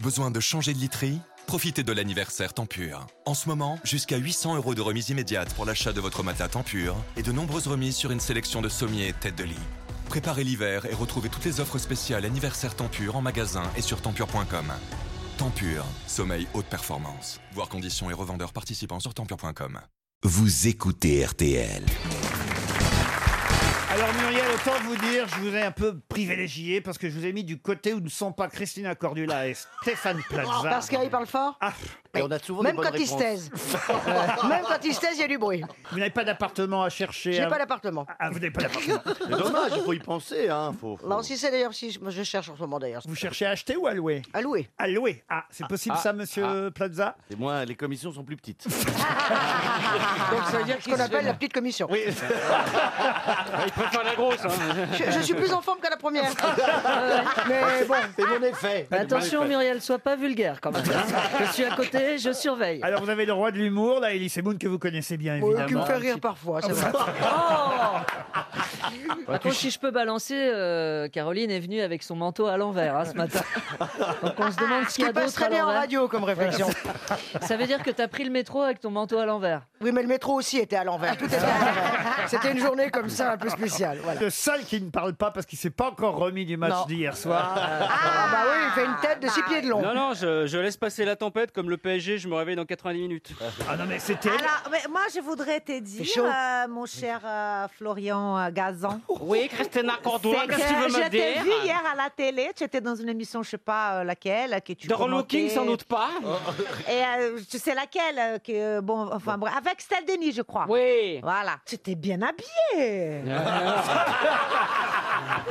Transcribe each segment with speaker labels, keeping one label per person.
Speaker 1: Besoin de changer de literie Profitez de l'anniversaire Tempur. En ce moment, jusqu'à 800 euros de remise immédiate pour l'achat de votre matelas Tempur et de nombreuses remises sur une sélection de sommiers et têtes de lit. Préparez l'hiver et retrouvez toutes les offres spéciales anniversaire Tempur en magasin et sur tempur.com. Tempur, sommeil haute performance. Voir conditions et revendeurs participants sur tempur.com.
Speaker 2: Vous écoutez RTL.
Speaker 3: Alors Muriel, autant vous dire, je vous ai un peu privilégié parce que je vous ai mis du côté où ne sont pas Christina Cordula et Stéphane Plaza.
Speaker 4: Oh,
Speaker 3: Ah,
Speaker 4: Parce qu'il parle fort
Speaker 3: Et on a souvent
Speaker 4: Même quand il se taise. Même quand il se taise, il y a du bruit.
Speaker 3: Vous n'avez pas d'appartement à chercher
Speaker 4: J'ai
Speaker 3: à-
Speaker 4: pas d'appartement.
Speaker 3: Ah, vous n'avez pas d'appartement.
Speaker 5: C'est dommage, il faut y penser. Hein, faut, faut-
Speaker 4: Non, si c'est d'ailleurs, si je, moi, je cherche en ce moment d'ailleurs.
Speaker 3: Vous cherchez à acheter ou à louer
Speaker 4: À louer.
Speaker 3: À louer. Ah, c'est possible
Speaker 5: ah,
Speaker 3: ça, monsieur Plaza
Speaker 5: Et moi, les commissions sont plus petites. ah.
Speaker 4: Donc ça veut dire ce qu'on appelle la petite commission. Oui.
Speaker 6: hein.
Speaker 4: Je, je suis plus en forme que la première.
Speaker 5: Mais bon, c'est mon effet.
Speaker 7: Euh, Attention Muriel, sois pas vulgaire quand même. je suis à côté, je surveille.
Speaker 3: Alors vous avez le roi de l'humour, là, Elise Moon, que vous connaissez bien
Speaker 4: Oui,
Speaker 3: évidemment.
Speaker 4: qui me fait rire parfois, c'est vrai. Oh
Speaker 7: Par contre, si je peux balancer, euh, Caroline est venue avec son manteau à l'envers hein, ce matin. Donc on se demande
Speaker 4: Ce
Speaker 7: s'il y
Speaker 4: qui
Speaker 7: a
Speaker 4: passe
Speaker 7: d'autres
Speaker 4: très
Speaker 7: à
Speaker 4: bien en
Speaker 7: l'envers.
Speaker 4: radio comme réflexion.
Speaker 7: Ça veut dire que t'as pris le métro avec ton manteau à l'envers.
Speaker 4: Oui, mais le métro aussi était à l'envers. Tout était à l'envers. C'était une journée comme ça, un peu spéciale. Voilà.
Speaker 3: Le seul qui ne parle pas parce qu'il s'est pas encore remis du match
Speaker 4: Non.
Speaker 3: d'hier soir. Euh,
Speaker 4: Ah bah oui, il fait une tête de six pieds de long.
Speaker 8: Non, non, je, je laisse passer la tempête comme le PSG, je me réveille dans 90 minutes.
Speaker 3: Ah non mais c'était...
Speaker 6: Alors, mais moi, je voudrais te dire,
Speaker 4: chaud.
Speaker 6: euh, mon cher euh, Florian euh, Gazan,
Speaker 8: Oui, Christina
Speaker 6: c'est que je t'ai vu hier à la télé, tu étais dans une émission, je sais pas euh, laquelle, que tu
Speaker 8: Dans Looking,
Speaker 6: commentais.
Speaker 8: sans doute pas.
Speaker 9: Ah.
Speaker 6: Et euh, je sais laquelle, euh, que, euh, bon, enfin, bref, avec Stèle Denis, je crois.
Speaker 8: Oui.
Speaker 6: Voilà. Tu t'es bien habillée.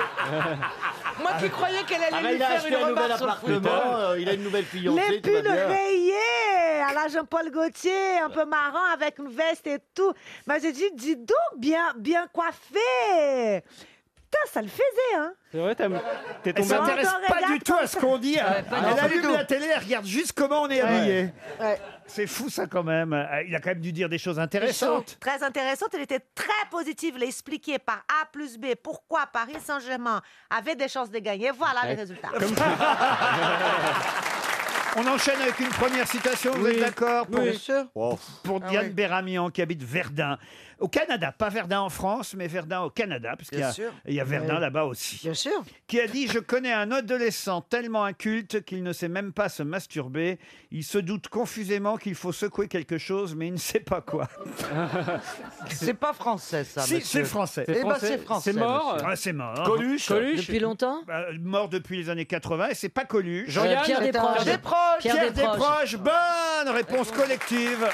Speaker 7: Moi qui croyais qu'elle allait
Speaker 5: Ah, mais il a acheté un nouvel appartement, euh, il a une nouvelle fiancée.
Speaker 6: Les
Speaker 5: tout va
Speaker 6: pulls
Speaker 5: bien.
Speaker 6: rayés à la Jean-Paul Gaultier, un peu marrant avec une veste et tout. Mais j'ai dit, dis donc, bien, bien coiffé. Putain, ça le faisait, hein.
Speaker 8: C'est vrai, t'as- t'es
Speaker 3: Elle
Speaker 8: tombé.
Speaker 6: Comment
Speaker 3: s'intéresse
Speaker 6: on te
Speaker 3: pas
Speaker 6: regarde
Speaker 3: du tout à ce qu'on dit. hein. elle
Speaker 4: du
Speaker 3: allume
Speaker 4: tout.
Speaker 3: la télé, elle regarde juste comment on est habillé.
Speaker 4: Ouais.
Speaker 3: C'est fou ça quand même. Euh, Il a quand même dû dire des choses intéressantes.
Speaker 6: Très intéressante, elle était très positive, elle a expliqué par A plus B pourquoi Paris Saint-Germain avait des chances de gagner. Voilà les résultats.
Speaker 3: On enchaîne avec une première citation, vous êtes d'accord pour,
Speaker 4: Bien sûr.
Speaker 5: Oh,
Speaker 3: pour Diane Béramian qui habite Verdun, au Canada. Pas Verdun en France, mais Verdun au Canada, puisqu'il y a,
Speaker 4: Bien sûr.
Speaker 3: il y a Verdun
Speaker 4: Oui.
Speaker 3: là-bas aussi.
Speaker 4: Bien sûr.
Speaker 3: Qui a dit Je connais un adolescent tellement inculte qu'il ne sait même pas se masturber. Il se doute confusément qu'il faut secouer quelque chose, mais il ne sait pas quoi.
Speaker 4: C'est pas français, ça.
Speaker 3: Si, c'est français.
Speaker 4: Eh ben, c'est français,
Speaker 8: C'est mort.
Speaker 3: Ah, c'est mort.
Speaker 5: Coluche.
Speaker 8: Coluche.
Speaker 7: Depuis longtemps
Speaker 3: Bah, mort depuis les années 80 et c'est pas Coluche.
Speaker 8: Jean- Jean-Yann,
Speaker 7: Pierre Desproges.
Speaker 4: attends, Pierre
Speaker 3: Proches,
Speaker 7: Pierre
Speaker 3: Pierre Desproges,
Speaker 7: Desproges.
Speaker 3: bonne réponse collective.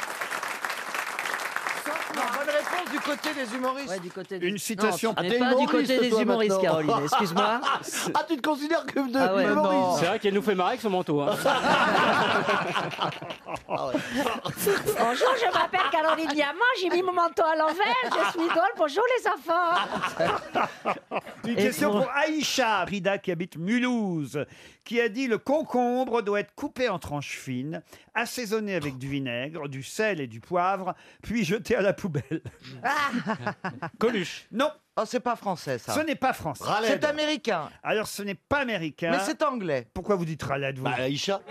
Speaker 7: Ouais, du côté
Speaker 3: Une citation.
Speaker 7: Non, tu
Speaker 5: Ah,
Speaker 7: n'es
Speaker 5: t'es
Speaker 7: pas du
Speaker 5: humoriste,
Speaker 7: côté des
Speaker 5: toi,
Speaker 7: humoristes,
Speaker 5: maintenant.
Speaker 7: Caroline. Excuse-moi.
Speaker 5: Ah, tu te considères que de
Speaker 7: Ah ouais.
Speaker 5: humoriste
Speaker 8: C'est vrai qu'elle nous fait marrer avec son manteau. hein.
Speaker 3: Ah
Speaker 9: Bonjour, je m'appelle Caroline Diamant, j'ai mis mon manteau à l'envers, je suis drôle, bonjour les enfants.
Speaker 3: Une question pour Aïcha Rida qui habite Mulhouse, qui a dit le concombre doit être coupé en tranches fines, assaisonné avec du vinaigre, du sel et du poivre, puis jeté à la poubelle.
Speaker 8: Coluche.
Speaker 3: Non,
Speaker 4: Oh, c'est pas français,
Speaker 3: ce n'est pas français.
Speaker 5: Raled.
Speaker 4: américain,
Speaker 3: Alors ce n'est pas américain.
Speaker 4: anglais.
Speaker 3: Pourquoi vous dites ralade vous
Speaker 5: Bah, Aïcha.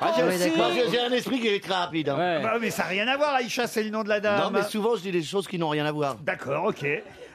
Speaker 5: Ah, j'ai
Speaker 7: oui,
Speaker 5: si,
Speaker 7: d'accord.
Speaker 5: j'ai- j'ai un esprit qui est très rapide. hein.
Speaker 8: Ouais.
Speaker 3: Bah, Mais ça n'a rien à voir, Aïcha, c'est le nom de la
Speaker 5: Non,
Speaker 3: dame.
Speaker 5: mais souvent, je dis des choses qui n'ont rien à voir.
Speaker 3: D'accord, ok.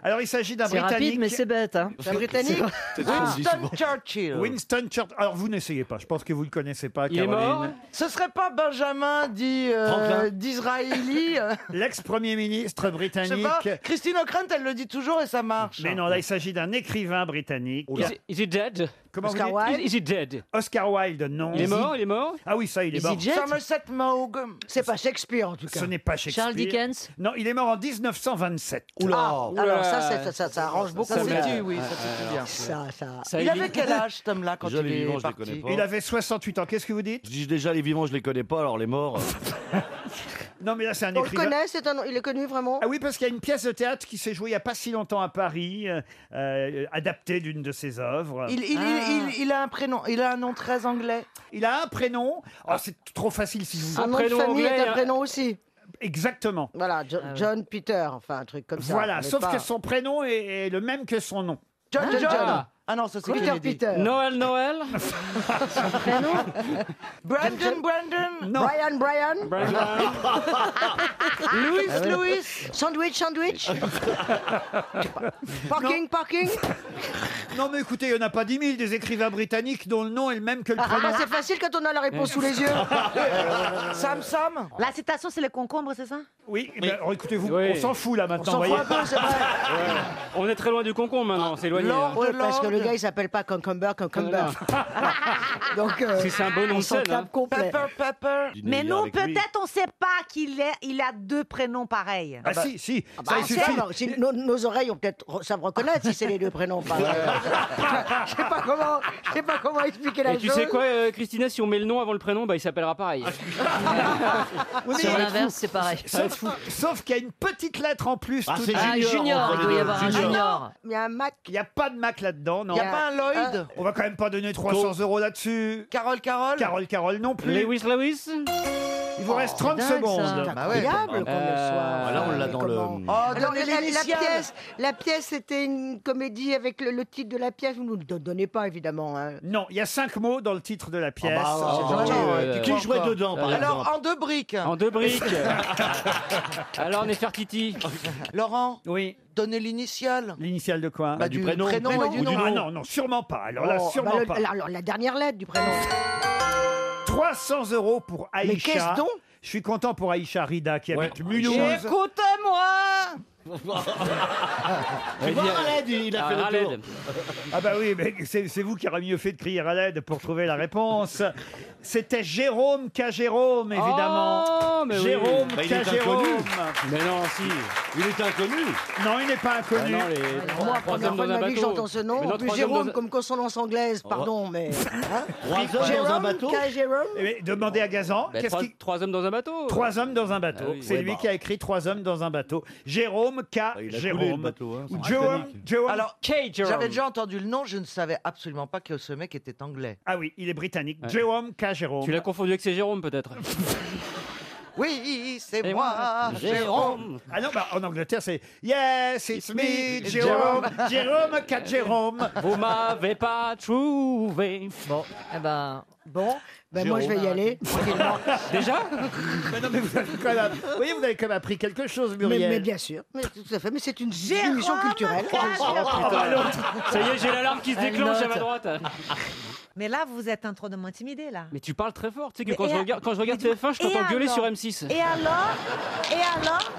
Speaker 3: Alors il s'agit d'un
Speaker 7: C'est
Speaker 3: Britannique.
Speaker 7: rapide, mais c'est bête. hein.
Speaker 4: C'est britannique
Speaker 5: C'est ce qu'on me dit souvent.
Speaker 4: Churchill.
Speaker 3: Winston Churchill. Alors vous n'essayez pas, je pense que vous le connaissez pas,
Speaker 8: Il est mort
Speaker 3: Caroline.
Speaker 4: Ce serait pas Benjamin dit euh,
Speaker 5: Franklin.
Speaker 4: d'Israéli Euh.
Speaker 3: L'ex-premier ministre britannique.
Speaker 4: Christine O'Krent, elle le dit toujours et ça marche.
Speaker 3: Mais non, là, il s'agit d'un écrivain britannique.
Speaker 8: Is he- Is he dead?
Speaker 3: Comment vous
Speaker 4: Oscar
Speaker 3: dites
Speaker 4: Wilde.
Speaker 8: Is he dead?
Speaker 3: Oscar Wilde, non.
Speaker 8: Il est mort, il est mort.
Speaker 3: Ah oui, ça, il est mort.
Speaker 4: Somerset Maugham. C'est pas Shakespeare en tout cas.
Speaker 3: Ce n'est pas Shakespeare.
Speaker 7: Charles Dickens
Speaker 3: Non, il est mort en 1927.
Speaker 4: Ah,
Speaker 8: Oula.
Speaker 4: alors ça, c'est- ça, ça, ça arrange beaucoup.
Speaker 8: ça met-
Speaker 4: oui, ça c'est bien. Ça, ça.
Speaker 8: Ça
Speaker 4: il
Speaker 8: évite-
Speaker 4: avait quel âge, Tom là, quand
Speaker 5: Déjà,
Speaker 4: il
Speaker 5: les vivants,
Speaker 4: est
Speaker 5: je les
Speaker 4: parti
Speaker 5: connais pas.
Speaker 3: Il avait 68 ans. Qu'est-ce que vous dites
Speaker 5: Je dis déjà, les vivants, je les connais pas, alors les morts.
Speaker 3: Non, mais là, c'est un
Speaker 4: On le
Speaker 3: écrivain.
Speaker 4: connaît, c'est un... il est connu vraiment.
Speaker 3: Ah oui, parce qu'il y a une pièce de théâtre qui s'est jouée il n'y a pas si longtemps à Paris, euh, euh, adaptée d'une de ses œuvres. Il...
Speaker 10: Il, il- il- il- il a un prénom, il a un nom très anglais.
Speaker 3: Ah. a un prénom. Oh, c'est trop facile si je vous...
Speaker 4: Son nom de
Speaker 8: prénom
Speaker 4: famille
Speaker 8: anglais,
Speaker 4: est Ah. un
Speaker 8: hein.
Speaker 4: prénom aussi.
Speaker 3: Exactement. Ah
Speaker 4: Voilà, Jo- John Peter, enfin un truc comme ça.
Speaker 3: Voilà,
Speaker 4: mais
Speaker 3: sauf
Speaker 4: pas-
Speaker 3: que son prénom est, est le même que son nom.
Speaker 11: John,
Speaker 4: John.
Speaker 11: John. Ah non, ça c'est
Speaker 4: Peter,
Speaker 11: Kennedy.
Speaker 4: Peter.
Speaker 8: Noël, Noël.
Speaker 11: Son prénom Brandon, Brandon.
Speaker 4: Brian, Brian.
Speaker 11: Brian. Louis,
Speaker 4: Ah ouais.
Speaker 11: Louis. Sandwich, sandwich. Parking, parking.
Speaker 3: Non, mais écoutez, il n'y en a pas 10 000 des écrivains britanniques dont le nom est le même que le
Speaker 4: Ah, ah,
Speaker 3: prénom.
Speaker 4: c'est facile quand on a la réponse sous les yeux. Sam Sam.
Speaker 6: La citation, c'est le concombre, c'est ça
Speaker 3: Oui, eh ben, alors, écoutez, vous,
Speaker 8: Oui.
Speaker 3: on s'en fout là maintenant.
Speaker 4: s'en fout
Speaker 3: voyez.
Speaker 4: un peu, c'est vrai.
Speaker 8: On est très loin du concombre maintenant, c'est éloigné. hein.
Speaker 11: Lord,
Speaker 4: Ouais,
Speaker 11: Lord.
Speaker 4: parce que le gars, il s'appelle pas Concumber, Concumber. Donc, euh,
Speaker 8: Si c'est un bon nom
Speaker 4: on
Speaker 8: de
Speaker 4: s'en
Speaker 8: scène, hein.
Speaker 4: tape complet.
Speaker 11: Pepper, Pepper.
Speaker 6: Mais non, peut-être on sait pas qu'il est, il a deux prénoms pareils.
Speaker 3: Ah, si, si,
Speaker 4: Bah,
Speaker 3: ça il
Speaker 4: on
Speaker 3: suffit.
Speaker 4: sait, non, si nos, nos oreilles ont peut-être re- savent reconnaître si c'est les deux prénoms. par- Je sais pas comment, je sais pas comment expliquer la
Speaker 8: Et tu
Speaker 4: chose.
Speaker 8: sais quoi, euh, Christina, si on met le nom avant le prénom, bah, il s'appellera pareil.
Speaker 3: Ah, Oui, mais-
Speaker 12: Sur l'inverse, c'est pareil.
Speaker 3: Sauf, sauf qu'il y a une petite lettre en plus.
Speaker 13: Ah,
Speaker 3: tout-
Speaker 13: c'est
Speaker 12: Ah,
Speaker 13: Junior,
Speaker 12: junior, il doit y
Speaker 13: Junior.
Speaker 12: avoir un
Speaker 13: Junior.
Speaker 12: junior.
Speaker 4: Il y a un Mac.
Speaker 3: Il n'y a pas de Mac là-dedans, non Euh,
Speaker 11: Y a pas un Lloyd
Speaker 3: On va quand même pas donner 300 euros là-dessus.
Speaker 11: Carole, Carole.
Speaker 3: Carole, Carole non plus.
Speaker 8: Lewis, Lewis
Speaker 3: Il vous reste 30
Speaker 12: Oh, c'est dingue,
Speaker 3: secondes.
Speaker 12: ça.
Speaker 11: Bah ouais. Ah,
Speaker 4: Incroyable qu'on le
Speaker 8: Euh,
Speaker 4: soit.
Speaker 13: Euh, ah, Là, on l'a
Speaker 4: Mais
Speaker 13: dans le.
Speaker 4: comment
Speaker 11: Oh,
Speaker 4: Alors,
Speaker 11: donnez
Speaker 4: la, la
Speaker 11: l'initiale.
Speaker 4: pièce, la pièce, c'était une comédie avec le, le titre de la pièce. Vous ne nous le donnez pas, évidemment. hein.
Speaker 3: Non, il y a 5 mots dans le titre de la pièce.
Speaker 13: Ah,
Speaker 11: Jean-Jean,
Speaker 8: oui,
Speaker 11: euh, tu
Speaker 8: oui, oui.
Speaker 11: crois
Speaker 13: Qui jouait
Speaker 11: quoi
Speaker 13: dedans, par
Speaker 11: Alors,
Speaker 13: exemple
Speaker 11: en deux briques.
Speaker 8: En deux briques. Alors, Nefertiti.
Speaker 11: Laurent,
Speaker 3: Oui,
Speaker 11: donnez l'initiale.
Speaker 4: Oh,
Speaker 3: l'initiale de quoi
Speaker 11: Bah,
Speaker 13: du prénom.
Speaker 11: et
Speaker 13: Ou
Speaker 11: du
Speaker 13: du
Speaker 11: nom.
Speaker 13: nom.
Speaker 3: Ah non, non, sûrement pas. Alors là,
Speaker 4: Oh,
Speaker 3: sûrement
Speaker 4: bah, le-
Speaker 3: pas.
Speaker 4: alors, la dernière lettre du prénom.
Speaker 3: 300 euros pour Aïcha.
Speaker 4: Mais qu'est-ce donc
Speaker 3: Je suis content pour Aïcha Rida qui habite Mulhouse.
Speaker 11: Écoutez-moi.
Speaker 13: Tu vois, Raled, il a fait
Speaker 8: Ah,
Speaker 13: le tour.
Speaker 8: Raled.
Speaker 3: Ah bah oui, mais c'est c'est vous qui aurez mieux fait de crier à l'aide pour trouver la réponse. C'était Jérôme K. Jérôme, évidemment.
Speaker 8: Oh, mais oui.
Speaker 3: Jérôme
Speaker 13: Bah, il
Speaker 3: K.
Speaker 13: est
Speaker 3: Jérôme.
Speaker 13: inconnu.
Speaker 8: Mais non, si.
Speaker 13: Il est inconnu.
Speaker 3: Non, il n'est pas inconnu.
Speaker 8: Ah non, les-
Speaker 4: Moi,
Speaker 8: trois
Speaker 4: première
Speaker 8: hommes
Speaker 4: fois de
Speaker 8: dans un
Speaker 4: ma vie que
Speaker 8: bateau.
Speaker 4: j'entends ce nom.
Speaker 8: Mais non,
Speaker 4: En plus,
Speaker 8: trois hommes
Speaker 4: Jérôme,
Speaker 8: dans un- Oh.
Speaker 4: comme consonance anglaise, pardon, mais. hein.
Speaker 13: Trois hommes dans un
Speaker 4: Jérôme,
Speaker 13: bateau.
Speaker 4: K. Jérôme.
Speaker 3: Eh bien, demandez à Gazan.
Speaker 8: Bah,
Speaker 3: Qu'est-ce
Speaker 8: trois,
Speaker 3: qui...
Speaker 8: trois hommes dans un bateau. euh.
Speaker 3: Trois hommes dans un bateau.
Speaker 8: Ah oui.
Speaker 3: C'est
Speaker 13: Ouais,
Speaker 3: lui
Speaker 13: bah.
Speaker 3: qui a écrit Trois hommes dans un bateau. Jérôme K.
Speaker 13: Ah, il a coulé, le
Speaker 3: Jérôme.
Speaker 13: bateau, hein.
Speaker 3: Ou
Speaker 13: C'est
Speaker 3: Jérôme.
Speaker 13: britannique.
Speaker 3: Jérôme.
Speaker 11: Alors,
Speaker 8: Kate Jérôme.
Speaker 11: j'avais déjà entendu le nom, je ne savais absolument pas que ce mec était anglais.
Speaker 3: Ah oui, il est britannique.
Speaker 8: Ouais.
Speaker 3: Jérôme K. Jérôme.
Speaker 8: Tu l'as confondu avec ses Jérôme, peut-être
Speaker 11: Oui, c'est
Speaker 8: Et
Speaker 11: moi.
Speaker 8: Jérôme.
Speaker 3: Ah non, bah, en Angleterre, c'est Yes, it's me,
Speaker 8: me,
Speaker 3: Jérôme. Jérôme K. Jérôme.
Speaker 8: Vous m'avez pas trouvé.
Speaker 12: Eh ben,
Speaker 4: Bon, ben moi, je vais y aller. tranquillement.
Speaker 8: Déjà
Speaker 3: Mais non, mais vous avez quand même, vous voyez, vous avez quand même appris quelque chose,
Speaker 4: mais,
Speaker 3: Muriel.
Speaker 4: mais bien sûr, mais tout à fait. Mais c'est une
Speaker 6: Jérôme
Speaker 4: émission culturelle.
Speaker 8: Ça y est, j'ai l'alarme qui se
Speaker 12: Elle
Speaker 8: déclenche à
Speaker 12: note.
Speaker 8: ma droite.
Speaker 6: Mais là, vous êtes en train de m'intimider, là.
Speaker 8: Mais tu parles très fort. Tu sais que
Speaker 6: Mais
Speaker 8: quand
Speaker 6: et
Speaker 8: je,
Speaker 6: à-
Speaker 8: regarde, quand je regarde
Speaker 6: mais dis-moi,
Speaker 8: TF1, je
Speaker 6: et
Speaker 8: t'entends gueuler
Speaker 6: alors
Speaker 8: sur M6.
Speaker 6: Et alors Et alors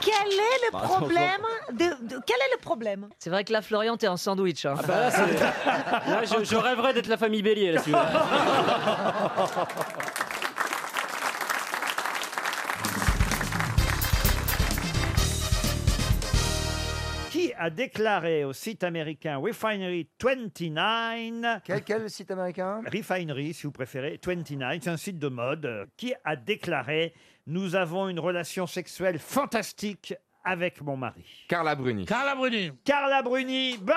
Speaker 6: Quel est
Speaker 3: Bah,
Speaker 6: le problème de, de- Quel est le problème
Speaker 12: c'est vrai que là, Florian, t'es un sandwich.
Speaker 8: Ah
Speaker 12: hein.
Speaker 8: bah Là, je, je rêverais d'être la famille Bélier, là, si tu veux.
Speaker 3: Qui a déclaré au site américain Refinery 29,
Speaker 5: Quel, quel site américain
Speaker 3: Refinery si vous préférez, 29, c'est un site de mode, euh, qui a déclaré Nous avons une relation sexuelle fantastique avec mon mari.
Speaker 5: Carla Bruni.
Speaker 3: Carla Bruni, bonne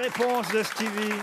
Speaker 3: réponse de Stevie.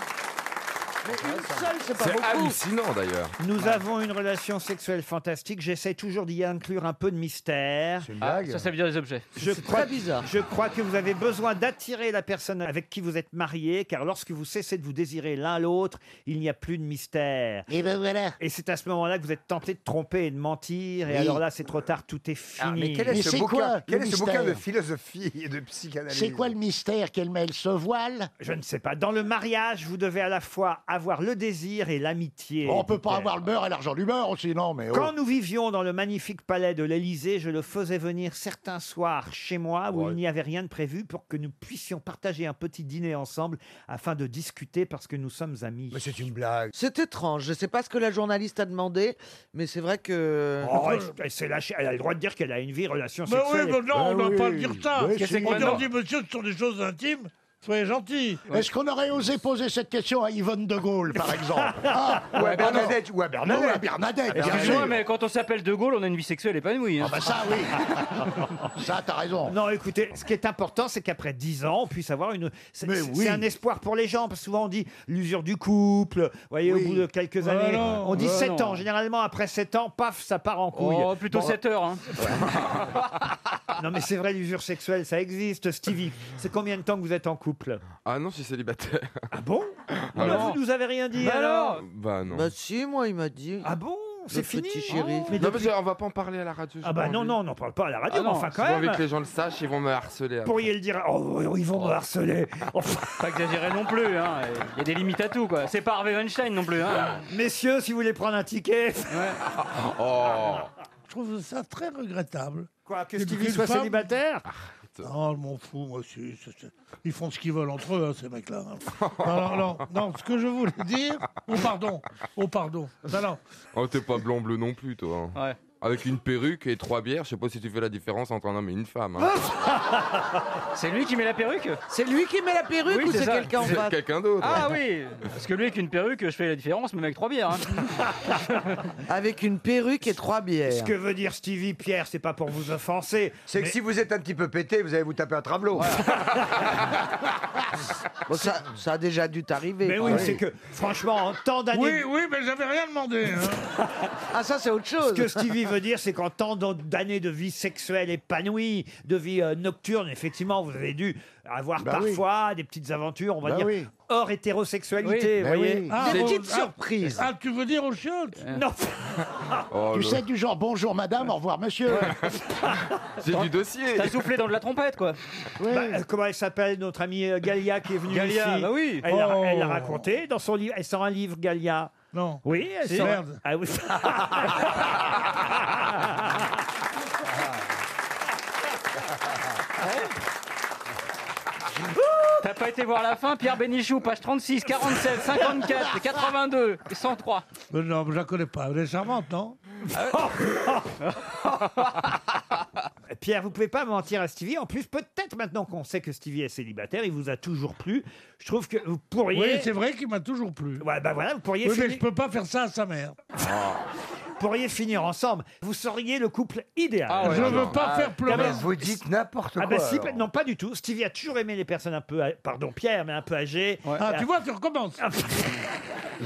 Speaker 5: C'est hallucinant d'ailleurs.
Speaker 3: Nous avons une relation sexuelle fantastique. J'essaie toujours d'y inclure un peu de mystère.
Speaker 5: C'est une
Speaker 8: Ah,
Speaker 5: blague.
Speaker 8: ça, ça veut dire les objets.
Speaker 3: Je crois,
Speaker 11: Très bizarre.
Speaker 3: je crois que vous avez besoin d'attirer la personne avec qui vous êtes marié, car lorsque vous cessez de vous désirer l'un l'autre, il n'y a plus de mystère.
Speaker 4: Et ben voilà.
Speaker 3: Et c'est à ce moment-là que vous êtes tenté de tromper et de mentir, et alors là, c'est trop tard, tout est
Speaker 5: Ah,
Speaker 3: fini.
Speaker 5: quel est
Speaker 4: Mais
Speaker 5: ce
Speaker 4: c'est
Speaker 5: bouquin,
Speaker 4: quoi,
Speaker 5: quel
Speaker 4: le
Speaker 5: est ce bouquin de
Speaker 4: mystère
Speaker 5: philosophie et de psychanalyse
Speaker 4: C'est quoi le mystère qu'elle mêle ce voile
Speaker 3: Je ne sais pas. Dans le mariage, vous devez à la fois avoir le désir et l'amitié.
Speaker 5: On peut pas
Speaker 3: dit-elle.
Speaker 5: avoir le beurre et l'argent du beurre aussi, non mais. oh.
Speaker 3: Quand nous vivions dans le magnifique palais de l'Élysée, je le faisais venir certains soirs chez moi où
Speaker 5: Ouais.
Speaker 3: il n'y avait rien de prévu pour que nous puissions partager un petit dîner ensemble afin de discuter parce que nous sommes amis.
Speaker 5: Mais c'est une blague.
Speaker 11: C'est étrange, je sais pas ce que la journaliste a demandé, mais c'est vrai que...
Speaker 3: Oh, elle, elle s'est lâchée. Elle a le droit de dire qu'elle a une vie relation
Speaker 14: Mais oui,
Speaker 3: sexuelle.
Speaker 14: mais
Speaker 8: Ah
Speaker 14: non, on
Speaker 5: Ben
Speaker 14: ne doit pas
Speaker 5: oui.
Speaker 14: dire ça.
Speaker 5: Ben si.
Speaker 14: On leur dit, monsieur, ce sont des choses intimes, soyez gentils.
Speaker 5: Est-ce qu'on aurait osé poser cette question à Yvonne de Gaulle, par exemple ah,
Speaker 14: Ou à
Speaker 5: non.
Speaker 14: Bernadette,
Speaker 5: ou à Bernadette. bien
Speaker 8: Ah, Excuse-moi,
Speaker 5: sûr.
Speaker 8: mais quand on s'appelle De Gaulle, on a une vie sexuelle épanouie. hein.
Speaker 5: Ah bah ça, oui. ça, t'as raison.
Speaker 3: Non, écoutez, ce qui est important, c'est qu'après 10 ans, on puisse avoir une. C'est
Speaker 5: Mais
Speaker 3: c'est-
Speaker 5: oui.
Speaker 3: c'est un espoir pour les gens, parce que souvent on dit l'usure du couple, vous voyez,
Speaker 5: Oui.
Speaker 3: au bout de quelques
Speaker 8: Ah
Speaker 3: années.
Speaker 8: non,
Speaker 3: on dit
Speaker 8: ah
Speaker 3: 7
Speaker 8: non.
Speaker 3: ans. Généralement, après 7 ans, paf, ça part en couille.
Speaker 8: Oh, plutôt
Speaker 3: Bon,
Speaker 8: 7 heures. hein.
Speaker 3: Non, mais c'est vrai, l'usure sexuelle, ça existe, Stevie. C'est combien de temps que vous êtes en couple
Speaker 15: Ah non, je suis célibataire.
Speaker 3: Ah bon
Speaker 15: non.
Speaker 3: Vous nous avez rien dit
Speaker 15: Bah
Speaker 3: alors
Speaker 15: Bah non.
Speaker 16: Bah si, moi, il m'a dit.
Speaker 3: Ah bon C'est fini
Speaker 16: petit chéri.
Speaker 15: non, parce qu'on va pas en parler à la radio.
Speaker 3: Ah bah non, non, on n'en parle pas à la
Speaker 15: Ah
Speaker 3: radio, mais enfin quand
Speaker 15: J'ai pas
Speaker 3: même.
Speaker 15: envie que les gens le sachent, ils vont me harceler. après.
Speaker 3: Pourriez le dire. Oh, ils vont me harceler. Oh,
Speaker 8: Pas exagérer non plus, hein. Il y a des limites à tout, quoi. C'est pas Harvey Weinstein non plus, hein.
Speaker 3: Messieurs, si vous voulez prendre un ticket.
Speaker 15: Oh.
Speaker 14: Je trouve ça très regrettable.
Speaker 3: Quoi, que
Speaker 14: Qu'une
Speaker 3: Stevie soit
Speaker 14: femme-
Speaker 3: célibataire
Speaker 14: Ah, Non, je m'en fous, moi aussi. c'est- c'est- Ils font ce qu'ils veulent entre eux, hein, ces mecs-là. hein. Non, non, non, non, ce que je voulais dire... Oh, pardon, oh, pardon. Non, non,
Speaker 15: Oh, t'es pas blanc bleu non plus, toi. hein.
Speaker 8: Ouais.
Speaker 15: Avec une perruque et trois bières, je sais pas si tu fais la différence entre un homme et une femme. hein.
Speaker 8: C'est lui qui met la perruque
Speaker 16: C'est lui qui met la perruque
Speaker 8: Oui,
Speaker 16: ou
Speaker 8: c'est
Speaker 16: c'est
Speaker 8: ça.
Speaker 16: quelqu'un en
Speaker 15: C'est
Speaker 16: face
Speaker 15: quelqu'un d'autre.
Speaker 8: Ah oui Parce que lui, avec une perruque, je fais la différence, mais avec trois bières. hein.
Speaker 16: Avec une perruque et trois bières.
Speaker 3: Ce que veut dire Stevie Pierre, c'est pas pour vous offenser.
Speaker 17: C'est que si vous êtes un petit peu pété, vous allez vous taper un travelot.
Speaker 16: Bon, ça, ça a déjà dû t'arriver. Ah
Speaker 3: Mais oui, c'est que, franchement, en
Speaker 8: Oh,
Speaker 3: tant d'années.
Speaker 14: Oui, oui, mais j'avais rien demandé. hein.
Speaker 16: Ah, ça, c'est autre chose.
Speaker 3: Ce que Stevie veut dire, c'est qu'en tant d'an- d'années de vie sexuelle épanouie, de vie euh, nocturne, effectivement, vous avez dû avoir
Speaker 14: Bah oui.
Speaker 3: parfois des petites aventures, on va
Speaker 14: Bah
Speaker 3: dire,
Speaker 14: oui.
Speaker 3: hors hétérosexualité,
Speaker 5: Bah
Speaker 3: vous voyez
Speaker 14: bon, ah,
Speaker 16: surprises.
Speaker 14: Ah, tu veux dire aux chiottes
Speaker 8: Euh.
Speaker 3: Non
Speaker 18: Oh,
Speaker 14: Tu sais, du genre bonjour madame, au revoir monsieur.
Speaker 15: J'ai du dossier.
Speaker 8: T'as soufflé dans de la trompette, quoi.
Speaker 3: Bah, euh, comment elle s'appelle, notre amie euh, Galia qui est venue
Speaker 8: Galia,
Speaker 3: ici
Speaker 8: bah oui.
Speaker 3: Elle l'a
Speaker 8: Oh.
Speaker 3: elle l'a raconté dans son livre. Elle sort un livre, Galia.
Speaker 14: Non.
Speaker 3: Oui, elle
Speaker 14: Si.
Speaker 3: sort.
Speaker 14: Merde.
Speaker 3: Ah oui.
Speaker 8: T'as pas été voir la fin, Pierre Bénichou, page 36, 47, 54, 82, 103.
Speaker 14: Mais non, mais je la connais pas. Elle est charmante, non
Speaker 3: Pierre, vous pouvez pas mentir à Stevie. En plus, peut-être maintenant qu'on sait que Stevie est célibataire, il vous a toujours plu. Je trouve que vous pourriez.
Speaker 14: Oui, c'est vrai qu'il m'a toujours plu.
Speaker 3: Ouais, bah voilà, vous pourriez,
Speaker 14: Oui, mais
Speaker 3: finir,
Speaker 14: je peux pas faire ça à sa mère.
Speaker 8: Ah.
Speaker 3: pourriez finir ensemble. Vous seriez le couple idéal.
Speaker 14: Ah ouais, Je alors. veux pas faire pleurer.
Speaker 17: Vous dites n'importe
Speaker 3: Ah
Speaker 17: quoi.
Speaker 3: bah si,
Speaker 17: alors.
Speaker 3: non pas du tout. Stevie a toujours aimé les personnes un peu, pardon Pierre, mais un peu âgées.
Speaker 14: Ah, tu vois, tu recommences.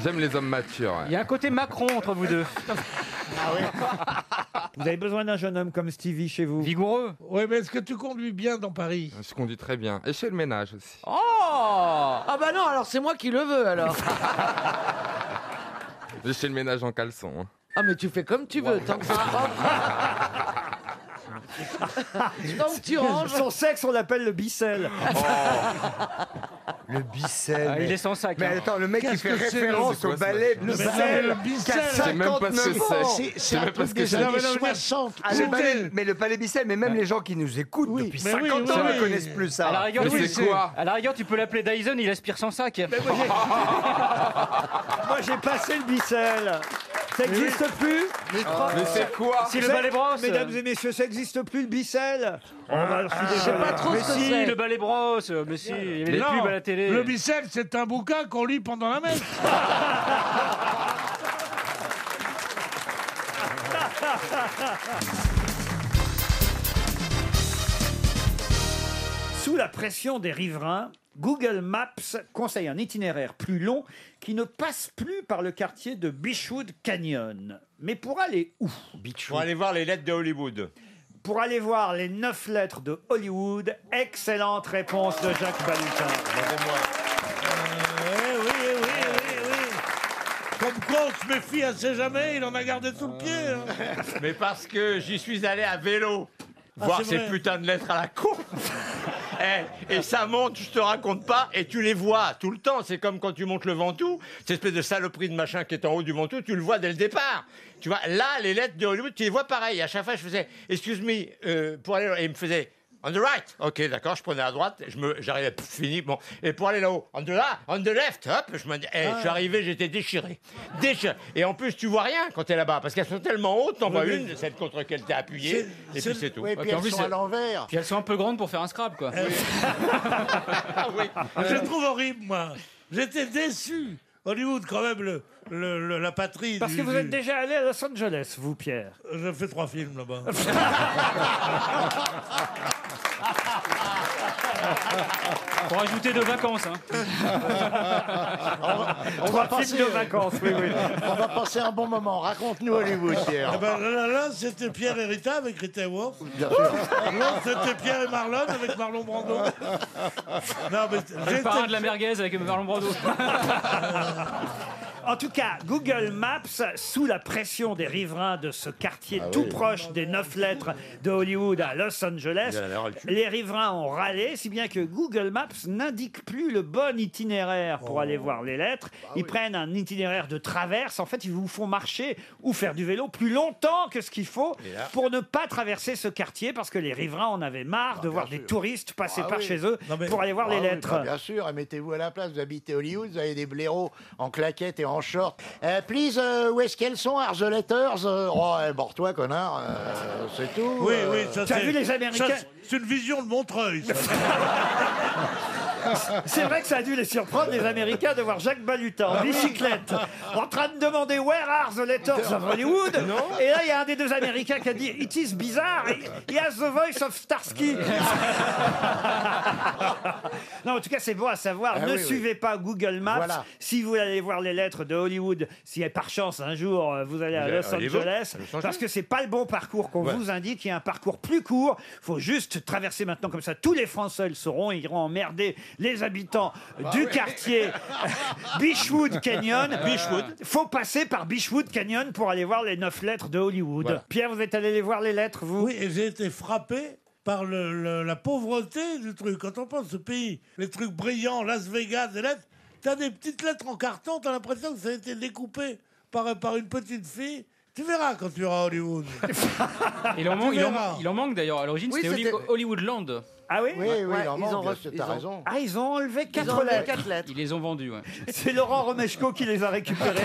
Speaker 15: J'aime les hommes matures. ouais.
Speaker 8: Il y a un côté Macron entre vous deux.
Speaker 3: Vous avez besoin d'un jeune homme comme Stevie chez vous.
Speaker 8: Vigoureux.
Speaker 14: Oui, mais est-ce que tu conduis bien dans Paris
Speaker 15: Je conduis très bien. Et je fais le ménage aussi.
Speaker 16: Oh Ah bah non, alors c'est moi qui le veux, alors.
Speaker 8: Oh.
Speaker 15: Je fais le ménage en caleçon. hein.
Speaker 16: Ah mais tu fais comme tu veux, tant que c'est propre. tant que tu ranges.
Speaker 3: Son sexe, on l'appelle le bicel.
Speaker 16: Oh.
Speaker 17: Le bicel.
Speaker 8: Ah,
Speaker 17: mais-
Speaker 8: il est sans sac.
Speaker 17: Mais
Speaker 8: hein.
Speaker 17: attends, le mec qui
Speaker 14: Qu'est-ce
Speaker 17: fait
Speaker 14: que c'est,
Speaker 17: référence
Speaker 15: c'est quoi,
Speaker 17: au
Speaker 15: ça
Speaker 17: ballet
Speaker 14: Le
Speaker 17: qui a
Speaker 14: ballet, le bicel.
Speaker 15: C'est même pas ce que
Speaker 17: 59 ans.
Speaker 15: c'est. C'est même pas ce que c'est.
Speaker 14: années 60.
Speaker 17: Ah, le ballet- mais le palais Bicel, mais même les gens qui nous écoutent depuis
Speaker 14: mais
Speaker 17: 50
Speaker 14: oui,
Speaker 17: ans
Speaker 14: oui,
Speaker 17: ne
Speaker 14: oui.
Speaker 17: connaissent plus ça.
Speaker 8: À la rigueur,
Speaker 15: Mais
Speaker 8: tu-
Speaker 15: c'est quoi
Speaker 8: à la rigueur, tu peux l'appeler Dyson, il aspire sans sac.
Speaker 3: Moi j'ai passé le bicel. Ça n'existe plus.
Speaker 15: Mais c'est quoi
Speaker 8: Si le
Speaker 3: Ça-
Speaker 8: balai brosse.
Speaker 3: Mesdames et messieurs, ça n'existe plus le bicel. Oh,
Speaker 8: Ah,
Speaker 3: bah, je suis
Speaker 16: Ah, Je sais
Speaker 3: désolé.
Speaker 16: pas trop
Speaker 8: mais
Speaker 16: ce que
Speaker 8: si, le
Speaker 16: c'est.
Speaker 8: balai brosse, mais si, il y avait des
Speaker 14: Non,
Speaker 8: pubs à la télé.
Speaker 14: Le bicep, c'est un bouquin qu'on lit pendant la messe.
Speaker 3: Sous la pression des riverains, Google Maps conseille un itinéraire plus long qui ne passe plus par le quartier de Beechwood Canyon. Mais pour aller où
Speaker 18: Pour aller voir les lettres de Hollywood.
Speaker 3: Pour aller voir les neuf lettres de Hollywood. Excellente réponse de Jacques Balutin.
Speaker 14: Eh oui, oui, oui, oui, eh oui. Comme quoi, on se méfie assez jamais, il en a gardé sous le pied. hein.
Speaker 18: Mais parce que j'y suis allé à vélo.
Speaker 14: Ah,
Speaker 18: voir
Speaker 14: c'est
Speaker 18: ces
Speaker 14: vrai.
Speaker 18: putains de lettres à la con. Eh, et ça monte, je te raconte pas, et tu les vois tout le temps. C'est comme quand tu montes le Ventoux, cette espèce de saloperie de machin qui est en haut du Ventoux, tu le vois dès le départ. Tu vois, là, les lettres de Hollywood, tu les vois pareil. À chaque fois, je faisais « Excuse me, euh, pour aller... » Et il me faisait « On the right !» Ok, d'accord, je prenais à droite, je me- j'arrivais, pff, fini, bon. Et pour aller là-haut, « On the, la- ah, on the left !» Hop, je me dis... Eh, je
Speaker 19: Ah.
Speaker 18: suis arrivé, j'étais déchiré. Déchiré. Et en plus, tu vois rien quand t'es là-bas, parce qu'elles sont tellement hautes, t'en vois une, celle contre laquelle t'es appuyé, et puis euh, c'est tout.
Speaker 19: Oui,
Speaker 8: Ouais,
Speaker 19: puis
Speaker 8: puis en
Speaker 19: elles
Speaker 8: plus,
Speaker 19: sont à
Speaker 8: c'est-
Speaker 19: l'envers.
Speaker 8: Puis elles sont un peu grandes pour faire un scrap, quoi.
Speaker 18: Ah oui.
Speaker 14: Je le trouve horrible, moi. J'étais déçu. Hollywood, quand même, le, le- le- la patrie.
Speaker 3: Parce
Speaker 14: du-
Speaker 3: que vous
Speaker 14: du- Euh,
Speaker 3: êtes déjà allé à Los Angeles, vous, Pierre.
Speaker 14: J'ai fait trois films là-bas.
Speaker 8: Pour ajouter de vacances. hein.
Speaker 14: Trois
Speaker 8: types
Speaker 14: types
Speaker 8: de vacances, oui, oui.
Speaker 5: On va passer un bon moment. Raconte-nous Hollywood, Pierre.
Speaker 14: Eh ben, là, là, là, c'était Pierre Hérita avec Rita Wolf.
Speaker 5: Bien sûr.
Speaker 14: c'était Pierre et Marlon avec Marlon Brando. Non, mais
Speaker 8: Le parrain de la merguez avec Marlon Brando.
Speaker 3: En tout cas, Google Maps, sous la pression des riverains de ce
Speaker 18: Ah
Speaker 3: quartier tout proche des neuf lettres de Hollywood à Los Angeles,
Speaker 18: Il a l'air au-dessus.
Speaker 3: les riverains ont râlé, si bien que Google Maps n'indique plus le bon itinéraire
Speaker 18: Oh.
Speaker 3: pour aller voir les lettres.
Speaker 18: Bah
Speaker 3: Ils prennent un itinéraire de traverse. En fait, ils vous font marcher ou faire du vélo plus longtemps que ce qu'il faut
Speaker 18: Et là-
Speaker 3: pour ne pas traverser ce quartier, parce que les riverains en avaient marre
Speaker 18: Bah,
Speaker 3: de voir des touristes
Speaker 5: Ah
Speaker 18: Ah
Speaker 3: passer par chez eux pour aller voir les lettres.
Speaker 5: bien sûr, et mettez-vous à la place, vous habitez Hollywood, vous avez des blaireaux en claquettes et en short. Euh, please, euh, où est-ce qu'elles sont, are the letters Euh, Oh, eh, borde-toi, connard, euh, c'est tout.
Speaker 14: Oui,
Speaker 5: euh.
Speaker 14: oui, ça c'est- ça, c'est- C'est une vision de Montreuil. ça.
Speaker 3: C'est vrai que ça a dû les surprendre, les Américains, de voir Jacques Balutin en bicyclette, en train de demander Where are the letters of Hollywood
Speaker 14: Non.
Speaker 3: Et là, il y a un des deux Américains qui a dit It is bizarre, he has the voice of Starsky. non, en tout cas, c'est bon à savoir.
Speaker 5: Ah
Speaker 3: ne
Speaker 5: oui, oui.
Speaker 3: suivez pas Google Maps.
Speaker 5: Voilà.
Speaker 3: Si vous allez voir les lettres de Hollywood, si par chance un jour euh, vous allez à
Speaker 18: Vous
Speaker 3: Los
Speaker 18: allez à Hollywood,
Speaker 3: Angeles,
Speaker 18: à Los Angeles.
Speaker 3: parce que c'est pas le bon parcours qu'on
Speaker 18: Ouais.
Speaker 3: vous indique. Il y a un parcours plus court. faut juste traverser maintenant comme ça. Tous les Français le sauront. Ils iront emmerder les habitants du
Speaker 18: ouais.
Speaker 3: quartier Beachwood Canyon.
Speaker 18: Beechwood.
Speaker 3: faut passer par Beachwood Canyon pour aller voir les neuf lettres de Hollywood.
Speaker 14: Voilà.
Speaker 3: Pierre, vous êtes allé les voir les lettres, vous
Speaker 14: Oui, et j'ai été frappé par le- le- la pauvreté du truc. Quand on pense ce pays, les trucs brillants, Las Vegas, des lettres, t'as des petites lettres en carton, t'as l'impression que ça a été découpé par, par une petite fille. Tu verras quand tu iras à Hollywood.
Speaker 8: Il en,
Speaker 14: Ah, Tu
Speaker 8: manque, il, en,
Speaker 14: verras.
Speaker 8: il en manque d'ailleurs. À l'origine,
Speaker 14: Oui,
Speaker 8: c'était Holly-
Speaker 14: c'était-
Speaker 8: Hollywoodland.
Speaker 3: Ah oui
Speaker 14: Oui, oui, il en
Speaker 8: ils
Speaker 14: manque,
Speaker 8: ont
Speaker 14: bien
Speaker 8: re-
Speaker 14: sûr,
Speaker 8: ils
Speaker 14: t'as
Speaker 8: ont-
Speaker 14: raison.
Speaker 3: Ah, ils ont enlevé
Speaker 8: Ils ont
Speaker 3: quatre
Speaker 8: enlevé
Speaker 3: lettres.
Speaker 8: quatre lettres. Ils les ont vendues. ouais.
Speaker 3: C'est Laurent Romeshko qui les a récupérés.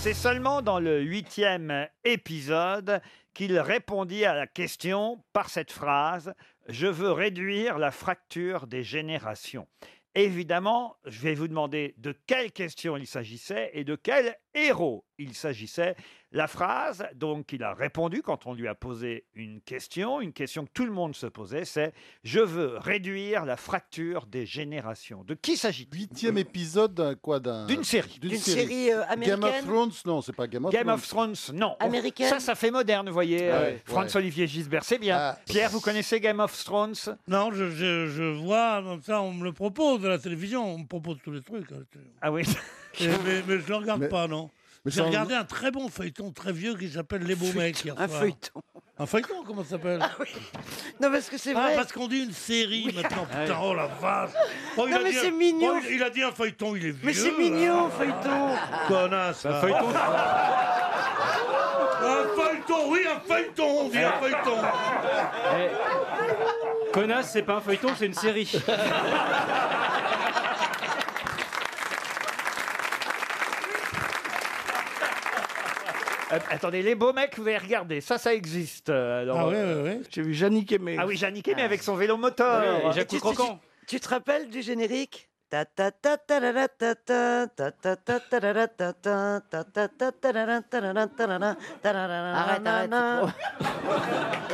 Speaker 3: C'est seulement dans le huitième épisode qu'il répondit à la question par cette phrase Je veux réduire la fracture des générations. Évidemment, je vais vous demander de quelle question il s'agissait et de quel héros il s'agissait. La phrase, donc, il a répondu quand on lui a posé une question, une question que tout le monde se posait, c'est Je veux réduire la fracture des générations. De qui s'agit-il
Speaker 11: Huitième épisode d'un- quoi d'un-
Speaker 3: D'une série.
Speaker 11: D'une
Speaker 3: D'une
Speaker 11: série,
Speaker 3: série, euh,
Speaker 11: Game of
Speaker 3: américaine
Speaker 11: Thrones Non, c'est pas Game of
Speaker 3: Game
Speaker 11: Thrones.
Speaker 3: of Thrones, non.
Speaker 11: Américaine
Speaker 3: Ça, ça fait moderne, vous voyez.
Speaker 11: Ah
Speaker 3: euh,
Speaker 11: ouais,
Speaker 3: Franz-Olivier Gisbert, c'est bien.
Speaker 20: Ah.
Speaker 3: Pierre, vous connaissez Game of Thrones
Speaker 14: Non, je, je- je vois, comme ça, on me le propose à la télévision, on me propose tous les trucs. hein.
Speaker 3: Ah oui
Speaker 14: Et- mais, mais je ne le regarde pas, non.
Speaker 11: mais
Speaker 14: J'ai
Speaker 11: ça en-
Speaker 14: regardé un très bon feuilleton très vieux qui s'appelle Les Beaux Mecs. hier
Speaker 16: un
Speaker 14: soir.
Speaker 16: feuilleton. Ah
Speaker 14: Un feuilleton, comment ça s'appelle
Speaker 16: Non, parce que c'est
Speaker 14: Ah,
Speaker 16: vrai. Ah
Speaker 14: parce qu'on dit une série maintenant, putain, oh la vache Oh, il
Speaker 16: Non,
Speaker 14: a
Speaker 16: mais
Speaker 14: dit-
Speaker 16: c'est mignon.
Speaker 14: oh, il a dit un feuilleton, il est vieux
Speaker 16: Mais c'est
Speaker 14: là.
Speaker 16: mignon, feuilleton.
Speaker 14: Connasse
Speaker 16: Un
Speaker 14: là.
Speaker 16: feuilleton.
Speaker 14: Un feuilleton, oui, un feuilleton, on dit un feuilleton
Speaker 8: Connasse, c'est pas un feuilleton, c'est une série.
Speaker 3: Euh, attendez, les beaux mecs, vous avez regardé. Ça, ça existe. euh, alors,
Speaker 14: Ah ouais,
Speaker 3: euh,
Speaker 14: ouais, ouais.
Speaker 16: J'ai vu Yannick Aimé.
Speaker 3: Ah oui, Jeannick Aimé avec son vélo moteur. Ah.
Speaker 16: Et Ah, tu- tu- Tu, tu te rappelles du générique Ta ta ta tarara ta ta, ta ta ta tarara ta ta, ta ta ta tarara tarara tarara, tarara
Speaker 21: Arrête, arrête,
Speaker 16: nanana.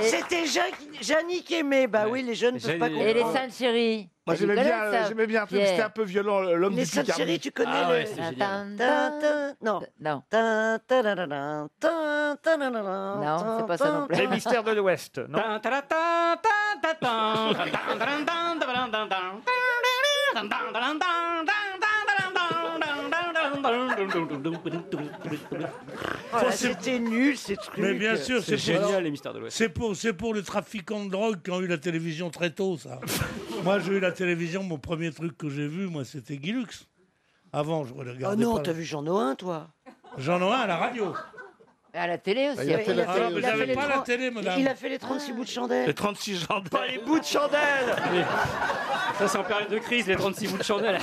Speaker 16: Et- C'était Jacques- Yannick Aimé. Bah oui, les jeunes ne peuvent pas comprendre.
Speaker 22: Et les saintes chéries.
Speaker 16: Moi,
Speaker 22: Tu
Speaker 16: j'aimais
Speaker 22: les
Speaker 16: bien,
Speaker 22: connais,
Speaker 16: euh,
Speaker 22: ça
Speaker 16: j'aimais bien un truc, c'était un
Speaker 22: peu violent, l'homme
Speaker 16: Les saintes chéries, tu connais
Speaker 22: Ah
Speaker 16: le...
Speaker 22: ouais, c'était génial.
Speaker 16: Tin, tin, Non.
Speaker 22: Non.
Speaker 16: Tin, tarara, tin, tarara,
Speaker 22: Non, c'est pas ça
Speaker 16: tin,
Speaker 22: non plus.
Speaker 16: tin,
Speaker 3: Les mystères de l'Ouest, non
Speaker 16: Oh Ah, là, C'était nul ces trucs.
Speaker 14: Mais bien sûr,
Speaker 8: C'est
Speaker 14: c'est
Speaker 8: génial,
Speaker 14: pour-
Speaker 8: les mystères de l'Ouest.
Speaker 14: C'est pour, c'est pour les trafiquants de drogue qui ont eu la télévision très tôt, ça. moi, j'ai eu la télévision, mon premier truc que j'ai vu, moi, c'était Guilux. Avant, je regardais.
Speaker 16: Oh non,
Speaker 14: pas
Speaker 16: t'as
Speaker 14: le-
Speaker 16: vu Jean Noin, toi
Speaker 14: Jean Noin à la radio.
Speaker 22: À la télé
Speaker 14: Bah,
Speaker 22: aussi.
Speaker 14: il a fait la télé
Speaker 22: il
Speaker 14: aussi.
Speaker 22: a fait
Speaker 14: J'avais pas
Speaker 22: les
Speaker 14: la
Speaker 22: trois-
Speaker 14: télé, madame.
Speaker 16: Il a fait les 36 bouts de chandelle.
Speaker 14: 36 ans.
Speaker 3: Pas les bouts de chandelle
Speaker 8: Ça, c'est en période de crise, les 36 bouts de chandelle.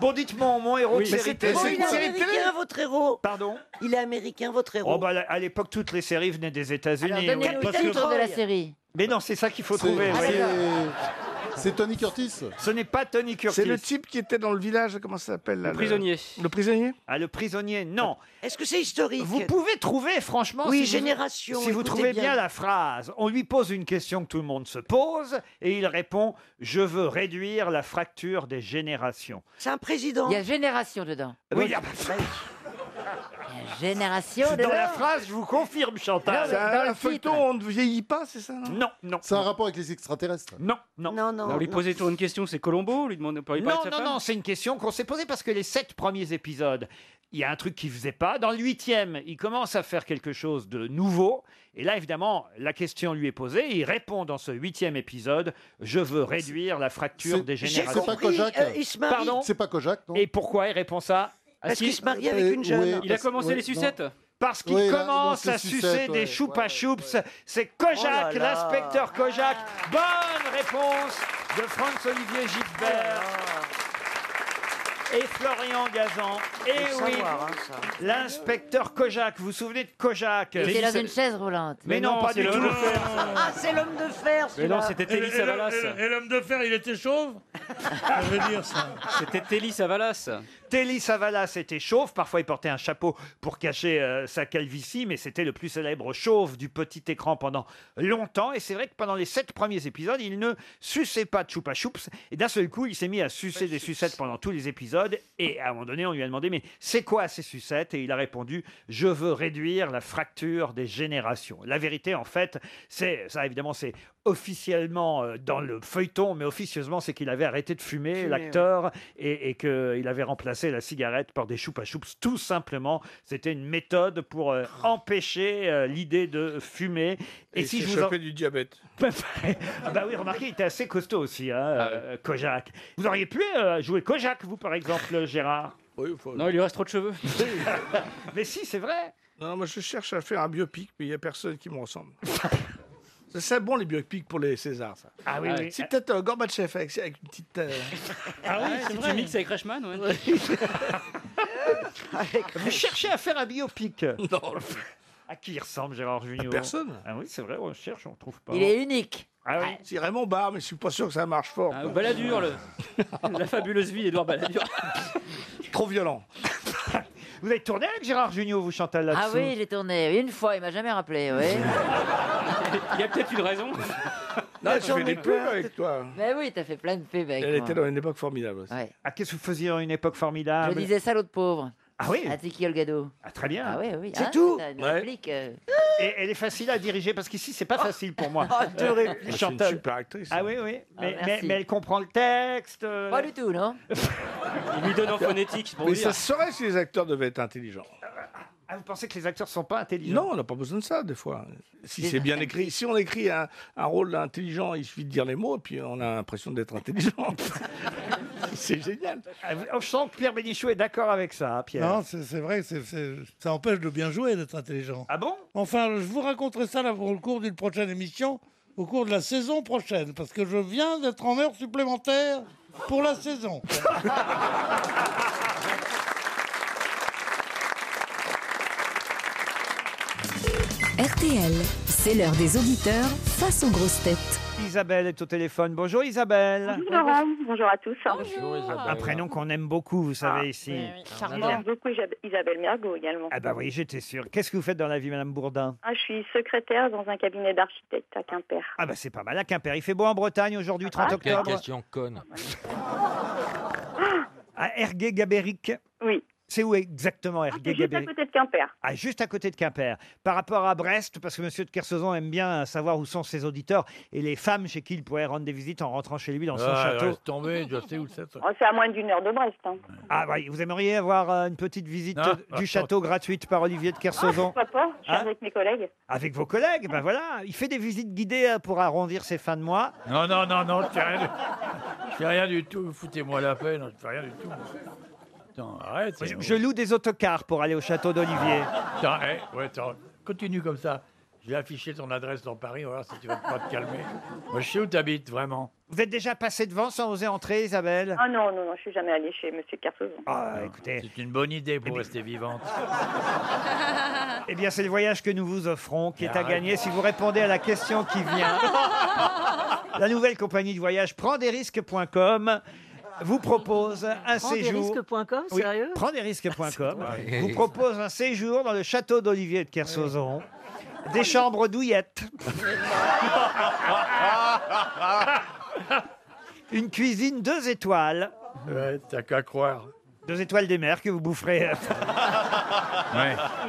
Speaker 3: Bon, dites-moi, mon héros
Speaker 8: Oui,
Speaker 3: de
Speaker 8: mais
Speaker 3: série télé.
Speaker 8: c'était-
Speaker 16: Bon, il est américain, votre héros.
Speaker 3: Pardon
Speaker 16: Il est américain, votre héros.
Speaker 3: Oh, bah, à l'époque, toutes les séries venaient des États-Unis.
Speaker 22: Alors, donnez-nous
Speaker 3: oui.
Speaker 22: le titre de la série.
Speaker 3: Mais non, c'est ça qu'il faut trouver.
Speaker 22: Ah,
Speaker 3: oui.
Speaker 22: d'accord.
Speaker 11: C'est- C'est Tony Curtis
Speaker 3: Ce n'est pas Tony Curtis.
Speaker 20: C'est le type qui était dans le village, comment ça s'appelle là,
Speaker 3: Le prisonnier.
Speaker 20: Le prisonnier
Speaker 3: Ah, le prisonnier, non.
Speaker 16: Est-ce que c'est historique
Speaker 3: Vous pouvez trouver, franchement,
Speaker 16: Oui,
Speaker 3: si vous-
Speaker 16: génération,
Speaker 3: si vous
Speaker 16: écoutez
Speaker 3: trouvez bien.
Speaker 16: bien.
Speaker 3: la phrase, on lui pose une question que tout le monde se pose et il répond Je veux réduire la fracture des générations.
Speaker 16: C'est un président.
Speaker 7: Il y a génération dedans.
Speaker 3: Ah Oui, il y a-
Speaker 16: Bah,
Speaker 7: Génération
Speaker 3: dans
Speaker 7: dedans.
Speaker 3: la phrase, je vous confirme, Chantal.
Speaker 20: C'est un, un feuilleton, on ne vieillit pas, c'est ça
Speaker 3: Non, non.
Speaker 11: C'est un rapport avec les extraterrestres
Speaker 3: Non, non.
Speaker 16: Non,
Speaker 8: On lui posait toujours une question, c'est Colombo, lui demander pour lui parler
Speaker 3: Non,
Speaker 8: de sa
Speaker 3: non,
Speaker 8: femme
Speaker 3: non, c'est une question qu'on s'est posée parce que les sept premiers épisodes, il y a un truc qu'il faisait pas. Dans le huitième, il commence à faire quelque chose de nouveau. Et là, évidemment, la question lui est posée. et il répond dans ce huitième épisode Je veux réduire la fracture des
Speaker 11: J'ai
Speaker 3: générations.
Speaker 11: compris, C'est pas Kojak euh, il se marie.
Speaker 3: Pardon
Speaker 11: C'est pas Kojak, non
Speaker 3: Et pourquoi il répond ça Ah,
Speaker 11: Parce qu'il se marie avec Euh, une jeune. oui,
Speaker 8: Il a commencé
Speaker 3: oui,
Speaker 8: les sucettes
Speaker 3: non. Parce qu'il
Speaker 8: Oui, là,
Speaker 3: commence
Speaker 8: il lance
Speaker 3: à
Speaker 8: les
Speaker 3: sucer
Speaker 8: sucettes,
Speaker 3: des
Speaker 8: ouais,
Speaker 3: choupa choups. C'est
Speaker 8: Oh là
Speaker 3: Kojak,
Speaker 8: là.
Speaker 3: l'inspecteur Kojak. Bonne réponse de Franz-Olivier Gisbert.
Speaker 8: Oh
Speaker 3: Et Florian Gazan.
Speaker 23: Eh
Speaker 3: Et
Speaker 16: Faut
Speaker 3: oui,
Speaker 16: savoir, hein, ça.
Speaker 3: l'inspecteur Kojak. Vous vous souvenez de Kojak
Speaker 7: Il était dans une chaise roulante.
Speaker 3: Mais non, pas du tout.
Speaker 16: Ah, c'est l'homme de fer, celui-là.
Speaker 14: Et le- et le- et le- Et l'homme de fer, il était chauve Ça veut dire ça.
Speaker 3: C'était Telly Savalas. Telly Savalas était chauve. Parfois, il portait un chapeau pour cacher euh, sa calvitie, mais c'était le plus célèbre chauve du petit écran pendant longtemps. Et c'est vrai que pendant les sept premiers épisodes, il ne suçait pas de choupa choups. Et d'un seul coup, il s'est mis à sucer des sucettes pendant tous les épisodes. Et à un moment donné, on lui a demandé Mais c'est quoi ces sucettes Et il a répondu Je veux réduire la fracture des générations. La vérité, en fait, c'est ça, évidemment, c'est officiellement euh, dans le feuilleton, mais officieusement, c'est qu'il avait arrêté de fumer,
Speaker 8: Fumer,
Speaker 3: l'acteur, et, et qu'il avait remplacé la cigarette par des choupa choups. Tout simplement, c'était une méthode pour euh,
Speaker 20: Oh.
Speaker 3: empêcher euh, l'idée de fumer. Et, si je vous en-
Speaker 20: du diabète.
Speaker 3: bah oui, remarquez, il était assez costaud aussi, hein,
Speaker 20: Ah
Speaker 3: euh, Kojak. Vous auriez pu euh, jouer Kojak, vous, par exemple, Gérard
Speaker 8: Non, il lui reste trop de cheveux.
Speaker 3: mais si, c'est vrai.
Speaker 20: Non, moi je cherche à faire un biopic, mais il n'y a personne qui me ressemble. C'est ça, bon les biopics pour les Césars, ça.
Speaker 3: Ah oui, oui.
Speaker 20: C'est peut-être euh, Gorbatchev avec, avec une petite. euh,
Speaker 8: Ah oui,
Speaker 20: ouais,
Speaker 8: c'est
Speaker 20: c'est
Speaker 8: vrai.
Speaker 20: vrai.
Speaker 8: Tu mixes avec Reichmann, ouais.
Speaker 3: Vous cherchez à faire un biopic Non. À qui il ressemble, Gérard Junior
Speaker 20: personne.
Speaker 3: Ah oui, c'est vrai, on cherche, on trouve pas.
Speaker 20: unique.
Speaker 3: Ah oui.
Speaker 20: C'est Raymond Barre, mais je suis pas sûr que ça marche fort.
Speaker 8: Ah, Balladur, le- la fabuleuse vie d'Edouard Balladur.
Speaker 20: Trop violent.
Speaker 3: Vous avez tourné avec Gérard Junior, vous, Chantal, là-dessous
Speaker 7: Ah oui, j'ai tourné une fois, il m'a jamais rappelé, oui.
Speaker 8: Il y a peut-être une raison.
Speaker 20: Non, tu fais des pubs avec toi.
Speaker 7: Mais oui, t'as fait plein de pubs avec
Speaker 20: Elle
Speaker 7: moi.
Speaker 20: était dans une époque formidable. aussi.
Speaker 3: Ah, qu'est-ce que vous faisiez dans une époque
Speaker 7: Je
Speaker 3: formidable
Speaker 7: disais salaud de pauvre.
Speaker 3: Ah oui
Speaker 7: À Tiki Olgado.
Speaker 3: Ah, très bien.
Speaker 7: Ah oui, oui.
Speaker 3: C'est
Speaker 7: hein,
Speaker 3: tout
Speaker 7: t'as une
Speaker 3: Ouais.
Speaker 7: réplique, euh.
Speaker 3: Et elle est facile à diriger parce qu'ici, c'est pas facile pour moi. Euh,
Speaker 7: Ah, deux répliques.
Speaker 20: C'est une
Speaker 3: Chantal.
Speaker 20: super actrice.
Speaker 3: Ah oui, oui.
Speaker 7: Ah,
Speaker 3: Mais, mais-
Speaker 7: merci.
Speaker 3: mais elle comprend le texte. euh,
Speaker 7: Pas du tout, non
Speaker 8: Il lui donne en phonétique pour
Speaker 20: Mais
Speaker 8: dire.
Speaker 20: ça se saurait si les acteurs devaient être intelligents.
Speaker 3: Ah, vous pensez que les acteurs sont pas intelligents
Speaker 20: Non, on n'a pas besoin de ça, des fois. Si c'est bien écrit, si on écrit un, un rôle intelligent, il suffit de dire les mots, et puis on a l'impression d'être intelligent. c'est génial.
Speaker 3: Ah, vous- Je sens que Pierre Bénichou est d'accord avec ça, hein, Pierre.
Speaker 14: Non, c'est c'est vrai, que c'est- c'est- ça empêche de bien jouer, d'être intelligent.
Speaker 3: Ah bon
Speaker 14: Enfin, je vous raconterai ça là, au cours d'une prochaine émission, au cours de la saison prochaine, parce que je viens d'être en heure supplémentaire pour la saison.
Speaker 24: RTL, c'est l'heure des auditeurs face aux grosses têtes.
Speaker 3: Isabelle est au téléphone. Bonjour Isabelle.
Speaker 25: Bonjour Laurent, bonjour à tous. Bonjour
Speaker 3: Un prénom qu'on aime beaucoup, vous savez, ici.
Speaker 25: J'aime beaucoup Isab- Isabelle Mergo également.
Speaker 3: Ah bah oui, j'étais sûr. Qu'est-ce que vous faites dans la vie, Madame Bourdin
Speaker 25: Ah, je suis secrétaire dans un cabinet d'architecte à Quimper.
Speaker 3: Ah bah c'est pas mal à Quimper. Il fait beau en Bretagne aujourd'hui, 30
Speaker 15: Ah, Quelle
Speaker 3: octobre.
Speaker 15: question conne.
Speaker 3: À Ergué-Gabéric
Speaker 25: Oui. Ah,
Speaker 3: C'est où exactement
Speaker 25: Juste à
Speaker 3: Ergué-Gabéric
Speaker 25: côté de Quimper.
Speaker 3: ah, juste à côté de Quimper. Par rapport à Brest, parce que Monsieur de Kersauzon aime bien savoir où sont ses auditeurs et les femmes chez qui il pourrait rendre des visites en rentrant chez lui dans son château.
Speaker 25: tombé, je sais où c'est. Oh, c'est à moins d'une heure de Brest. hein.
Speaker 3: Ah, bah, vous aimeriez avoir euh, une petite visite
Speaker 25: Non,
Speaker 3: euh, du
Speaker 25: attends.
Speaker 3: château gratuite par Olivier de
Speaker 25: Ah,
Speaker 3: Kersauzon
Speaker 25: pourquoi pas Je suis
Speaker 3: Hein
Speaker 25: avec mes collègues.
Speaker 3: Avec vos collègues, ben voilà, il fait des visites guidées euh, pour arrondir ses fins de mois.
Speaker 26: Non, non, non, non, je fais rien, du- je fais rien du tout. Foutez-moi la paix, non, je fais rien du tout. Attends, arrête.
Speaker 3: Je, je loue des autocars pour aller au château d'Olivier.
Speaker 26: Attends, eh, ouais, attends, continue comme ça. Je vais afficher ton adresse dans Paris, on va voir si tu vas pas te calmer. Moi, je sais où t'habites, vraiment.
Speaker 3: Vous êtes déjà passé devant sans oser entrer, Isabelle
Speaker 25: Ah non, non, non, je suis jamais allée chez Monsieur Cartezon.
Speaker 3: Ah, écoutez.
Speaker 26: C'est une bonne idée pour rester vivante.
Speaker 3: Eh bien, c'est le voyage que nous vous offrons qui
Speaker 26: Mais
Speaker 3: est à
Speaker 26: arrête.
Speaker 3: gagner si vous répondez à la question qui vient. La nouvelle compagnie de voyage prendesrisques.com vous propose un séjour.
Speaker 27: Prendesrisques.com,
Speaker 3: Oui,
Speaker 27: sérieux
Speaker 3: prendesrisques.com
Speaker 15: Ah,
Speaker 27: drôle.
Speaker 3: vous propose un séjour dans le château d'Olivier de Kersauzon. Des chambres douillettes. Ah Une cuisine deux étoiles. Ouais, t'as qu'à croire. Deux étoiles des mers que vous boufferez.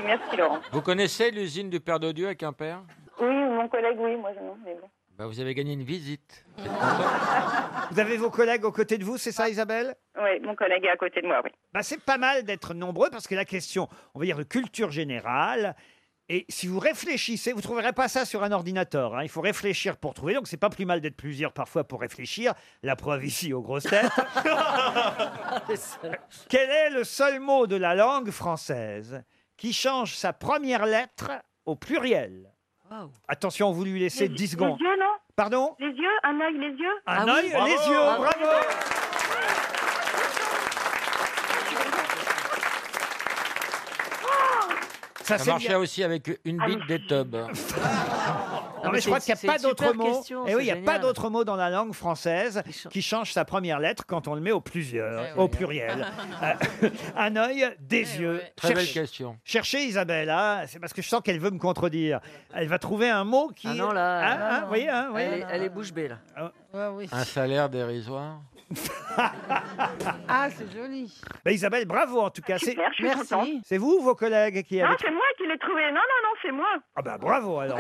Speaker 23: Merci Laurent.
Speaker 15: Vous connaissez l'usine du Père Dodieu à Quimper
Speaker 23: Oui, mon collègue, oui, moi je non, mais bon.
Speaker 15: bah, Vous avez gagné une visite.
Speaker 3: Vous avez vos collègues aux côtés de vous, c'est ça Isabelle
Speaker 23: Ah. Oui, mon collègue est à côté de moi, oui.
Speaker 3: Bah, c'est pas mal d'être nombreux parce que la question, on va dire, de culture générale. Et si vous réfléchissez, vous ne trouverez pas ça sur un ordinateur. hein. Il faut réfléchir pour trouver. Donc, c'est pas plus mal d'être plusieurs parfois pour réfléchir. La preuve ici aux grosses têtes. Quel est le seul mot de la langue française qui change sa première lettre au pluriel Attention, vous lui laissez
Speaker 23: Les-
Speaker 3: 10 secondes.
Speaker 23: Les yeux, non
Speaker 3: Pardon
Speaker 23: Les yeux, un œil, les yeux
Speaker 3: Un œil, les yeux, bravo
Speaker 15: Ça,
Speaker 3: c'est
Speaker 15: marchait
Speaker 3: bien.
Speaker 15: aussi avec une
Speaker 3: Ah,
Speaker 15: bite des tubs.
Speaker 3: Non, mais je crois qu'il n'y a pas d'autre mot. Et oui, il n'y a pas d'autre mot dans la langue française qui change sa première lettre quand on le met au plusieurs, au pluriel. Euh, un œil, des yeux.
Speaker 15: Très belle
Speaker 3: Cherchez-
Speaker 15: question.
Speaker 3: Cherchez Isabelle, hein, c'est parce que je sens qu'elle veut me contredire. Elle va trouver un mot qui.
Speaker 27: Ah non, là,
Speaker 3: Hein,
Speaker 27: là,
Speaker 3: hein,
Speaker 27: non.
Speaker 3: vous voyez, hein, vous voyez
Speaker 27: Elle est- elle est bouche bée, là.
Speaker 15: Un salaire dérisoire
Speaker 3: Ah, c'est joli. Isabelle, bravo en tout cas. C'est-
Speaker 23: Ah, Super, je suis Merci. contente.
Speaker 3: C'est vous ou vos collègues qui
Speaker 23: Non,
Speaker 3: avez.
Speaker 23: c'est moi qui l'ai trouvé. Non, non, non, c'est moi.
Speaker 3: Ah, bah bravo alors.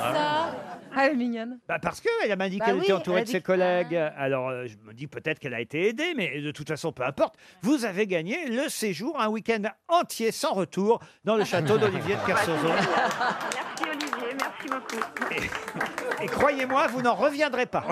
Speaker 25: Ah, elle est mignonne.
Speaker 3: Bah, parce qu'elle m'a dit
Speaker 25: Bah
Speaker 3: qu'elle
Speaker 25: oui,
Speaker 3: était entourée
Speaker 25: elle a
Speaker 3: de
Speaker 25: dit
Speaker 3: ses
Speaker 25: que-
Speaker 3: collègues. Alors, euh, je me dis peut-être qu'elle a été aidée, mais de toute façon, peu importe. Vous avez gagné le séjour, un week-end entier sans retour dans le château d'Olivier de Kersauzon.
Speaker 23: Merci Olivier, merci beaucoup.
Speaker 3: Et croyez-moi, vous n'en reviendrez pas.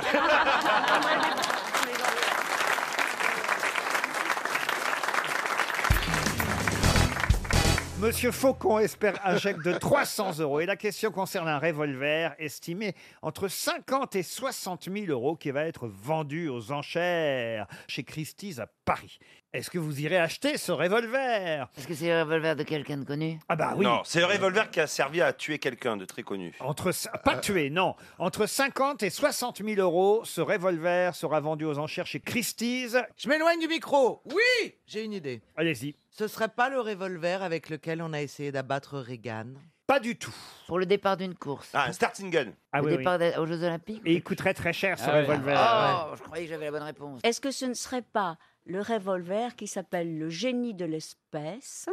Speaker 3: Monsieur Faucon espère un chèque de 300 euros. Et la question concerne un revolver estimé entre 50 et 60 000 euros qui va être vendu aux enchères chez Christie's à Paris. Est-ce que vous irez acheter ce revolver
Speaker 7: Est-ce que c'est le revolver de quelqu'un de connu
Speaker 3: Ah bah oui. Oh,
Speaker 16: Non, c'est le revolver qui a servi à tuer quelqu'un de très connu.
Speaker 3: Entre, cin-
Speaker 4: Euh.
Speaker 3: pas tué, non. Entre 50 et 60 000 euros, ce revolver sera vendu aux enchères chez Christie's.
Speaker 4: Je m'éloigne du micro. Oui, j'ai une idée.
Speaker 3: Allez-y.
Speaker 4: Ce serait pas le revolver avec lequel on a essayé d'abattre Reagan
Speaker 3: Pas du tout.
Speaker 4: Pour le départ d'une course.
Speaker 16: Ah, un starting gun.
Speaker 3: Ah
Speaker 7: Le
Speaker 3: oui, oui.
Speaker 7: départ des- aux Jeux Olympiques
Speaker 3: Et il coûterait très cher, ce
Speaker 7: Ah ouais.
Speaker 3: revolver.
Speaker 7: Oh, je croyais que j'avais la bonne réponse.
Speaker 9: Est-ce que ce ne serait pas le revolver qui s'appelle le génie de l'espèce,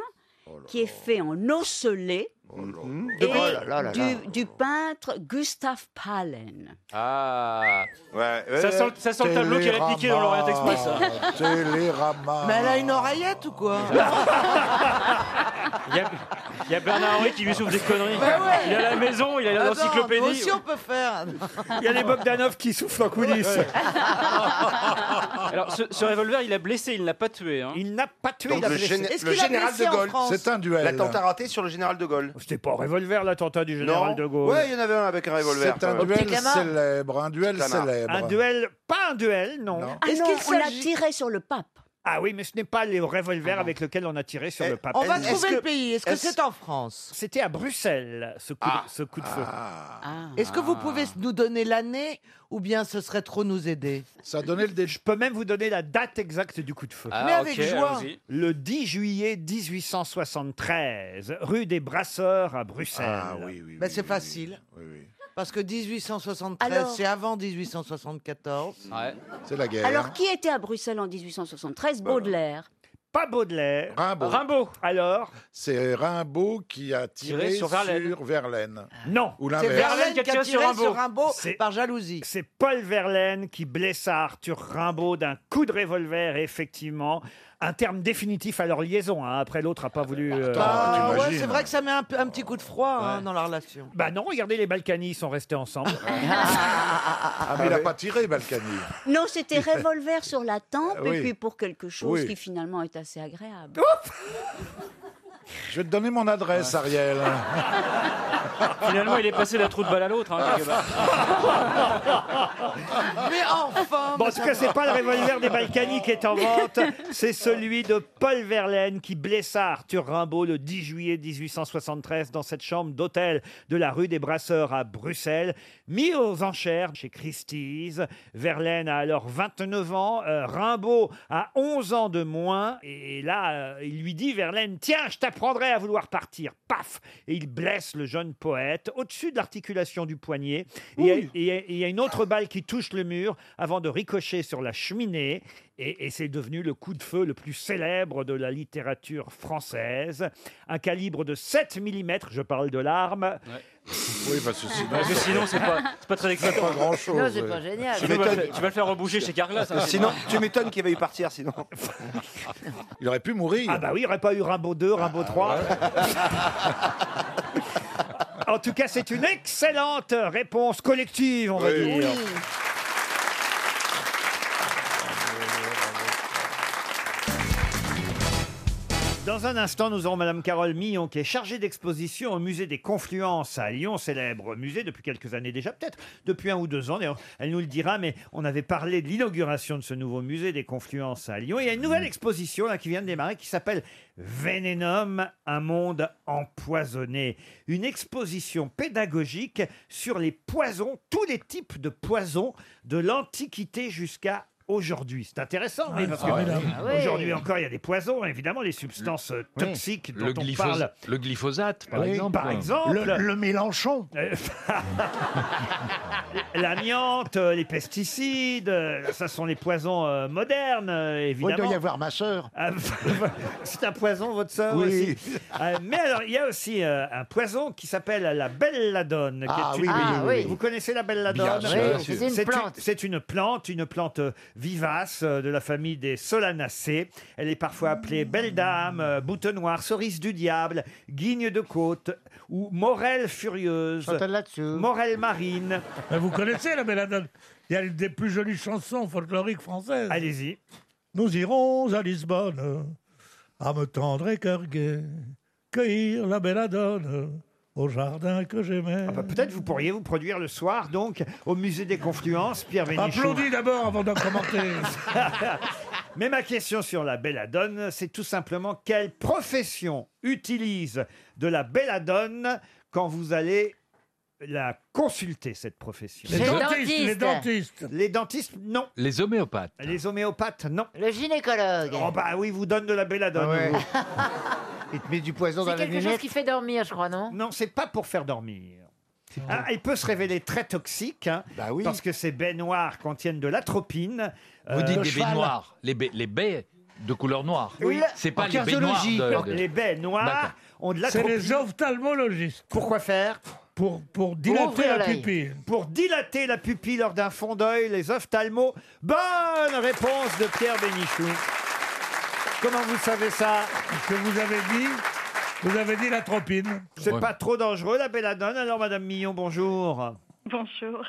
Speaker 9: qui est fait en osselet Mhm. et
Speaker 16: Oh là là là
Speaker 9: du,
Speaker 16: là.
Speaker 9: du peintre Gustave Palen
Speaker 16: Ah. Ouais,
Speaker 4: Ça sent le- ça sent le tableau qui est répliqué dans l'Orient Express, ça.
Speaker 13: Télérama.
Speaker 4: Mais elle a une oreillette ou quoi
Speaker 3: Ah,
Speaker 8: Il y a, il y a Bernard Henry qui lui souffle des conneries.
Speaker 4: Bah ouais.
Speaker 8: Il a la maison, il a
Speaker 4: Attends,
Speaker 8: l'encyclopédie.
Speaker 4: nous aussi on peut faire.
Speaker 3: Il y a les Bogdanov qui soufflent en coulisses.
Speaker 8: Alors, ce, ce revolver, il a blessé, il n'a pas tué. hein.
Speaker 3: Il n'a pas tué,
Speaker 16: Donc le, gén- le général de Gaulle. L'attentat raté sur le général de Gaulle.
Speaker 3: C'était pas un revolver, l'attentat du général
Speaker 16: Non.
Speaker 3: de Gaulle.
Speaker 16: Ouais, il y en avait un avec un revolver.
Speaker 13: C'est un
Speaker 16: quand même.
Speaker 13: duel célèbre, un duel
Speaker 16: Canard.
Speaker 13: célèbre.
Speaker 3: Un duel, pas un duel, non.
Speaker 9: Ah Est-ce non, qu'il on l'a s'agit- tiré sur le pape Ah
Speaker 3: Ah oui, mais ce n'est pas les revolvers avec lesquels on a tiré sur le pape.
Speaker 4: On va trouver le pays. Eh, Est-ce Ah. que c'est en France
Speaker 3: C'était à Bruxelles, ce coup, de, ce coup de feu.
Speaker 13: Ah.
Speaker 4: Est-ce que vous pouvez nous donner l'année ou bien ce serait trop nous aider
Speaker 3: Ça donnait le Je peux même vous donner la date exacte du coup de feu.
Speaker 4: Mais Ah, avec ok, joie. allons-y.
Speaker 3: Le 10 juillet 1873, rue des Brasseurs à Bruxelles. Ah oui, oui.
Speaker 4: Ben, C'est facile. Parce que 1873,
Speaker 9: Alors-
Speaker 4: c'est avant 1874.
Speaker 13: C'est la guerre.
Speaker 9: Alors qui était à Bruxelles en 1873 Baudelaire.
Speaker 3: Pas Baudelaire.
Speaker 13: Rimbaud.
Speaker 3: Alors
Speaker 13: C'est Rimbaud qui a tiré,
Speaker 4: Tiré sur
Speaker 13: sur
Speaker 4: Verlaine.
Speaker 13: Verlaine.
Speaker 3: Non.
Speaker 13: Ou
Speaker 4: C'est
Speaker 13: l'inverse.
Speaker 4: Verlaine qui a tiré sur Rimbaud,
Speaker 3: C'est-
Speaker 4: par jalousie.
Speaker 3: C'est Paul Verlaine qui blessa Arthur Rimbaud d'un coup de revolver, et effectivement. Un terme définitif à leur liaison. hein. Après, l'autre n'a pas voulu. euh,
Speaker 4: Ah ouais, c'est vrai que ça met un, peu- un petit coup de froid hein, dans la relation.
Speaker 3: Bah non, regardez, les Balkany, ils sont restés ensemble.
Speaker 13: Ah, mais il n'a pas tiré, Balkany.
Speaker 9: Non, c'était revolver sur la tempe
Speaker 13: Oui.
Speaker 9: et puis pour quelque chose
Speaker 13: Oui.
Speaker 9: qui finalement est assez agréable.
Speaker 13: Je vais te donner mon adresse, Ariel.
Speaker 8: Finalement, il est passé d'un trou de balle à l'autre. hein, quelque part.
Speaker 11: Mais enfin
Speaker 3: Bon, en tout cas, c'est pas le revolver des Balkany qui est en vente, c'est celui de Paul Verlaine qui blessa Arthur Rimbaud le 10 juillet 1873 dans cette chambre d'hôtel de la rue des Brasseurs à Bruxelles, mis aux enchères chez Christie's. Verlaine a alors 29 ans, euh, Rimbaud a 11 ans de moins, et là, euh, il lui dit Verlaine, tiens, je t'apprendrai à vouloir partir. Paf Et il blesse le jeune poète au-dessus de l'articulation du poignet. Et il y a- et il y, a- et il y a une autre balle qui touche le mur avant de ricocher sur la cheminée. Et, et c'est devenu le coup de feu le plus célèbre de la littérature française. Un calibre de 7 mm, je parle de l'arme.
Speaker 9: Oui, parce que sinon,
Speaker 8: Parce que sinon, c'est pas- c'est pas très excitant.
Speaker 9: pas grand-chose.
Speaker 8: Non, c'est pas génial. Tu
Speaker 9: Tu
Speaker 8: vas-
Speaker 9: m'étonnes-
Speaker 8: tu vas le faire reboucher chez Carglass, hein,
Speaker 9: sinon,
Speaker 8: c'est pas-
Speaker 9: tu m'étonnes qu'il veuille partir, sinon. Il aurait pu mourir. Ah,
Speaker 3: Ah bah oui, il n'y aurait pas eu Rimbaud 2, Rimbaud 3. en tout cas, c'est une excellente réponse collective, on va
Speaker 9: Oui.
Speaker 3: dire.
Speaker 9: Oui.
Speaker 3: Dans un instant, nous aurons Madame Carole Millon, qui est chargée d'exposition au musée des Confluences à Lyon, célèbre musée depuis quelques années déjà, peut-être depuis un ou deux ans. D'ailleurs, elle nous le dira, mais on avait parlé de l'inauguration de ce nouveau musée des Confluences à Lyon. Il y a une nouvelle exposition là, qui vient de démarrer qui s'appelle Vénénum, un monde empoisonné. Une exposition pédagogique sur les poisons, tous les types de poisons de l'Antiquité jusqu'à aujourd'hui. C'est intéressant, oui, parce que
Speaker 9: formidable.
Speaker 3: Ah ouais. aujourd'hui encore, il y a des poisons, évidemment, les substances euh,
Speaker 9: Oui.
Speaker 3: toxiques dont
Speaker 13: Le,
Speaker 3: on
Speaker 13: glyphos-
Speaker 3: parle.
Speaker 13: le glyphosate, par
Speaker 3: Oui,
Speaker 13: exemple.
Speaker 3: par exemple.
Speaker 13: Le- le-
Speaker 3: Mélenchon.
Speaker 26: Eh.
Speaker 3: L'amiante, euh, les pesticides, euh, ça sont les poisons euh, modernes, euh,
Speaker 5: Oui,
Speaker 3: évidemment.
Speaker 5: il doit y avoir ma sœur.
Speaker 3: Ah, C'est un poison, votre sœur
Speaker 5: Oui.
Speaker 3: aussi Euh, Mais alors, il y a aussi euh, un poison qui s'appelle la belladone. qui
Speaker 5: Ah
Speaker 3: est
Speaker 5: oui,
Speaker 3: une-
Speaker 5: oui, oui, oui, oui.
Speaker 3: Vous connaissez la Ah,
Speaker 5: Bien
Speaker 3: belladone
Speaker 5: sûr, Oui, bien sûr. c'est une plante.
Speaker 3: C'est une plante, une plante euh, vivace euh, de la famille des solanacées. Elle est parfois
Speaker 5: Mmh.
Speaker 3: appelée belledame, euh, boutonnoire, cerise du diable, guigne de côte ou morelle furieuse,
Speaker 9: Chantal
Speaker 3: morelle marine.
Speaker 14: Mais Ben, vous connaissez la belladone Il y a une des plus jolies chansons folkloriques françaises.
Speaker 3: Allez-y.
Speaker 14: Nous irons à Lisbonne, à me tendre et cœur gai, cueillir la belladone au jardin que j'aimais.
Speaker 3: Ah bah, Peut-être vous pourriez vous produire le soir, donc, au musée des Confluences, Pierre Vénichou.
Speaker 14: Applaudis d'abord avant d'en commenter.
Speaker 3: Mais ma question sur la belladone, c'est tout simplement quelle profession utilise de la belladone quand vous allez la consulter, cette profession
Speaker 14: Les Les dentistes, dentistes. les dentistes.
Speaker 3: Les dentistes, non.
Speaker 13: Les homéopathes.
Speaker 3: Les homéopathes, non.
Speaker 7: Le gynécologue.
Speaker 3: Oh bah oui, vous donne de la belladone. Ah Il te met du poison
Speaker 7: C'est quelque chose qui fait dormir, je crois, non
Speaker 3: Non, c'est pas pour faire dormir. Ah, il peut se révéler très toxique, hein, parce que ces baies noires contiennent de l'atropine. euh,
Speaker 13: Vous dites les baies noires, les baies, les baies de couleur noire. C'est pas les baies noires. de- de-
Speaker 3: Les baies
Speaker 13: D'accord.
Speaker 3: noires ont de
Speaker 14: C'est
Speaker 3: l'atropine.
Speaker 14: les ophtalmologistes.
Speaker 3: Pourquoi faire
Speaker 14: pour, pour dilater la pupille.
Speaker 3: Pour dilater la pupille lors d'un fond d'œil, les ophtalmos. Bonne réponse de Pierre Bénichou. Comment vous savez ça
Speaker 14: Que vous avez dit Vous avez dit l'atropine.
Speaker 3: C'est
Speaker 14: Ouais.
Speaker 3: pas trop dangereux la belladone. Alors, Madame Millon, bonjour.
Speaker 25: Bonjour.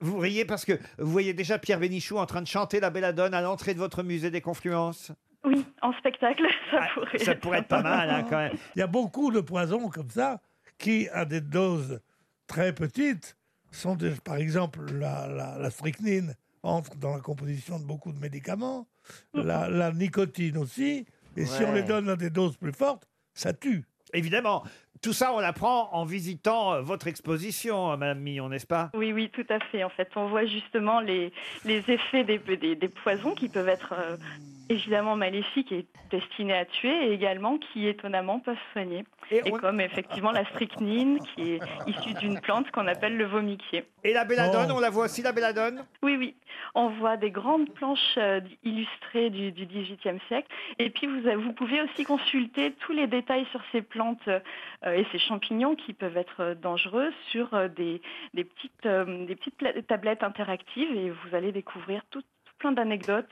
Speaker 3: Vous riez parce que vous voyez déjà Pierre Bénichou en train de chanter la belladone à l'entrée de votre musée des Confluences.
Speaker 25: Oui, en spectacle, ça pourrait.
Speaker 3: Ah, Ça pourrait être pas mal, hein, quand même.
Speaker 14: Il y a beaucoup de poisons comme ça qui, à des doses très petites, sont des- par exemple la, la- la strychnine entre dans la composition de beaucoup de médicaments, la, la nicotine aussi, et si on
Speaker 3: Ouais.
Speaker 14: les donne à des doses plus fortes, ça tue.
Speaker 3: Évidemment, tout ça, on l'apprend en visitant euh, votre exposition, euh, Madame Millon, n'est-ce pas
Speaker 25: Oui, oui, tout à fait. En fait, on voit justement les, les effets des, des- des poisons qui peuvent être euh, évidemment maléfiques et destinés à tuer, et également qui étonnamment peuvent soigner.
Speaker 3: Et,
Speaker 25: comme effectivement la strychnine, qui est issue d'une plante qu'on appelle le vomiquier.
Speaker 3: Et la belladone, on la voit aussi, la belladone
Speaker 25: Oui, oui. On voit des grandes planches euh, illustrées du, du XVIIIe siècle. Et puis, vous, avez- vous pouvez aussi consulter tous les détails sur ces plantes euh, et ces champignons qui peuvent être euh, dangereux sur euh, des, des petites, euh, des petites pla- tablettes interactives. Et vous allez découvrir tout, tout plein d'anecdotes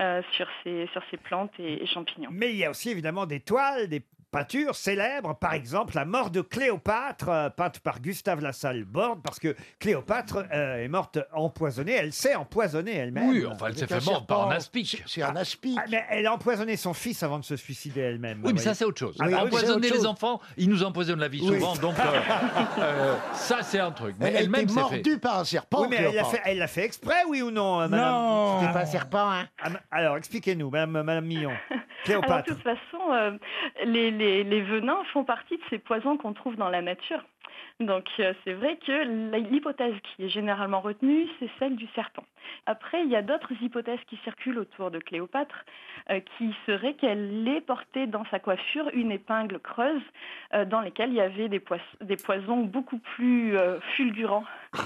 Speaker 25: euh, sur, ces, sur ces plantes et, et champignons.
Speaker 3: Mais il y a aussi évidemment des toiles, des peintures célèbres, par exemple la mort de Cléopâtre, euh, peinte par Gustave Lassalle Borde, parce que Cléopâtre euh, est morte empoisonnée, elle s'est empoisonnée elle-même.
Speaker 13: Oui, enfin, elle s'est fait mordre par un aspic.
Speaker 3: C'est un aspic. mais elle a empoisonné son fils avant de se suicider elle-même.
Speaker 13: Oui,
Speaker 3: vous
Speaker 13: mais ça,
Speaker 3: voyez.
Speaker 13: c'est autre chose.
Speaker 3: Ah, bah oui, mais c'est autre
Speaker 13: Empoisonner les
Speaker 3: chose.
Speaker 13: enfants, ils nous empoisonnent la vie
Speaker 3: Oui.
Speaker 13: souvent, donc euh, euh, ça, c'est un truc. Mais
Speaker 3: Elle a été
Speaker 13: elle-même, c'est fait.
Speaker 3: mordue par
Speaker 5: un serpent.
Speaker 3: Oui, mais elle l'a fait, elle l'a fait exprès, oui ou non, euh, madame
Speaker 5: Non.
Speaker 3: C'était pas serpent, hein Alors, expliquez-nous, madame, madame Millon.
Speaker 25: Alors,
Speaker 3: Cléopâtre.
Speaker 25: de toute façon, euh, les, les- les venins font partie de ces poisons qu'on trouve dans la nature. Donc, euh, c'est vrai que la- l'hypothèse qui est généralement retenue, c'est celle du serpent. Après, il y a d'autres hypothèses qui circulent autour de Cléopâtre, euh, qui seraient qu'elle ait porté dans sa coiffure une épingle creuse euh, dans lesquelles il y avait des, pois- des poisons beaucoup plus euh, fulgurants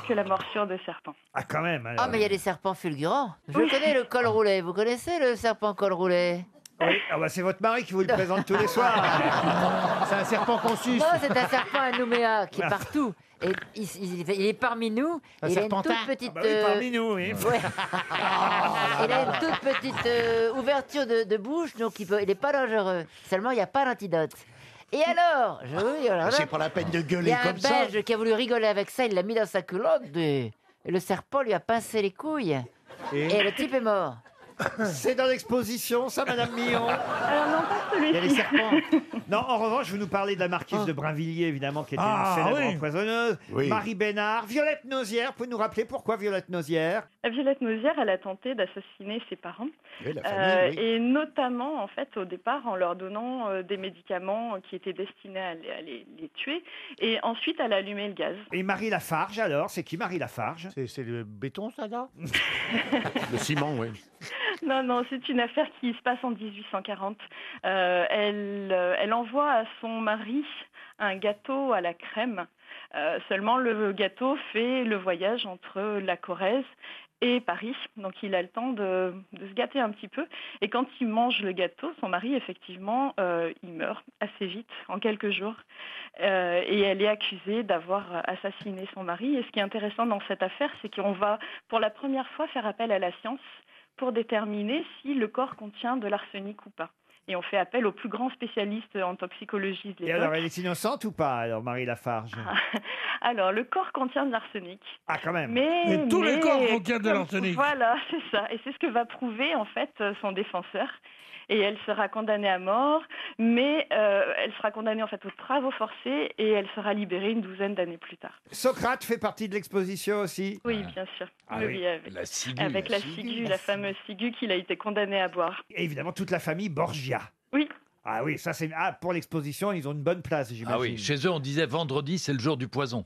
Speaker 25: que la morsure de serpent.
Speaker 3: Ah, quand même.
Speaker 7: Ah, mais il y a des serpents fulgurants. Je connais le col roulé. Vous connaissez le serpent col roulé
Speaker 3: Oui, ah bah, c'est votre mari qui vous le présente tous les soirs. c'est un serpent qu'on suce.
Speaker 7: Non, c'est un serpent à Nouméa qui est partout. Et il, il- il est parmi nous.
Speaker 3: Un
Speaker 7: il a une toute
Speaker 3: serpentin.
Speaker 7: petite.
Speaker 3: Ah bah oui,
Speaker 7: euh,
Speaker 3: parmi nous, bah oui. Ah,
Speaker 7: ouais. il a une toute petite euh, ouverture de, de bouche, donc il n'est pas dangereux. Seulement, il n'y a pas d'antidote. Et alors, je, oui, alors là,
Speaker 5: Ah, C'est pas la peine de
Speaker 7: il y
Speaker 5: gueuler
Speaker 7: a un
Speaker 5: comme ça.
Speaker 7: Belge qui a voulu rigoler avec ça, il l'a mis dans sa culotte. Et le serpent lui a pincé les couilles.
Speaker 3: Et
Speaker 7: et le type est mort.
Speaker 3: C'est dans l'exposition, ça, Madame Millon
Speaker 25: Alors non, pas
Speaker 3: Il y a les
Speaker 25: celui-ci.
Speaker 3: serpents. Non, en revanche, vous nous parlez de la
Speaker 7: Oh.
Speaker 3: marquise de Brinvilliers, évidemment, qui était
Speaker 25: Ah,
Speaker 3: une célèbre
Speaker 25: oui.
Speaker 3: empoisonneuse.
Speaker 25: Oui.
Speaker 3: Marie Bénard, Violette Nozière. Pouvez-vous nous rappeler pourquoi Violette Nozière
Speaker 25: Violette Nozière, elle a tenté d'assassiner ses parents.
Speaker 3: Oui, la
Speaker 25: Euh,
Speaker 3: famille, oui.
Speaker 25: Et notamment, en fait, au départ, en leur donnant euh, des médicaments qui étaient destinés à, les, à les- les tuer. Et ensuite, elle a allumé le gaz.
Speaker 3: Et Marie Lafarge, alors C'est qui Marie Lafarge C'est le béton, ça, là
Speaker 20: Le ciment, oui.
Speaker 25: Non, non, c'est une affaire qui se passe en 1840. Euh, elle, euh, elle envoie à son mari un gâteau à la crème. Euh, seulement, le gâteau fait le voyage entre la Corrèze et Paris. Donc, il a le temps de, de se gâter un petit peu. Et quand il mange le gâteau, son mari, effectivement, euh, il meurt assez vite, en quelques jours. Euh, et elle est accusée d'avoir assassiné son mari. Et ce qui est intéressant dans cette affaire, c'est qu'on va, pour la première fois, faire appel à la science pour déterminer si le corps contient de l'arsenic ou pas. Et on fait appel aux plus grands spécialistes en toxicologie de
Speaker 3: Et alors,
Speaker 25: l'époque.
Speaker 3: elle est innocente ou pas, alors, Marie Lafarge
Speaker 25: Ah. Alors, le corps contient de l'arsenic.
Speaker 3: Ah, quand même.
Speaker 25: Mais, mais-
Speaker 3: comme-
Speaker 25: comme- Voilà, c'est ça. Et c'est ce que va prouver en fait euh, son défenseur. Et elle sera condamnée à mort, mais euh, elle sera condamnée en fait aux travaux forcés et elle sera libérée une douzaine d'années plus tard.
Speaker 3: Socrate fait partie de l'exposition aussi
Speaker 25: Oui, bien sûr.
Speaker 3: Ah
Speaker 25: Oui,
Speaker 3: oui.
Speaker 25: oui, avec
Speaker 3: La ciguë,
Speaker 25: avec
Speaker 3: la
Speaker 25: la,
Speaker 3: ciguë,
Speaker 25: ciguë,
Speaker 3: la
Speaker 25: la fameuse ciguë qu'il a été condamné à boire.
Speaker 3: Et évidemment, toute la famille Borgia.
Speaker 25: Oui.
Speaker 3: Ah oui, ça c'est... Ah, pour l'exposition, ils ont une bonne place, j'imagine.
Speaker 13: Ah oui, chez eux, on disait vendredi, c'est le jour du poison.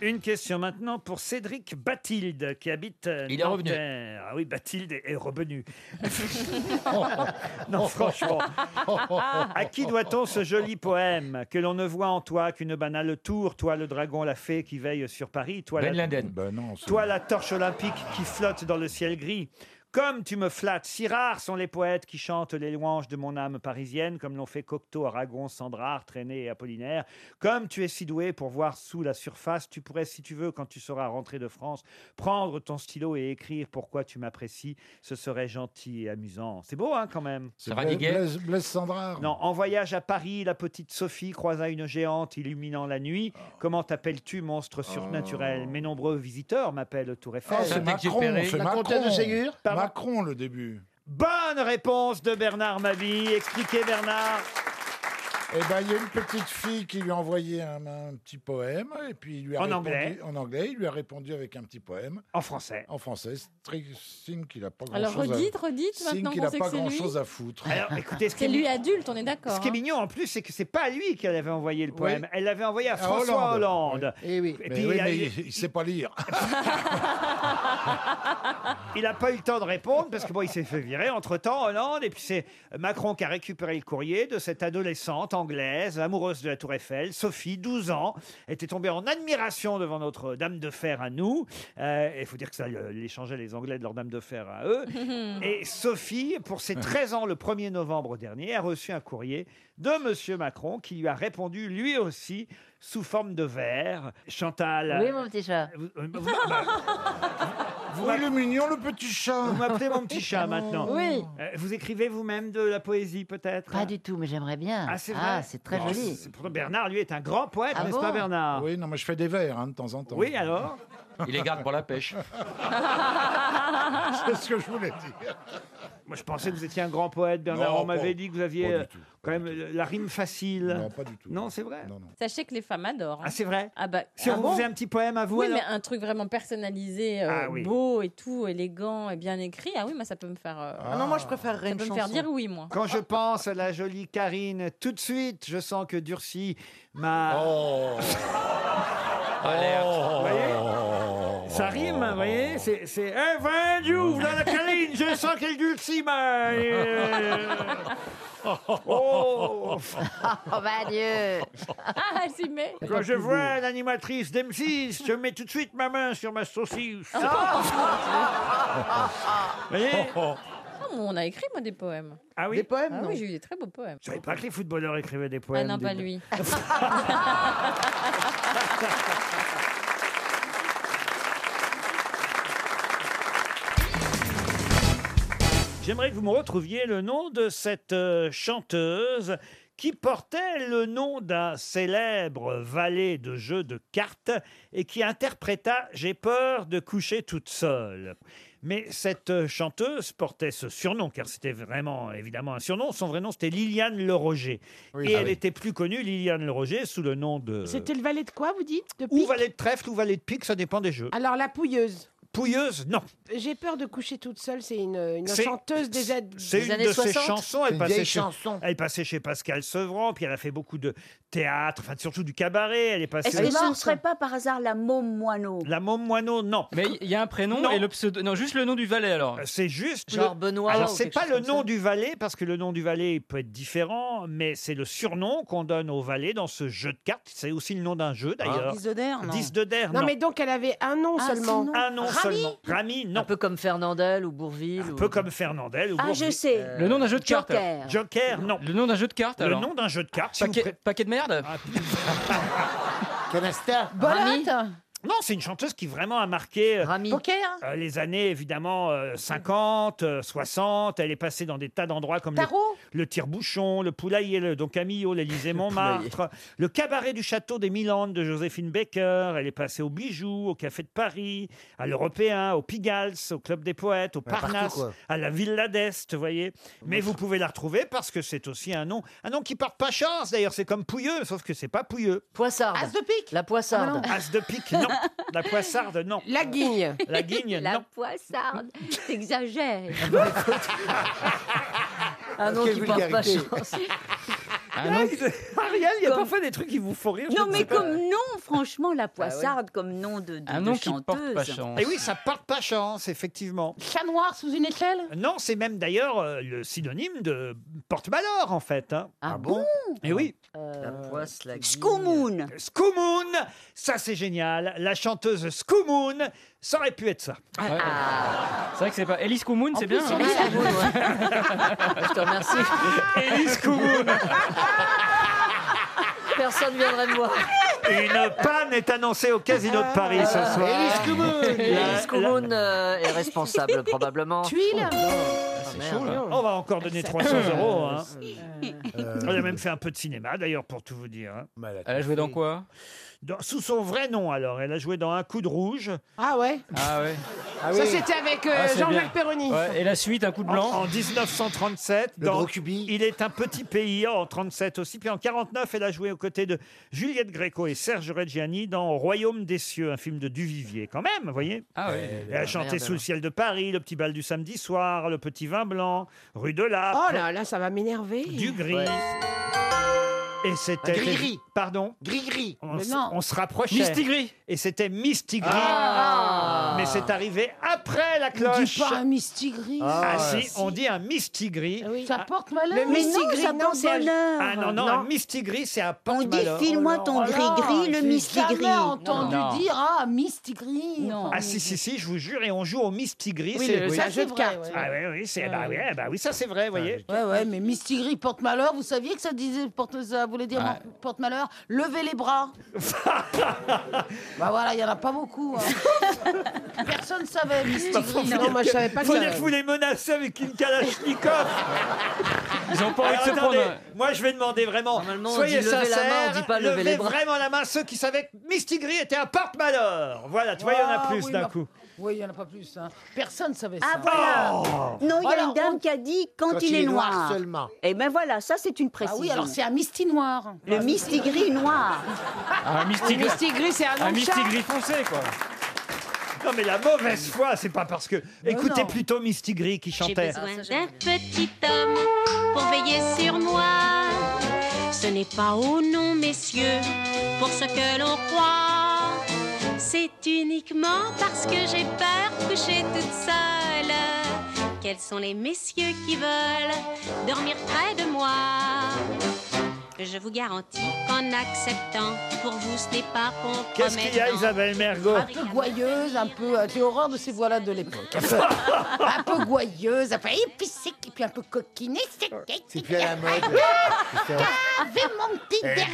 Speaker 3: Une question maintenant pour Cédric Bathilde qui habite euh,
Speaker 1: Il est revenu.
Speaker 3: Nanterre. Ah oui, Bathilde est revenu.
Speaker 8: Oh.
Speaker 3: non, franchement.
Speaker 5: Oh,
Speaker 1: Oh.
Speaker 3: à qui doit-on ce joli poème Que l'on ne voit en toi qu'une banale tour, toi le dragon, la fée qui veille sur Paris, toi
Speaker 1: Ben
Speaker 3: la...
Speaker 1: Laden.
Speaker 3: Toi, la torche olympique qui flotte dans le ciel gris. Comme tu me flattes, si rares sont les poètes qui chantent les louanges de mon âme parisienne, comme l'ont fait Cocteau, Aragon, Sandrard, Traîné et Apollinaire. Comme tu es si doué pour voir sous la surface, tu pourrais, si tu veux, quand tu seras rentré de France, prendre ton stylo et écrire pourquoi tu m'apprécies. Ce serait gentil et amusant. C'est beau, hein, quand même.
Speaker 1: C'est Radiguet Blaise-
Speaker 3: Sandrard. Non, en voyage à Paris, la petite Sophie croisa une géante illuminant la
Speaker 14: Ah.
Speaker 3: nuit. Comment t'appelles-tu, monstre surnaturel Mes nombreux visiteurs m'appellent au Tour Eiffel.
Speaker 14: Ah, c'est Macron, c'est
Speaker 3: La
Speaker 14: Macron.
Speaker 3: comtesse de Ségur Pardon
Speaker 14: Macron le début.
Speaker 3: Bonne réponse de Bernard Mabille. Expliquez, Bernard.
Speaker 14: Eh ben, il y a une petite fille qui lui a envoyé un, un petit poème, et puis il lui a
Speaker 3: En
Speaker 14: répondu
Speaker 3: anglais.
Speaker 14: en anglais. Il lui a répondu avec un petit poème.
Speaker 3: En français.
Speaker 14: En français. C'est très signe qu'il a pas grand
Speaker 21: Alors
Speaker 14: chose.
Speaker 21: redites,
Speaker 14: à...
Speaker 21: redites,
Speaker 14: signe
Speaker 21: maintenant
Speaker 14: qu'il
Speaker 21: qu'on
Speaker 14: a
Speaker 21: sait
Speaker 14: pas
Speaker 21: que c'est
Speaker 14: grand
Speaker 21: lui.
Speaker 14: chose à foutre.
Speaker 3: Alors, écoutez, ce qui
Speaker 21: C'est
Speaker 3: est, mi-
Speaker 21: lui adulte, on est d'accord.
Speaker 3: ce qui est
Speaker 21: hein.
Speaker 3: mignon en plus, c'est que c'est pas à lui qu'elle avait envoyé le poème. Elle l'avait envoyé à
Speaker 14: À
Speaker 3: François Hollande.
Speaker 14: Hollande.
Speaker 3: Et,
Speaker 14: Mais oui,
Speaker 3: il a-
Speaker 14: mais il, il sait pas lire. Ah,
Speaker 3: Il n'a pas eu le temps de répondre parce que bon, il s'est fait virer entre temps Hollande et puis c'est Macron qui a récupéré le courrier de cette adolescente anglaise, amoureuse de la Tour Eiffel, Sophie, 12 ans, était tombée en admiration devant notre Dame de Fer à nous. Euh, Il faut dire que ça euh, les changeait les Anglais de leur Dame de Fer à eux. Et Sophie, pour ses 13 ans le 1er novembre dernier, a reçu un courrier de Monsieur Macron qui lui a répondu lui aussi sous forme de verre. Chantal.
Speaker 7: Oui, mon petit chat.
Speaker 3: euh, vous- bah, oui, le mignon, le petit chat. Vous m'appelez mon petit chat maintenant.
Speaker 7: Oui.
Speaker 3: Euh, Vous écrivez vous-même de la poésie peut-être
Speaker 7: Pas du tout, mais j'aimerais bien.
Speaker 3: Ah, c'est vrai.
Speaker 7: c'est très
Speaker 3: Non,
Speaker 7: joli.
Speaker 3: c'est- pourtant, Bernard, lui, est un grand poète,
Speaker 7: Ah
Speaker 3: n'est-ce
Speaker 7: bon
Speaker 3: pas, Bernard
Speaker 21: Oui, non, mais je fais des verres hein, de temps en temps.
Speaker 3: Oui, alors
Speaker 1: Il les garde pour la pêche.
Speaker 21: C'est ce que je voulais dire.
Speaker 3: Moi, je pensais que vous étiez un grand poète, Bernard.
Speaker 21: Non,
Speaker 3: On m'avait
Speaker 21: pas-
Speaker 3: dit que vous aviez
Speaker 21: pas du
Speaker 3: euh, quand même euh, la rime facile. Non, pas du tout. Non, c'est vrai.
Speaker 19: hein. Sachez que les femmes adorent. hein.
Speaker 3: Ah, c'est vrai
Speaker 19: Ah bah,
Speaker 3: Si on
Speaker 19: ah
Speaker 3: vous
Speaker 19: bon
Speaker 3: faisait un petit poème à vous,
Speaker 19: Oui,
Speaker 3: alors
Speaker 19: mais un truc vraiment personnalisé, euh,
Speaker 3: Ah oui.
Speaker 19: beau et tout, élégant et bien écrit. Ah oui, moi ça peut me faire. euh,
Speaker 3: Ah non, moi, je préférerais
Speaker 19: ça
Speaker 3: une
Speaker 19: peut me faire
Speaker 3: chanson.
Speaker 19: dire oui, moi.
Speaker 3: Quand je pense à la jolie Karine, tout de suite, je sens que Durcy m'a.
Speaker 14: Oh.
Speaker 3: Vous voyez Ça rime, hein, vous voyez C'est c'est Eh, va, Diouf, dans la Karine, je sens qu'elle Dulcie m'a. Oh
Speaker 7: Oh, bah Dieu
Speaker 19: Ah, elle s'y met.
Speaker 3: Quand je vois l'animatrice d'M6, je mets tout de suite ma main sur ma saucisse. Vous voyez
Speaker 19: Ah, bon, on a écrit moi des poèmes.
Speaker 3: Ah oui Des poèmes, non
Speaker 19: oui, j'ai eu des très beaux poèmes.
Speaker 3: Je savais pas que les footballeurs écrivaient des
Speaker 19: Ah
Speaker 3: poèmes.
Speaker 19: non,
Speaker 3: des-
Speaker 19: pas lui.
Speaker 3: J'aimerais que vous me retrouviez le nom de cette euh, chanteuse qui portait le nom d'un célèbre valet de jeu de cartes et qui interpréta J'ai peur de coucher toute seule. Mais cette euh, chanteuse portait ce surnom, car c'était vraiment évidemment un surnom. Son vrai nom, c'était Liliane Le Roger. et
Speaker 17: Ah
Speaker 3: elle
Speaker 17: oui.
Speaker 3: était plus connue, Liliane Le Roger, sous le nom de...
Speaker 17: C'était le valet de quoi, vous dites de
Speaker 3: Ou
Speaker 17: pique Ah.
Speaker 3: valet de trèfle ou valet de pique, ça dépend des jeux.
Speaker 17: Alors, la pouilleuse.
Speaker 3: Pouilleuse, non.
Speaker 17: J'ai peur de coucher toute seule, c'est une, une
Speaker 3: C'est-
Speaker 17: chanteuse des, a-
Speaker 3: C'est
Speaker 17: des
Speaker 3: une
Speaker 17: années
Speaker 3: de
Speaker 17: 60.
Speaker 3: ses chansons. Elle passait, chez, elle est passée chez Pascal Sevran, puis elle a fait beaucoup de théâtre, enfin surtout du cabaret. Elle est passée.
Speaker 17: Est-ce que ça ne serait pas par hasard la môme moineau
Speaker 3: La môme moineau, non.
Speaker 8: Mais il y a un prénom
Speaker 3: Non.
Speaker 8: et le pseudo. Non, juste le nom du valet alors.
Speaker 3: C'est juste.
Speaker 8: Genre
Speaker 3: le-
Speaker 8: Benoît
Speaker 3: Alors
Speaker 8: ou
Speaker 3: c'est
Speaker 8: quelque
Speaker 3: pas
Speaker 8: chose
Speaker 3: le
Speaker 8: comme
Speaker 3: nom
Speaker 8: ça.
Speaker 3: du valet parce que le nom du valet il peut être différent, mais c'est le surnom qu'on donne au valet dans ce jeu de cartes. C'est aussi le nom d'un jeu
Speaker 11: Ah.
Speaker 3: d'ailleurs.
Speaker 17: Disdodère, non.
Speaker 3: Disdodère,
Speaker 17: Non,
Speaker 3: non.
Speaker 17: mais donc elle avait un nom
Speaker 3: Ah,
Speaker 17: seulement.
Speaker 3: sinon. Un nom Rami seulement. Rami, non.
Speaker 28: Un peu comme Fernandel ou Bourville.
Speaker 3: Un peu comme Fernandel. Ou
Speaker 17: Ah, je
Speaker 3: Bourvil.
Speaker 17: sais.
Speaker 8: Le nom d'un jeu de cartes. alors.
Speaker 3: Joker, non.
Speaker 8: Le nom d'un jeu de cartes
Speaker 3: Le
Speaker 8: alors.
Speaker 3: nom d'un jeu de cartes. si vous Ah,
Speaker 8: Paquet, paquet de merde
Speaker 3: Canasta. Non, c'est une chanteuse qui vraiment a marqué euh, euh, les années évidemment euh, 50, euh, 60. Elle est passée dans des tas d'endroits comme le, le tire-bouchon, le poulailler, le Don Camillo, l'Élysée Montmartre, le cabaret du château des Milandes de Joséphine Baker. Elle est passée au Bijou, au Café de Paris, à l'Européen, au Pigalle, au Club des Poètes, au
Speaker 9: Ouais, partout,
Speaker 3: Parnasse,
Speaker 9: quoi.
Speaker 3: à la Villa d'Est, vous voyez. Mais vous pouvez la retrouver parce que c'est aussi un nom, un nom qui porte pas chance d'ailleurs. C'est comme Pouilleux, sauf que c'est pas Pouilleux.
Speaker 28: Poissarde.
Speaker 17: As de pique Ah
Speaker 28: La poissarde.
Speaker 3: As de pique, non. La poissarde, non.
Speaker 17: La guigne.
Speaker 3: La guigne,
Speaker 19: La
Speaker 3: non.
Speaker 19: poissarde. T'exagères.
Speaker 28: Ah non,
Speaker 3: Quelle
Speaker 28: qui porte pas
Speaker 3: vulgarité.
Speaker 28: chance.
Speaker 3: Ariel, il y a parfois des trucs qui vous font rire. je
Speaker 17: Non,
Speaker 3: ne
Speaker 17: mais
Speaker 3: sais pas.
Speaker 17: comme nom, franchement, la poissarde, comme nom de,
Speaker 8: Ah
Speaker 17: de, de chanteuse.
Speaker 3: Et Eh oui, ça porte pas chance, effectivement.
Speaker 17: Chat noir sous une échelle
Speaker 3: Non, c'est même d'ailleurs euh, le synonyme de porte-malheur, en fait. hein.
Speaker 17: Ah bon
Speaker 8: Eh
Speaker 17: Euh,
Speaker 3: Et oui.
Speaker 28: La poisse, la
Speaker 17: Skoumoun.
Speaker 3: Skoumoun, ça c'est génial. La chanteuse Skoumoun, ça aurait pu être ça.
Speaker 17: Ah.
Speaker 8: C'est vrai que c'est pas. Elise Koumoun, c'est bien. hein.
Speaker 3: Ah,
Speaker 28: Je te remercie.
Speaker 3: Élise Koumoun.
Speaker 28: Personne viendrait me voir.
Speaker 3: Une panne est annoncée au Casino de Paris ce
Speaker 4: Ah.
Speaker 3: soir.
Speaker 28: Élise
Speaker 3: Koumoun.
Speaker 28: Élise Koumoun euh, est responsable probablement.
Speaker 15: Oh,
Speaker 28: Ah,
Speaker 17: Tuile
Speaker 3: On va encore donner 300 euros. hein. Elle a même fait un peu de cinéma, d'ailleurs, pour tout vous dire. hein.
Speaker 8: Euh. Elle a joué dans quoi
Speaker 3: Dans- sous son vrai nom, alors. Elle a joué dans Un coup de rouge.
Speaker 17: Ah ouais
Speaker 8: Ah ouais.
Speaker 17: Ça, c'était avec euh,
Speaker 8: Ah, c'est
Speaker 17: Jean-Jacques
Speaker 8: bien.
Speaker 17: Perroni.
Speaker 8: Ouais, et la suite, un coup de
Speaker 3: En,
Speaker 8: blanc.
Speaker 3: en 1937, dans Il est un petit pays en 37 aussi. Puis en 49, elle a joué aux côtés de Juliette Gréco et Serge Reggiani dans Royaume des cieux, un film de Duvivier, quand même, vous voyez.
Speaker 8: Ah oui.
Speaker 3: Elle a chanté
Speaker 17: merde,
Speaker 3: Sous le
Speaker 17: alors.
Speaker 3: ciel de Paris, Le petit bal du samedi soir, Le petit vin blanc, Rue de la
Speaker 17: Oh là là, ça va m'énerver.
Speaker 3: Du gris. Et c'était.
Speaker 9: Gris-gris.
Speaker 3: Pardon
Speaker 9: Gris-gris.
Speaker 3: On,
Speaker 9: Mais
Speaker 3: s-
Speaker 9: non.
Speaker 3: on se rapprochait.
Speaker 9: Mistigri.
Speaker 3: Et c'était Mistigri.
Speaker 9: Ah.
Speaker 3: Mais c'est arrivé après la
Speaker 9: On dit
Speaker 3: cloche.
Speaker 9: pas un
Speaker 3: Mistigri.
Speaker 9: Ah,
Speaker 3: Ah,
Speaker 9: ouais.
Speaker 3: si, on dit un Mistigri.
Speaker 9: Ça porte malheur.
Speaker 3: Le
Speaker 9: Le
Speaker 3: Mais non, mistigris,
Speaker 9: mistigri,
Speaker 3: ça non, porte c'est un-
Speaker 9: bonheur.
Speaker 3: Ah non, non, un Mistigri, c'est un porte
Speaker 9: dit file-moi ton gris-gris, le mistigri.
Speaker 22: J'ai jamais entendu
Speaker 3: Oh, Non.
Speaker 22: dire ah mistigris. Non.
Speaker 3: Ah si, si, si, je vous jure, et on joue au Mistigri.
Speaker 22: Oui,
Speaker 3: c'est
Speaker 22: le- ça,
Speaker 3: un jeu
Speaker 22: c'est
Speaker 3: de
Speaker 22: vrai,
Speaker 3: cartes.
Speaker 22: ouais.
Speaker 3: Ah oui, oui, c'est,
Speaker 22: Ouais.
Speaker 3: bah, oui, eh bah oui, ça c'est vrai, vous voyez.
Speaker 22: Ouais, ouais, Eh, mais mistigris porte malheur. Vous saviez que ça disait porte, ça voulait dire
Speaker 3: Ouais.
Speaker 22: porte malheur. Levez les bras. bah voilà, il y en a pas beaucoup.
Speaker 3: Ah.
Speaker 22: hein. Personne savait mistigris.
Speaker 3: Faut dire que- Faut dire que vous les menacez avec une Kalachnikov.
Speaker 8: Ils ont pas envie de se
Speaker 3: attendez,
Speaker 8: prendre.
Speaker 3: Moi, je vais demander vraiment.
Speaker 8: on
Speaker 3: Soyez
Speaker 8: dit lever la main,
Speaker 3: sincères.
Speaker 8: on dit pas lever
Speaker 3: levez
Speaker 8: les bras.
Speaker 3: vraiment la main ceux qui savaient que Mistigri était un porte-malheur. Voilà, tu vois, il y en a
Speaker 22: Ah,
Speaker 3: plus
Speaker 22: oui,
Speaker 3: d'un
Speaker 22: bah-
Speaker 3: coup.
Speaker 22: Oui, il y en a pas plus. hein. Personne savait ça.
Speaker 23: Ah voilà Non, il y a une dame qui a dit quand, il, est noir. seulement.
Speaker 9: Eh
Speaker 23: Et ben voilà, ça c'est une précision.
Speaker 22: Ah oui, alors c'est un misti noir.
Speaker 23: Le mistigris noir.
Speaker 8: Ah, Un mistigris.
Speaker 23: Le mistigris, c'est un nom
Speaker 8: Un
Speaker 23: de chat.
Speaker 8: mistigris foncé, quoi.
Speaker 3: Non, mais la mauvaise foi, c'est pas parce que. Écoutez
Speaker 23: non.
Speaker 3: plutôt Mistigri qui chantait.
Speaker 23: d'un petit homme pour veiller sur moi. Ce n'est pas au nom, messieurs, pour ce que l'on croit. C'est uniquement parce que j'ai peur de coucher toute seule. Quels sont les messieurs qui veulent dormir près de moi Je vous garantis qu'en acceptant, pour vous ce n'est pas compromettant.
Speaker 3: Qu'est-ce qu'il y a, Isabelle Mergot
Speaker 22: Un peu gouailleuse, un peu. euh, J'ai horreur de ces voix-là de l'époque. un peu gouailleuse, un peu épicée, et puis un peu coquinée.
Speaker 9: C'est plus à la mode.
Speaker 22: Avec mon petit
Speaker 8: Eh, Ah,
Speaker 22: derrière.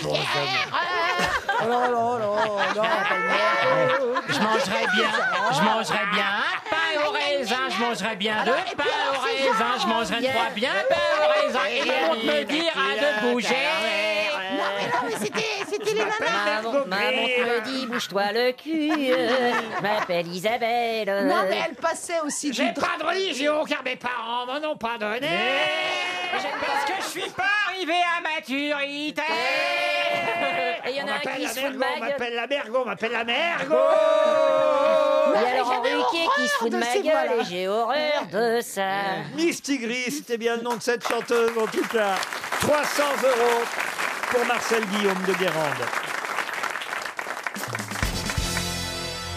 Speaker 9: Oh là là là,
Speaker 8: Je mangerai bien, je mangerai bien un pain au raisin, je mangerai bien deux pains au raisin, je mangerai trois bien pains au raisin. Et on me dira de bouger.
Speaker 22: Non, mais non, mais c'était- c'était les nanas.
Speaker 7: Maman, maman te le dit, bouge-toi le cul. euh, Je m'appelle Isabelle. euh.
Speaker 22: Non, mais elle passait aussi. J'ai pas de religion car mes parents m'en ont pas donné.
Speaker 8: Parce que je suis pas arrivé à maturité. Eh.
Speaker 7: Et il y en a un qui se fout de
Speaker 3: On
Speaker 7: ma gueule.
Speaker 3: m'appelle la Mergo, on m'appelle la Mergo
Speaker 7: Il y a Laurent Ruquier qui se fout de
Speaker 3: Oh horreur de
Speaker 7: ma
Speaker 3: ces
Speaker 7: gueule
Speaker 3: voix-là.
Speaker 7: et j'ai horreur de ça.
Speaker 3: Mistigri, c'était bien le nom de cette chanteuse en tout cas. 300 euros pour Marcel Guillaume de Guérande.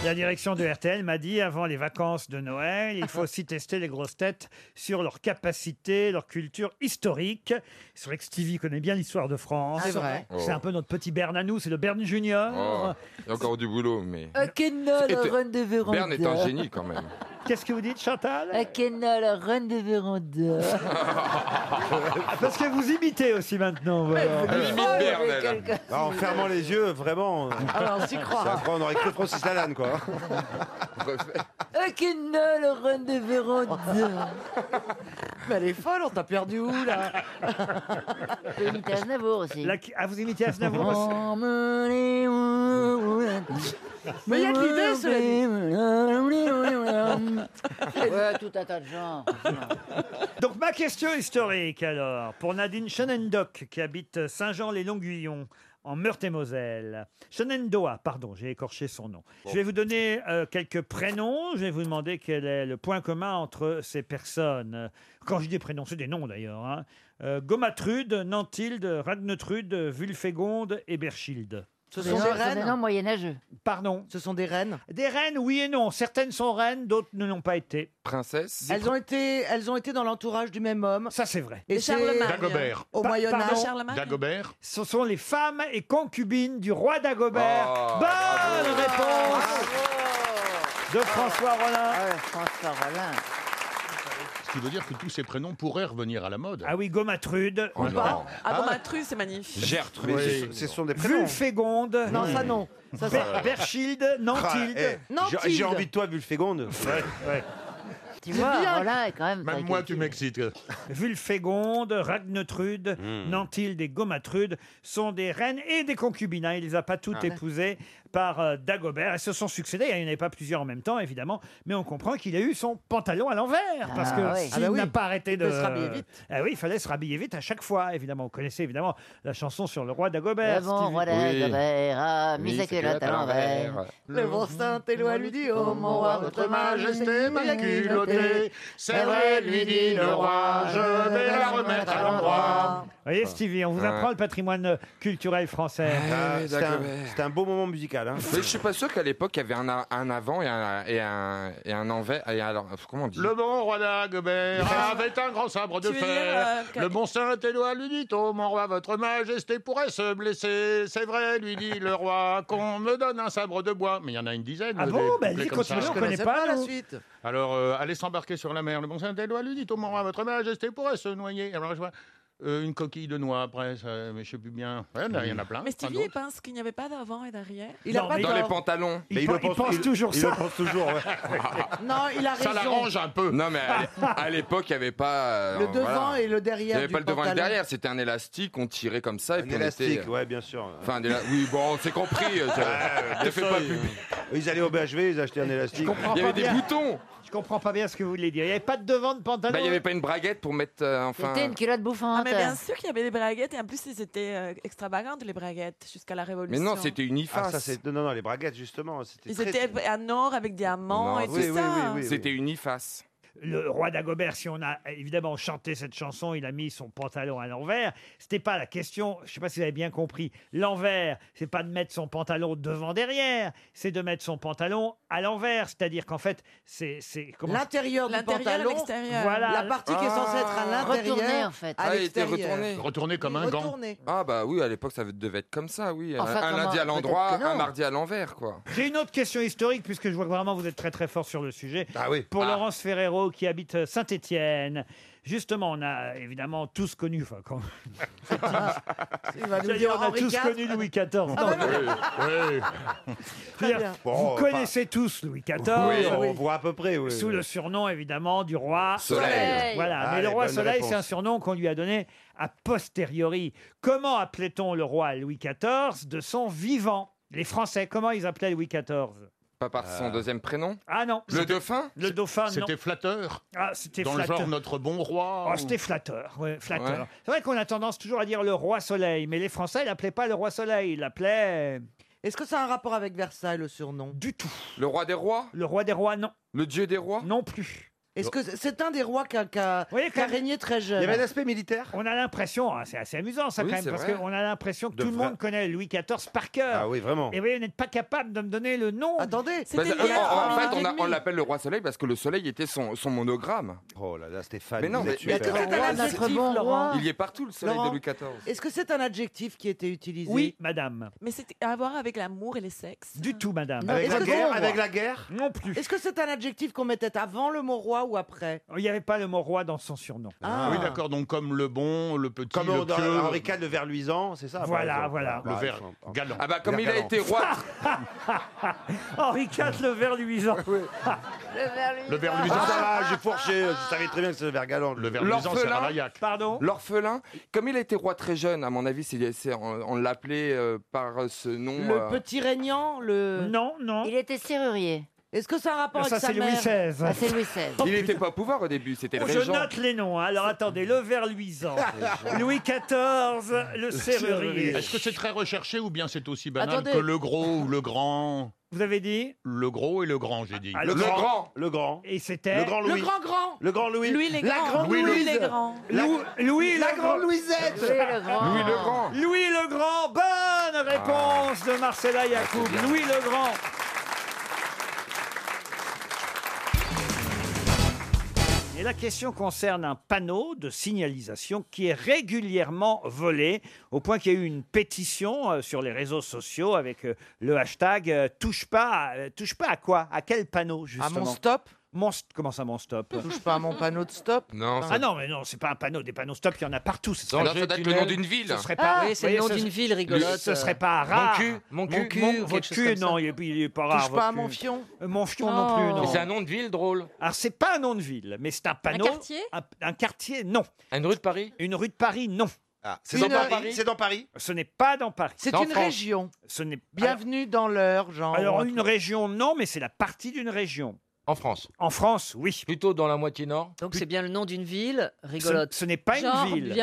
Speaker 3: La direction de RTL m'a dit avant les vacances de Noël, il faut aussi tester les grosses têtes sur leur capacité, leur culture historique. C'est vrai que Stevie connaît bien l'histoire de France.
Speaker 4: C'est vrai.
Speaker 3: C'est un peu notre petit Bern à nous, c'est le Bern Junior.
Speaker 15: Oh,
Speaker 9: Ah.
Speaker 15: il y a encore du boulot, mais.
Speaker 9: Euh,
Speaker 4: Kenol,
Speaker 15: C'était- Bern est un génie quand même.
Speaker 3: Qu'est-ce que vous dites, Chantal
Speaker 4: Kenol, reine de véranda.
Speaker 3: Ah, Parce que vous imitez aussi maintenant.
Speaker 16: Ah,
Speaker 3: voilà. Euh, Bah,
Speaker 4: Elle imite
Speaker 16: folle,
Speaker 4: Bern,
Speaker 16: avec
Speaker 4: elle.
Speaker 16: quelqu'un. Ah, en fermant les yeux, vraiment.
Speaker 4: Ah, on s'y croit.
Speaker 16: Ça, on aurait cru Francis Lalanne, quoi.
Speaker 3: Euh,
Speaker 4: Kenol, reine de véranda. Mais elle est folle, on t'a perdu où là
Speaker 7: Je peux imiter Aznavour aussi.
Speaker 3: La- Ah, vous imitez Aznavour aussi
Speaker 7: Mais il y a de l'idée, cela
Speaker 22: Ouais, tout un tas de gens.
Speaker 3: Donc ma question historique alors, pour Nadine Chenendoc qui habite Saint-Jean-les-Longuillons en Meurthe-et-Moselle. Chenendoa, pardon, j'ai écorché son nom. Je vais vous donner euh, quelques prénoms, je vais vous demander quel est le point commun entre ces personnes. Quand je dis prénoms, c'est des noms d'ailleurs. hein. Euh, Gomatrude, Nantilde, Ragnetrude, Vulfégonde et Berchilde.
Speaker 7: Ce sont des reines Non, moyenâgeux.
Speaker 3: Pardon
Speaker 4: Ce sont des reines
Speaker 3: Des reines, oui et non. Certaines sont reines, d'autres ne l'ont pas été.
Speaker 15: Princesse
Speaker 4: Elles ont été, elles ont été dans l'entourage du même homme.
Speaker 3: Ça, c'est vrai.
Speaker 4: Et Charlemagne.
Speaker 22: Dagobert.
Speaker 4: Au
Speaker 3: Pa-
Speaker 4: Moyen
Speaker 3: pardon
Speaker 4: Âge.
Speaker 22: Dagobert.
Speaker 3: Ce sont les femmes et concubines du roi Dagobert.
Speaker 16: Oh,
Speaker 3: Bonne réponse
Speaker 16: Ah,
Speaker 3: de François Rollin.
Speaker 22: Ah François Rollin. Ce qui veut dire que tous ces prénoms pourraient revenir à la mode.
Speaker 3: Ah oui, Gomatrude.
Speaker 22: Oh non.
Speaker 3: Ah,
Speaker 6: bah,
Speaker 22: Gomatrude,
Speaker 4: c'est magnifique.
Speaker 22: Gertrude.
Speaker 16: Mais ce- ce sont des prénoms.
Speaker 3: Vulfégonde. Hmm.
Speaker 4: Non, ça non. Ça,
Speaker 16: Ber-
Speaker 4: ça-
Speaker 3: Berchilde, Nantilde.
Speaker 16: Ah, eh, j'ai-
Speaker 4: Nantilde.
Speaker 16: J'ai envie de toi, Vulfégonde.
Speaker 7: Tu
Speaker 4: C'est
Speaker 7: vois,
Speaker 4: bien.
Speaker 7: Roland est quand même.
Speaker 22: Même moi, tu m'excites.
Speaker 3: Vulfégonde, Ragnetrude,
Speaker 4: Hmm.
Speaker 3: Nantilde et Gomatrude sont des reines et des concubines. hein. Il les a pas toutes
Speaker 22: Ah.
Speaker 3: épousées par euh, Dagobert. Elles se sont succédées. hein. Il n'y en avait pas plusieurs en même temps, évidemment. Mais on comprend qu'il a eu son pantalon à l'envers. Parce
Speaker 4: Ah
Speaker 3: que
Speaker 4: oui.
Speaker 3: s'il
Speaker 4: Ah bah oui.
Speaker 3: n'a pas arrêté
Speaker 4: Il
Speaker 3: de.
Speaker 4: peut se rhabiller vite.
Speaker 3: Ah oui, il fallait se rhabiller vite à chaque fois, évidemment. Vous connaissez évidemment la chanson sur le roi Dagobert.
Speaker 4: Ah
Speaker 7: Le bon
Speaker 3: Stevie.
Speaker 7: roi Dagobert a mis sa culotte à l'envers.
Speaker 4: Le bon Saint-Éloi lui dit Oh mon
Speaker 7: roi, votre majesté, ma culotte
Speaker 9: clé. C'est vrai, lui dit le roi, je vais la remettre à l'endroit.
Speaker 3: Vous voyez, Stevie, on vous
Speaker 9: Ouais.
Speaker 3: apprend le patrimoine culturel français.
Speaker 9: Ah, ouais,
Speaker 16: C'était un,
Speaker 9: d'accord.
Speaker 16: c'était un beau moment musical. Hein.
Speaker 9: Mais je suis pas sûr qu'à l'époque, il y avait un, a- un avant et un, et un, et un envers. Et alors, comment on dit Le bon roi d'Agobert avait un grand sabre de Tu veux dire, fer. euh, que- Le bon Saint-Éloi lui dit Oh mon roi, votre majesté pourrait se blesser. C'est vrai, lui dit le roi, qu'on me donne un sabre de bois. Mais il y en a une dizaine.
Speaker 3: Ah
Speaker 9: euh,
Speaker 3: bon
Speaker 9: des
Speaker 3: Bah,
Speaker 9: couplets
Speaker 3: vas-y,
Speaker 9: comme
Speaker 3: continue,
Speaker 9: ça.
Speaker 3: on Je connaît connaissais pas, pas la nous. suite.
Speaker 9: Alors, euh, allez s'embarquer sur la mer. Le bon Saint-Éloi lui dit Oh mon roi, votre majesté pourrait se noyer. Alors, je vois euh, une coquille de noix après, ça, mais je sais plus bien. Ouais, Il y en a plein.
Speaker 6: Mais
Speaker 9: plein
Speaker 6: Stevie,
Speaker 9: d'autres.
Speaker 6: il pense qu'il n'y avait pas d'avant et d'arrière.
Speaker 9: Non, mais dans les pantalons.
Speaker 6: Il Mais il pen- le pense- il pense il- toujours il ça. le pense
Speaker 9: toujours.
Speaker 6: Non, il a
Speaker 9: Ça
Speaker 6: raison.
Speaker 9: l'arrange un peu.
Speaker 15: Non, mais à l'é- à l'époque, il n'y avait pas. euh,
Speaker 16: Le devant
Speaker 15: voilà.
Speaker 16: et le derrière
Speaker 15: Il n'y avait
Speaker 16: du
Speaker 15: pas le devant et le
Speaker 16: pantalon.
Speaker 15: derrière, c'était un élastique, on tirait comme ça. et
Speaker 16: Un
Speaker 15: puis on
Speaker 16: élastique,
Speaker 15: était- euh,
Speaker 16: ouais, bien sûr.
Speaker 15: Enfin, un éla- oui, bon, c'est compris. euh, ça-
Speaker 16: Ouais,
Speaker 15: Ne
Speaker 16: bien
Speaker 15: fais
Speaker 16: sûr,
Speaker 15: pas
Speaker 16: ils-
Speaker 15: pub-
Speaker 16: Ils allaient au BHV, ils achetaient un élastique.
Speaker 3: comprends pas bien. Je comprends pas bien ce que vous voulez dire. Il n'y avait pas de devant de pantalon.
Speaker 15: Bah, il n'y avait pas une braguette pour mettre. euh, enfin...
Speaker 7: culotte bouffante.
Speaker 6: Ah, mais bien sûr qu'il y avait des braguettes et en plus, ils étaient euh, extravagantes, les braguettes, jusqu'à la
Speaker 9: Mais
Speaker 6: Révolution.
Speaker 9: non, c'était une
Speaker 16: Ah,
Speaker 9: iface.
Speaker 16: ça, c'est- non, non, non, les braguettes, justement. C'était
Speaker 6: Ils
Speaker 16: très-
Speaker 6: étaient en or avec diamants
Speaker 9: Non,
Speaker 6: et
Speaker 9: oui,
Speaker 6: tout
Speaker 9: oui,
Speaker 6: ça.
Speaker 9: oui, oui, C'était une iface.
Speaker 3: le roi d'Agobert, si on a évidemment chanté cette chanson, il a mis son pantalon à l'envers. C'était pas la question. Je sais pas si vous avez bien compris. L'envers, c'est pas de mettre son pantalon devant derrière, c'est de mettre son pantalon à l'envers. C'est-à-dire qu'en fait, c'est c'est comment-
Speaker 4: L'intérieur du pantalon,
Speaker 3: Voilà.
Speaker 4: la
Speaker 3: Ah.
Speaker 4: partie qui est censée être à l'intérieur, à
Speaker 15: Ah, il était
Speaker 4: l'extérieur.
Speaker 15: retourné. Retourné comme un
Speaker 4: gant. Retourné.
Speaker 15: Ah, bah oui, à l'époque, ça devait être comme ça, oui.
Speaker 4: Enfin,
Speaker 15: un
Speaker 4: comment-
Speaker 15: lundi à l'endroit,
Speaker 4: peut-être que non.
Speaker 15: un mardi à l'envers, quoi.
Speaker 3: J'ai une autre question historique, puisque je vois que vraiment vous êtes très très fort sur le sujet. Pour
Speaker 15: Ah.
Speaker 3: Laurence Ferrero, qui habite Saint-Étienne. Justement, on a évidemment tous connu. Enfin, quand...
Speaker 4: Il va nous
Speaker 3: J'allais
Speaker 4: dire
Speaker 3: dire, on a
Speaker 4: Henri
Speaker 3: tous
Speaker 4: IV.
Speaker 3: connu Louis XIV. Non, je veux dire,
Speaker 4: bien.
Speaker 3: vous
Speaker 4: Bon,
Speaker 3: connaissez tous Louis XIV.
Speaker 16: Oui, on Oui. voit à peu près, oui.
Speaker 3: Sous le surnom, évidemment, du roi
Speaker 16: Soleil. Soleil.
Speaker 3: Voilà, mais
Speaker 16: Allez,
Speaker 3: le roi
Speaker 16: bonne
Speaker 3: Soleil,
Speaker 16: réponse.
Speaker 3: c'est un surnom qu'on lui a donné a posteriori. Comment appelait-on le roi Louis XIV de son vivant Les Français, comment ils appelaient Louis XIV
Speaker 15: Pas par
Speaker 16: Euh.
Speaker 15: son deuxième prénom
Speaker 3: Ah non.
Speaker 15: Le dauphin
Speaker 3: Le dauphin, non.
Speaker 15: C'était flatteur
Speaker 3: Ah, c'était
Speaker 15: Dans le
Speaker 3: flatteur.
Speaker 15: genre notre bon roi
Speaker 3: Oh,
Speaker 15: ou-
Speaker 3: c'était flatteur, ouais, flatteur.
Speaker 15: Ouais.
Speaker 3: C'est vrai qu'on a tendance toujours à dire le roi soleil, mais les Français, ils l'appelaient pas le roi soleil, ils l'appelaient...
Speaker 4: Est-ce que ça a un rapport avec Versailles, le surnom
Speaker 3: Du tout.
Speaker 15: Le roi des rois
Speaker 3: Le roi des rois, non.
Speaker 15: Le dieu des rois
Speaker 3: Non plus.
Speaker 4: Est-ce que c'est- c'est un des rois qui a, qui a- qui a régné très jeune
Speaker 16: militaire
Speaker 3: On a l'impression, hein, c'est assez amusant ça
Speaker 4: Oui,
Speaker 3: quand même,
Speaker 4: c'est
Speaker 3: parce
Speaker 4: vrai.
Speaker 3: qu'on a l'impression que
Speaker 4: De
Speaker 3: tout le
Speaker 4: vrai.
Speaker 3: monde connaît Louis XIV par cœur.
Speaker 16: Ah oui, vraiment.
Speaker 3: Et vous voyez, vous n'êtes pas capable de me donner le nom.
Speaker 4: Attendez, euh,
Speaker 15: Bah, ça- en, en fait, on, a- on l'appelle le roi soleil parce que le soleil était son, son monogramme.
Speaker 16: Oh là là, Stéphane.
Speaker 15: Mais non,
Speaker 16: vous
Speaker 15: mais
Speaker 16: êtes super.
Speaker 4: bon roi.
Speaker 15: Il y est partout, le soleil
Speaker 4: Laurent,
Speaker 15: de Louis XIV.
Speaker 4: Est-ce que c'est un adjectif qui était utilisé
Speaker 3: Oui, madame.
Speaker 6: Mais c'était à voir avec l'amour et les sexes.
Speaker 3: Du tout, madame.
Speaker 4: Non, Avec est-ce la que guerre, c'est- avec la
Speaker 16: guerre
Speaker 3: Non plus.
Speaker 4: Est-ce que c'est un adjectif qu'on mettait avant le mot roi ou après
Speaker 3: Il n'y avait pas le mot roi dans son surnom.
Speaker 4: Ah.
Speaker 15: Oui, d'accord, donc comme le bon, le petit,
Speaker 16: Comme
Speaker 15: le
Speaker 16: dans
Speaker 15: pieux.
Speaker 16: Henri IV, le ver luisant, c'est ça par
Speaker 3: Voilà,
Speaker 16: exemple.
Speaker 3: voilà.
Speaker 15: Le
Speaker 16: Par
Speaker 15: ver
Speaker 16: exemple.
Speaker 15: galant. Ah bah comme
Speaker 16: Ver
Speaker 15: il a
Speaker 16: galant.
Speaker 15: été roi,
Speaker 3: Henri IV, le ver luisant.
Speaker 16: Le ver luisant, ça va, j'ai fourché, je savais très bien que c'est le ver galant. Le
Speaker 15: ver luisant, c'est Ravaillac.
Speaker 3: Pardon
Speaker 15: l'orphelin, comme il a été roi très jeune, à mon avis, c'est- c'est- on, on l'appelait euh, par ce nom. euh,
Speaker 4: petit régnant, le.
Speaker 3: Non, non.
Speaker 4: Il était serrurier. Est-ce que ça a un rapport
Speaker 15: Non, ça,
Speaker 4: avec sa
Speaker 15: c'est Louis
Speaker 4: mère
Speaker 15: XVI.
Speaker 4: Ah, c'est Louis XVI.
Speaker 15: Il n'était pas au pouvoir au début, c'était le
Speaker 3: Oh, je
Speaker 15: régent.
Speaker 3: note les noms. hein. Alors attendez, le ver luisant, Louis XIV, le serrurier.
Speaker 15: Est-ce que c'est très recherché ou bien c'est aussi banal
Speaker 3: Attendez.
Speaker 15: que le gros ou le grand
Speaker 3: Vous avez dit
Speaker 15: Le gros et le grand, j'ai dit.
Speaker 3: Ah,
Speaker 16: Le grand. Le grand.
Speaker 3: Et
Speaker 13: Eh.
Speaker 3: c'était
Speaker 16: Le grand Louis.
Speaker 4: Le grand grand.
Speaker 16: Le grand Louis.
Speaker 4: Louis les
Speaker 16: la
Speaker 4: grands.
Speaker 16: grande
Speaker 4: Louis
Speaker 16: Louise.
Speaker 4: les grands.
Speaker 16: La-
Speaker 4: Lou- Louis
Speaker 16: la
Speaker 4: le
Speaker 16: grande
Speaker 4: grand.
Speaker 16: Louisette.
Speaker 4: Louis le grand. Louis le grand. Ah.
Speaker 3: Louis le Grand, bonne réponse de Marcella Yacoub. Louis le Grand. Et la question concerne un panneau de signalisation qui est régulièrement volé, au point qu'il y a eu une pétition euh, sur les réseaux sociaux avec euh, le hashtag euh, touche pas, à- euh, touche pas à quoi À quel panneau justement
Speaker 4: mon stop
Speaker 3: mon st- Comment ça mon stop
Speaker 4: Touche pas à mon panneau de stop.
Speaker 15: Non,
Speaker 3: Ah non mais non, c'est pas un panneau, des panneaux stop, il y en a partout. Ce serait-
Speaker 15: Alors, ça doit être le nom d'une ville.
Speaker 3: Ce serait pas
Speaker 28: Ah, oui, c'est le
Speaker 3: Vous
Speaker 28: nom
Speaker 3: voyez, ce-
Speaker 28: d'une ville rigolote.
Speaker 3: Ce serait pas
Speaker 28: Mon
Speaker 3: rare.
Speaker 28: cul, mon cul, ou quelque
Speaker 3: votre
Speaker 28: chose
Speaker 3: cul,
Speaker 28: comme ça.
Speaker 3: non, il est, il est pas rare.
Speaker 4: Touche pas à
Speaker 3: votre
Speaker 4: mon
Speaker 3: cul.
Speaker 4: fion.
Speaker 3: Euh, mon fion non plus, non.
Speaker 1: C'est un nom de ville drôle.
Speaker 3: Alors, c'est pas un nom de ville, mais c'est un panneau.
Speaker 1: quartier
Speaker 3: un, un quartier, non.
Speaker 1: Une rue de Paris
Speaker 3: Une rue de Paris, non.
Speaker 16: c'est dans Une- Paris C'est dans Paris
Speaker 3: Ce n'est pas dans Paris.
Speaker 4: C'est
Speaker 3: Dans
Speaker 4: une
Speaker 3: France.
Speaker 4: région.
Speaker 3: Ce n'est
Speaker 4: Bienvenue dans l'heure, genre.
Speaker 3: Alors, une région, non, mais c'est la partie d'une région.
Speaker 1: En France.
Speaker 3: En France, oui.
Speaker 1: Plutôt dans la moitié nord.
Speaker 28: Donc c'est bien le nom d'une ville, rigolote.
Speaker 3: Ce, ce n'est pas une ville.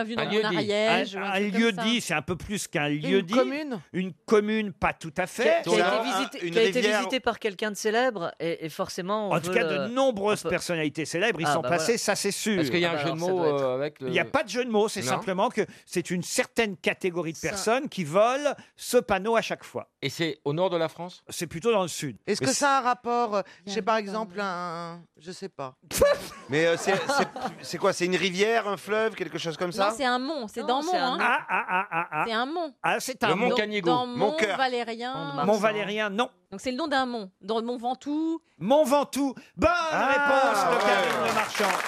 Speaker 3: Un, un lieu dit, c'est un peu plus qu'un lieu dit.
Speaker 28: commune
Speaker 3: Une commune, pas tout à
Speaker 28: Qui a,
Speaker 3: fait.
Speaker 28: qui a été visité, qui a été visité par quelqu'un de célèbre et, et forcément. on
Speaker 3: En tout
Speaker 28: veut
Speaker 3: cas,
Speaker 28: le-
Speaker 3: de nombreuses
Speaker 28: on peut-
Speaker 3: personnalités célèbres y
Speaker 28: euh, Ah,
Speaker 3: sont
Speaker 28: bah
Speaker 3: passées,
Speaker 28: voilà.
Speaker 3: ça c'est sûr.
Speaker 1: Est-ce qu'il y a Ah, un bah jeu de alors, ça mots, doit être- euh, avec le-
Speaker 3: Il n'y a pas de jeu de mots, c'est
Speaker 1: Non.
Speaker 3: simplement que c'est une certaine catégorie de personnes qui volent ce panneau à chaque fois.
Speaker 1: Et c'est au nord de la France
Speaker 3: C'est plutôt dans le sud.
Speaker 4: Est-ce que ça a un rapport euh, J'ai par exemple un. Je sais pas.
Speaker 16: Mais euh, c'est- c'est- c'est quoi C'est une rivière, un fleuve, quelque chose comme ça
Speaker 19: Non, c'est un mont, c'est
Speaker 28: Non,
Speaker 19: dans Mont.
Speaker 28: c'est un
Speaker 19: hein.
Speaker 28: nom. Ah,
Speaker 19: C'est un mont.
Speaker 3: Ah, c'est
Speaker 19: Dans-
Speaker 3: un mont.
Speaker 19: Dans Mont Valérien.
Speaker 3: Mont Valérien, non.
Speaker 19: Donc c'est le nom d'un mont. Dans le Mont Ventoux.
Speaker 3: Mont Ventoux. Bonne
Speaker 1: Ah,
Speaker 3: réponse de
Speaker 4: ouais.
Speaker 3: Karine Le Marchand.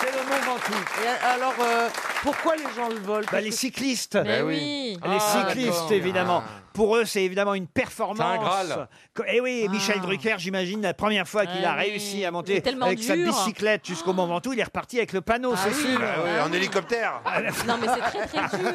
Speaker 3: C'est le Mont Ventoux.
Speaker 4: Et alors, euh, pourquoi les gens le volent
Speaker 3: Bah,
Speaker 4: Parce
Speaker 3: les
Speaker 4: que-
Speaker 3: cyclistes.
Speaker 4: Mais Ben oui. oui.
Speaker 3: Les
Speaker 4: Ah,
Speaker 3: cyclistes,
Speaker 4: d'accord.
Speaker 3: évidemment. Pour eux, c'est évidemment une performance.
Speaker 4: C'est un Graal.
Speaker 3: Et oui, Michel Drucker, j'imagine, la première fois qu'il a
Speaker 4: Ah oui.
Speaker 3: réussi à
Speaker 4: C'est
Speaker 3: monter
Speaker 4: tellement
Speaker 3: avec sa
Speaker 4: dur.
Speaker 3: bicyclette jusqu'au Mont Ventoux, il est reparti avec le panneau, c'est sûr. Ah
Speaker 16: Bah oui, en hélicoptère.
Speaker 19: Non, mais c'est très très dur.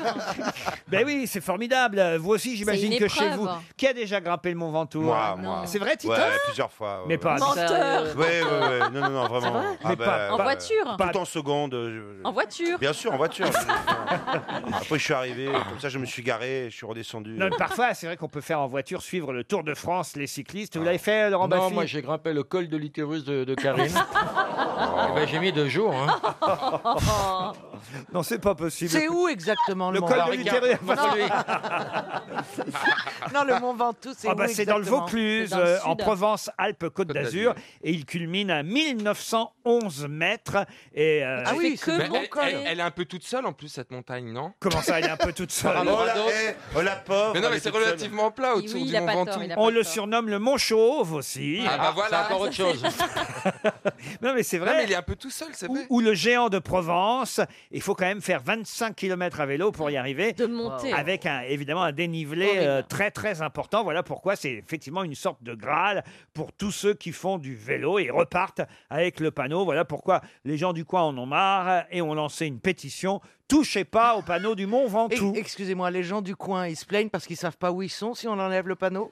Speaker 3: Ben oui, c'est formidable. Vous aussi, j'imagine
Speaker 19: une
Speaker 3: que chez
Speaker 19: épreuve.
Speaker 3: vous, qui a déjà grimpé le Mont Ventoux
Speaker 16: Moi,
Speaker 3: hein
Speaker 16: moi.
Speaker 3: C'est vrai, Tito
Speaker 16: Ouais, plusieurs fois. ouais,
Speaker 3: Mais
Speaker 16: ouais.
Speaker 3: pas- Menteur.
Speaker 16: Oui, oui, oui. Non, non, non, vraiment.
Speaker 19: vrai
Speaker 16: Ah
Speaker 3: Mais
Speaker 16: bah,
Speaker 3: pas-
Speaker 19: En
Speaker 16: bah,
Speaker 19: voiture.
Speaker 16: Tout en seconde. euh, je-
Speaker 19: En voiture.
Speaker 16: Bien sûr, en voiture. Après, je suis arrivé, comme ça, je me suis garé, je suis redescendu.
Speaker 3: Non, mais parfois, c'est vrai qu'on peut faire en voiture suivre le Tour de France, les cyclistes. Vous l'avez fait, Laurent
Speaker 1: Ah. Non,
Speaker 3: Baffie
Speaker 1: moi j'ai grimpé le col de l'utérus de, de Karine. Eh ben, j'ai mis deux jours. hein.
Speaker 3: Non, c'est pas possible.
Speaker 4: C'est où exactement le,
Speaker 3: Le
Speaker 4: Mont
Speaker 3: col de
Speaker 4: Ventoux
Speaker 3: l'utérus.
Speaker 4: Non. Non, le Mont Ventoux, c'est
Speaker 3: Ah bah,
Speaker 4: où
Speaker 3: c'est dans le
Speaker 4: exactement
Speaker 3: Vaucluse, euh, en Provence-Alpes-Côte d'Azur, et il culmine à 1911 mètres. Et euh,
Speaker 4: Ah oui, c'est
Speaker 15: Mais
Speaker 4: bon
Speaker 15: elle, elle- elle est un peu toute seule en plus cette montagne, non
Speaker 3: Comment ça, elle est un peu toute seule
Speaker 15: Par rapport
Speaker 16: Oh
Speaker 15: à
Speaker 16: la,
Speaker 15: d'autres
Speaker 16: eh, oh la pauvre.
Speaker 15: Mais non,
Speaker 16: elle
Speaker 15: mais
Speaker 16: est
Speaker 15: c'est
Speaker 16: toute seule.
Speaker 15: relativement plat
Speaker 19: Oui,
Speaker 15: autour
Speaker 19: oui,
Speaker 15: du
Speaker 19: il a
Speaker 15: Mont
Speaker 19: pas tort,
Speaker 15: Ventoux.
Speaker 19: il a pas
Speaker 3: on
Speaker 19: tort.
Speaker 3: le surnomme le Mont Chauve aussi.
Speaker 15: Ah bah voilà.
Speaker 1: encore autre chose.
Speaker 3: Non mais c'est vrai.
Speaker 15: Non, mais il est un peu tout seul, c'est
Speaker 3: ou,
Speaker 15: vrai.
Speaker 3: ou le géant de Provence. Il faut quand même faire 25 km à vélo pour y arriver. De
Speaker 19: monter.
Speaker 3: Avec un, évidemment un dénivelé euh, très très important. Voilà pourquoi c'est effectivement une sorte de Graal pour tous ceux qui font du vélo et repartent avec le panneau. Voilà pourquoi les gens du coin en ont marre et ont lancé une pétition. Touchez pas au panneau du Mont Ventoux.
Speaker 4: Et- Excusez-moi, les gens du coin, ils se plaignent parce qu'ils savent pas où ils sont si on enlève le panneau.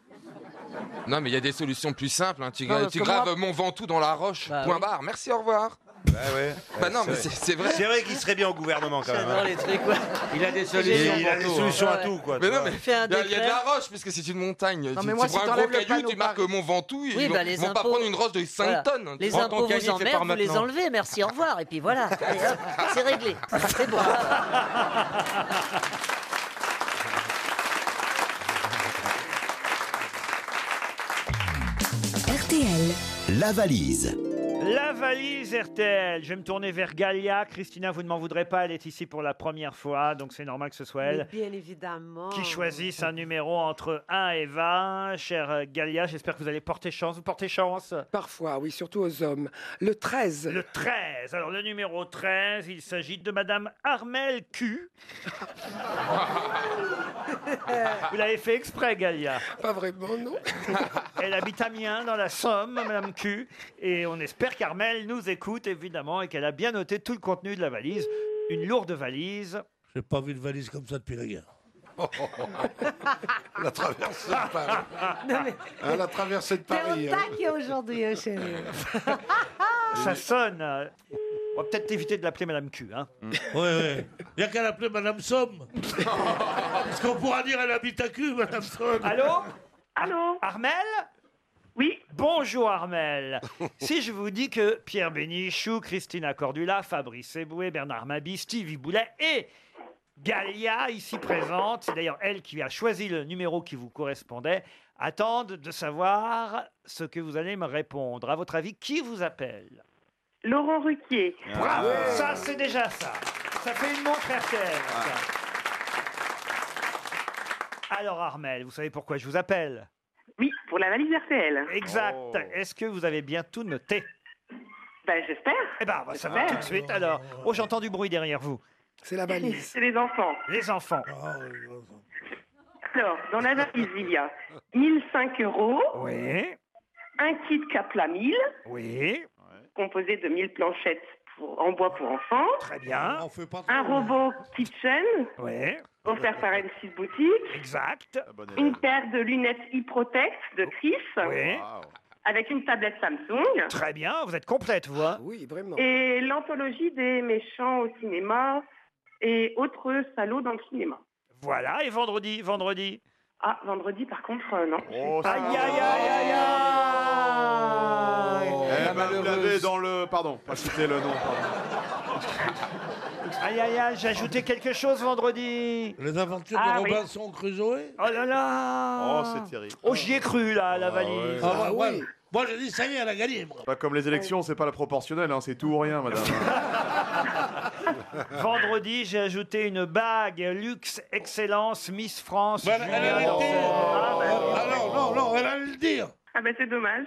Speaker 15: Non, mais il y a des solutions plus simples. hein. Tu,
Speaker 4: Non,
Speaker 15: gra-
Speaker 4: parce
Speaker 15: tu
Speaker 4: que
Speaker 15: graves
Speaker 4: moi-
Speaker 15: Mont Ventoux dans la roche.
Speaker 4: Bah
Speaker 15: point
Speaker 4: oui.
Speaker 15: barre. Merci, au revoir.
Speaker 16: Bah ouais.
Speaker 15: Bah
Speaker 16: Ouais,
Speaker 15: non, mais c'est- c'est vrai.
Speaker 16: C'est vrai qu'il serait bien au gouvernement quand même.
Speaker 28: J'adore les trucs, ouais.
Speaker 1: Il a des
Speaker 16: solutions Il a pour des tout, hein. solutions à
Speaker 15: Ouais.
Speaker 16: tout, quoi,
Speaker 15: Mais
Speaker 16: tu
Speaker 15: non,
Speaker 16: vois.
Speaker 15: mais
Speaker 16: Fais un
Speaker 15: il y a- il y a de la
Speaker 16: décret.
Speaker 15: roche, puisque c'est une montagne.
Speaker 4: Non,
Speaker 15: tu
Speaker 4: mais
Speaker 15: tu
Speaker 4: moi, si
Speaker 15: prends un gros
Speaker 4: t'enlèves le
Speaker 15: caillou,
Speaker 4: panneau
Speaker 15: tu marques
Speaker 4: par-
Speaker 15: Mont Ventoux. Ils
Speaker 28: Oui,
Speaker 15: vont,
Speaker 28: bah, les
Speaker 15: vont pas
Speaker 28: impôts-
Speaker 15: prendre une roche de 5
Speaker 28: Voilà.
Speaker 15: tonnes.
Speaker 28: Les
Speaker 15: Prends ton
Speaker 28: impôts vous
Speaker 15: cahier, fais par
Speaker 28: emmerdent, vous les
Speaker 15: maintenant.
Speaker 28: enlevez, merci, au revoir. Et puis voilà, Allez, hop, c'est réglé. C'est bon.
Speaker 3: RTL.
Speaker 18: La valise.
Speaker 3: La valise RTL. Je vais me tourner vers Galia. Christina, vous ne m'en voudrez pas, elle est ici pour la première fois, donc c'est normal que ce soit elle.
Speaker 11: Bien évidemment.
Speaker 3: qui choisissent un numéro entre 1 et 20. Cher Galia, j'espère que vous allez porter chance. Vous portez chance
Speaker 24: Parfois, oui, surtout aux hommes. Le 13.
Speaker 3: Le 13. Alors le numéro 13, il s'agit de Madame Armel Q. vous l'avez fait exprès, Galia.
Speaker 24: Pas vraiment, non.
Speaker 3: Elle habite Amiens, dans la Somme, Madame Q. Et on espère qu'Armel nous écoute, évidemment, et qu'elle a bien noté tout le contenu de la valise. Une lourde valise.
Speaker 14: J'ai pas vu de valise comme ça depuis la guerre.
Speaker 21: La traversée de Paris. Hein, la traversée de Paris. hein.
Speaker 22: Tac aujourd'hui,
Speaker 6: euh,
Speaker 22: hein, chérie.
Speaker 3: Ah, Ça sonne. euh. On va peut-être éviter de l'appeler Madame Q. Hein.
Speaker 14: Mm. Ouais, ouais. Il a qu'à l'appeler Madame Somme. Parce qu'on pourra dire elle habite à cul, Madame Somme.
Speaker 3: Allô Allô Armel Oui. Bonjour Armel. si je vous dis que Pierre Bénichou, Christina Cordula, Fabrice Eboué, Bernard Mabi, Stevie Boulet et Galia, ici présente, c'est d'ailleurs elle qui a choisi le numéro qui vous correspondait, attendent de savoir ce que vous allez me répondre. À votre avis, qui vous appelle
Speaker 25: Laurent Ruquier.
Speaker 14: Ah
Speaker 3: Bravo Ah, Ça, c'est déjà ça. Ça fait une montre RTL. ça. Alors Armel, vous savez pourquoi je vous appelle
Speaker 25: Ah. Oui, pour la valise RTL.
Speaker 3: Exact. Est-ce que vous avez bien tout noté
Speaker 25: Oh. Ben, j'espère.
Speaker 3: Eh ben, on va savoir tout de suite. Alors, oh, j'entends du bruit derrière vous. C'est la Oh,
Speaker 25: C'est les enfants.
Speaker 3: Les enfants.
Speaker 25: Alors, dans la valise, il y a 1005 euros.
Speaker 3: Oui.
Speaker 25: Un kit Capla 1000,
Speaker 3: Oui.
Speaker 25: composé de 1000 planchettes pour- en bois pour enfants.
Speaker 3: Très bien.
Speaker 25: Un robot kitchen.
Speaker 3: Oui.
Speaker 25: Offert par M6 Boutique.
Speaker 3: Exact.
Speaker 25: Une paire de lunettes e-protect de Chris.
Speaker 3: Oui.
Speaker 11: avec une tablette Samsung.
Speaker 3: Très bien, vous êtes complète, vous. hein.
Speaker 4: Oui, vraiment.
Speaker 11: Et l'anthologie des méchants au cinéma et autres salauds dans le cinéma.
Speaker 3: Voilà, et vendredi, vendredi.
Speaker 11: Ah, vendredi, par contre, euh, non.
Speaker 3: aïe, Oh, aïe, aïe, aïe, aïe
Speaker 14: Eh ben,
Speaker 13: Elle m'a blavé Oh, dans le. Pardon, pas citer le nom. pardon.
Speaker 3: Aïe, aïe, aïe, j'ai ajouté quelque chose vendredi.
Speaker 14: Les aventures
Speaker 3: Ah,
Speaker 14: de
Speaker 3: oui.
Speaker 14: Robinson Crusoe
Speaker 3: Oh là là
Speaker 13: Oh, c'est terrible.
Speaker 3: Oh, j'y ai cru, là, à la valise.
Speaker 14: Ah, bah, ouais. Moi, j'ai dit, ça y est, elle a gagné. moi.
Speaker 13: Pas comme les élections, c'est pas la proportionnelle, hein, c'est tout ou rien, madame.
Speaker 3: Vendredi, j'ai ajouté une bague luxe excellence Miss France.
Speaker 14: elle
Speaker 3: Junior.
Speaker 14: allait le dire. bah, Ah, non, non, non, elle allait le dire.
Speaker 11: Ah ben c'est dommage.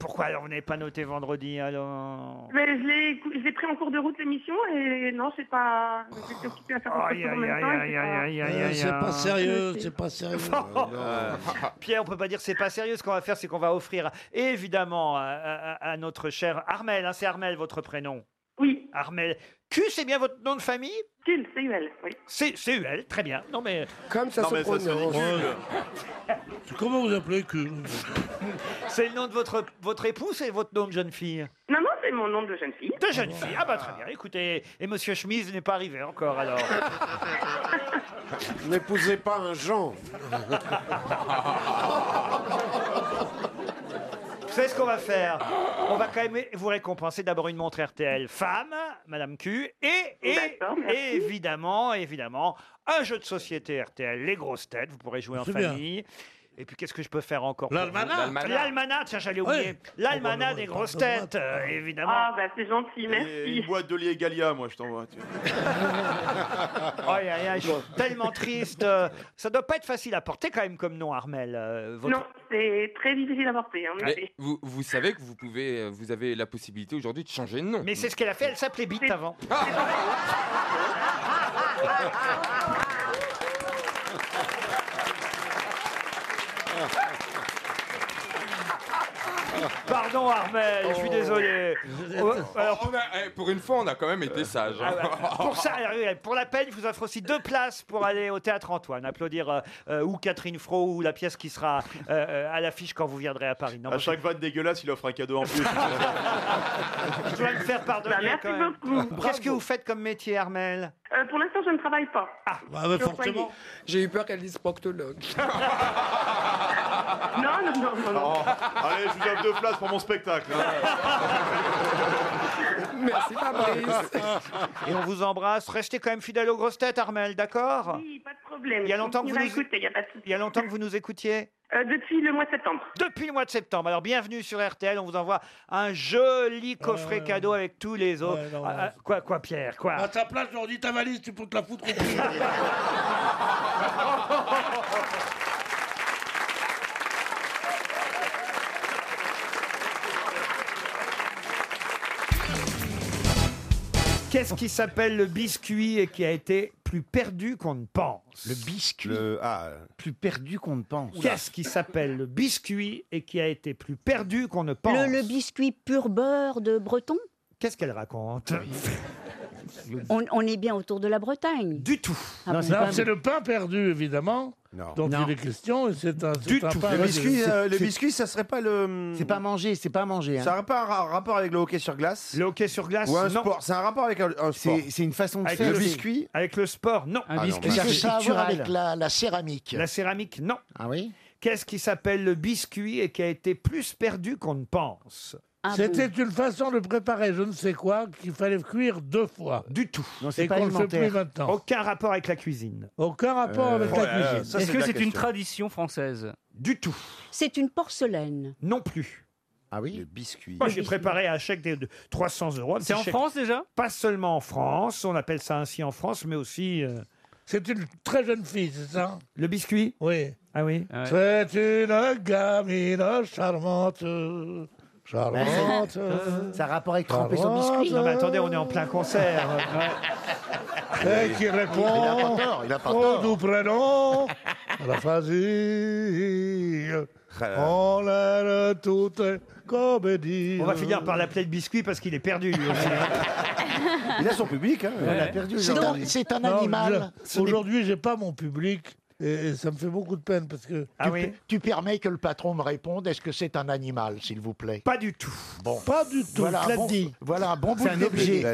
Speaker 3: Pourquoi alors vous n'avez pas noté vendredi alors
Speaker 11: Mais je l'ai écou- je l'ai pris en cours de route l'émission et non, c'est pas. J'étais occupée à faire autre chose en même temps. et c'est pas-
Speaker 14: Euh, C'est pas sérieux, c'est pas sérieux.
Speaker 3: Ah,
Speaker 14: Oh,
Speaker 3: Pierre, on peut pas dire que c'est pas sérieux. Ce qu'on va faire, c'est qu'on va offrir évidemment à, à- à notre cher Armel. hein, c'est Armel votre prénom.
Speaker 11: Oui.
Speaker 3: Armel. Q, c'est bien votre nom de famille
Speaker 11: Cul, c'est UL, oui.
Speaker 3: C'est c'est UL, très bien. Non mais
Speaker 4: Comme ça se prononce.
Speaker 14: Comment vous appelez que
Speaker 3: c'est le nom de votre votre épouse et votre nom de jeune fille.
Speaker 11: Non, non, c'est mon nom de jeune fille.
Speaker 3: De jeune fille. Ah bah très bien. Écoutez, et Monsieur Chemise n'est pas arrivé encore alors.
Speaker 13: N'épousez pas un Jean.
Speaker 3: Vous savez ce qu'on va faire On va quand même vous récompenser d'abord une montre RTL femme, Madame Q, et, et,
Speaker 11: D'accord, merci.
Speaker 3: et évidemment, évidemment, un jeu de société RTL, les grosses têtes, vous pourrez jouer en
Speaker 14: C'est bien.
Speaker 3: famille. Et puis qu'est-ce que je peux faire encore pour vous
Speaker 14: L'almanach. L'almanach.
Speaker 3: L'almanach, tiens, j'allais oublier.
Speaker 14: Oui.
Speaker 3: L'almanach
Speaker 14: Oh, bah,
Speaker 3: des
Speaker 14: bah,
Speaker 3: grosses
Speaker 14: bah, bah,
Speaker 3: têtes, euh, évidemment.
Speaker 11: Ah bah c'est gentil,
Speaker 13: Et
Speaker 11: merci.
Speaker 13: une boîte de lait Galia, moi, je t'envoie. tu vois.
Speaker 3: Aïe, aïe, aïe, je suis tellement triste. Euh, Ça doit pas être facile à porter quand même comme nom, Armel. euh, votre-
Speaker 11: Non, c'est très difficile à porter. Hein, mais-
Speaker 15: Mais vous, vous savez que vous pouvez, euh, vous avez la possibilité aujourd'hui de changer de nom.
Speaker 3: Mais c'est ce qu'elle a fait, elle s'appelait Bite avant.
Speaker 11: Ah.
Speaker 3: Pardon Armel, je suis désolé. Euh,
Speaker 15: Oh, on a- eh, pour une fois, on a quand même été hein. sage.
Speaker 3: Ah bah, pour ça, alors, oui, pour la peine, je vous offre aussi deux places pour aller au théâtre Antoine, applaudir euh, euh, ou Catherine Fro ou la pièce qui sera euh, euh, à l'affiche quand vous viendrez à Paris. Non,
Speaker 13: À
Speaker 3: moi, je,
Speaker 13: chaque vanne dégueulasse, il offre un cadeau en plus.
Speaker 3: je dois me faire pardonner.
Speaker 11: Bah, merci
Speaker 3: quand même.
Speaker 11: beaucoup.
Speaker 3: Qu'est-ce que vous faites comme métier, Armel
Speaker 11: Euh, pour l'instant, je ne travaille pas.
Speaker 14: bah,
Speaker 11: Je suis employée.
Speaker 14: forcément.
Speaker 4: J'ai eu peur qu'elle dise proctologue.
Speaker 11: Non, non, non, non. non.
Speaker 13: Oh, Allez, je vous offre deux places pour mon spectacle. hein.
Speaker 4: Merci Fabrice.
Speaker 3: Et on vous embrasse. Restez quand même fidèle aux grosses têtes, Armel, d'accord
Speaker 11: Oui, pas de problème.
Speaker 3: Il y a longtemps que vous
Speaker 11: nous...
Speaker 3: nous-
Speaker 11: écoutez, il y a pas de souci.
Speaker 3: Il y a longtemps que vous nous écoutiez
Speaker 11: Euh, depuis le mois de septembre.
Speaker 3: depuis le mois de septembre. Alors bienvenue sur RTL, on vous envoie un joli coffret cadeau avec tous les autres.
Speaker 14: Ouais, non,
Speaker 3: Ah, ah, quoi, quoi, Pierre, quoi
Speaker 14: À ta place, j'aurais dit ta valise, tu peux te la foutre au cul.
Speaker 3: Ah, Qu'est-ce qui s'appelle le biscuit et qui a été plus perdu qu'on ne pense
Speaker 16: Le biscuit.
Speaker 13: ah,
Speaker 16: Plus perdu qu'on ne pense.
Speaker 3: Qu'est-ce qui s'appelle le biscuit et qui a été plus perdu qu'on ne pense
Speaker 9: Le, le biscuit pur beurre de Breton
Speaker 3: Qu'est-ce qu'elle raconte
Speaker 9: on, on est bien autour de la Bretagne.
Speaker 3: Du tout.
Speaker 9: Ah bon,
Speaker 14: Non,
Speaker 9: quand
Speaker 14: c'est
Speaker 9: même.
Speaker 14: le pain perdu, évidemment. Dont il est question, et c'est un,
Speaker 16: Du
Speaker 14: c'est un
Speaker 16: tout.
Speaker 14: pain
Speaker 16: Le
Speaker 14: perdu.
Speaker 16: biscuit,
Speaker 14: C'est-
Speaker 16: euh, le
Speaker 14: c'est-
Speaker 16: biscuit, ça serait pas le. C'est pas manger, c'est pas manger. Ça n'a pas un ra- rapport avec le hockey sur glace
Speaker 3: hein. Le hockey sur glace
Speaker 16: Ou un
Speaker 3: non.
Speaker 16: sport C'est un rapport avec un, un sport.
Speaker 3: C'est-
Speaker 16: une façon
Speaker 3: Avec
Speaker 16: Le biscuit
Speaker 3: Avec le sport, non.
Speaker 16: Ah non, biscuit, mais-
Speaker 3: C'est
Speaker 16: c'est
Speaker 8: Ça a à voir
Speaker 3: architectural.
Speaker 8: avec la, la céramique.
Speaker 3: La céramique, non.
Speaker 16: Ah oui
Speaker 3: Qu'est-ce qui s'appelle le biscuit et qui a été plus perdu qu'on ne pense
Speaker 9: Ah,
Speaker 14: C'était une façon de préparer je ne sais quoi qu'il fallait cuire deux fois.
Speaker 3: Du tout.
Speaker 16: Non,
Speaker 14: Et qu'on ne fait plus maintenant.
Speaker 3: Aucun rapport avec la cuisine.
Speaker 14: Aucun rapport
Speaker 3: Euh,
Speaker 14: avec
Speaker 8: Euh,
Speaker 16: oh là
Speaker 14: la
Speaker 16: là,
Speaker 14: cuisine.
Speaker 16: ça, Est-ce c'est que de la c'est une question.
Speaker 8: tradition française
Speaker 3: Du tout.
Speaker 9: C'est une porcelaine.
Speaker 3: Non plus.
Speaker 16: Ah oui Le
Speaker 3: Moi,
Speaker 16: biscuit.
Speaker 3: J'ai préparé un chèque de de 300 euros. un petit
Speaker 8: C'est en
Speaker 3: chèque-
Speaker 8: France déjà
Speaker 3: Pas seulement en France, on appelle ça ainsi en France, mais aussi euh,
Speaker 14: C'est une très jeune fille, c'est ça
Speaker 3: le biscuit.
Speaker 14: Oui.
Speaker 3: Ah oui.
Speaker 14: C'est une gamine charmante. Charmante.
Speaker 16: Ça a rapport avec
Speaker 14: tremper
Speaker 16: tremper
Speaker 14: son
Speaker 16: son
Speaker 14: Charmante.
Speaker 16: biscuit.
Speaker 14: biscuit.
Speaker 3: Non mais attendez, on est en plein concert.
Speaker 14: Et qui
Speaker 16: il a pas
Speaker 14: répond
Speaker 16: tort, il a pas
Speaker 14: au
Speaker 16: tort.
Speaker 14: doux prénom à la facile. On l'aime toute comédie.
Speaker 3: on va finir par l'appeler le biscuit parce qu'il est perdu. lui aussi, hein.
Speaker 16: Il a son public, hein. on l'a perdu
Speaker 8: C'est un,
Speaker 16: aujourd'hui.
Speaker 8: c'est un
Speaker 14: Non,
Speaker 8: animal.
Speaker 14: je- Aujourd'hui, j'ai pas mon public. et, et ça me fait beaucoup de peine parce que.
Speaker 13: tu,
Speaker 3: Ah
Speaker 13: pe- tu permets que le patron me réponde est-ce que c'est un animal, s'il vous plaît
Speaker 3: Pas du tout.
Speaker 13: Bon.
Speaker 14: Pas du tout,
Speaker 13: Voilà,
Speaker 14: je
Speaker 13: un
Speaker 14: l'ai
Speaker 13: bon-
Speaker 14: dit.
Speaker 13: voilà un bon bout de début.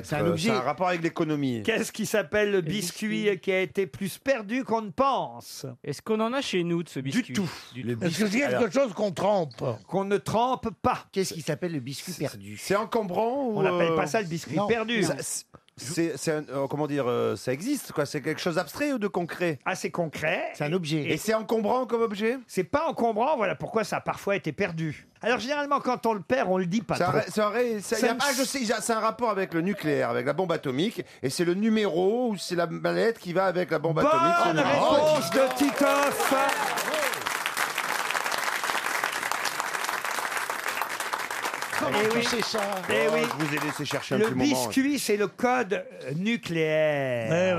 Speaker 16: euh, rapport avec l'économie.
Speaker 3: Qu'est-ce qui s'appelle le biscuit qui a été plus perdu qu'on ne pense
Speaker 18: Est-ce qu'on en a chez nous de ce biscuit
Speaker 3: Du tout.
Speaker 14: Est-ce que c'est quelque chose qu'on trempe
Speaker 3: Qu'on ne trempe pas.
Speaker 5: Qu'est-ce qui s'appelle le biscuit perdu
Speaker 16: C'est encombrant ou euh,
Speaker 5: On n'appelle pas ça
Speaker 3: le biscuit perdu.
Speaker 16: Ça- c'est- C'est, c'est un- euh, comment dire, euh, ça existe quoi. C'est quelque chose d'abstrait ou de concret
Speaker 3: Ah, c'est concret.
Speaker 5: C'est un objet.
Speaker 16: Et c'est encombrant comme objet
Speaker 3: C'est pas encombrant, voilà pourquoi ça a parfois été perdu. Alors généralement, quand on le perd, on le dit pas
Speaker 16: Ça
Speaker 3: trop.
Speaker 16: aurait- ça aurait- ça-
Speaker 3: Ça
Speaker 16: y a-
Speaker 3: ne-
Speaker 16: ah, je sais, y a- c'est un rapport avec le nucléaire, avec la bombe atomique, et c'est le numéro ou c'est la mallette qui va avec la bombe
Speaker 3: Bonne
Speaker 16: atomique. c'est le numéro.
Speaker 3: réponse de Titoff
Speaker 13: Comment
Speaker 3: Eh
Speaker 13: tu
Speaker 3: oui.
Speaker 13: sais ça
Speaker 3: Eh oui.
Speaker 16: Oh, Je vous ai laissé chercher un
Speaker 3: Le
Speaker 16: petit moment. hein.
Speaker 3: biscuit, c'est le code euh, nucléaire.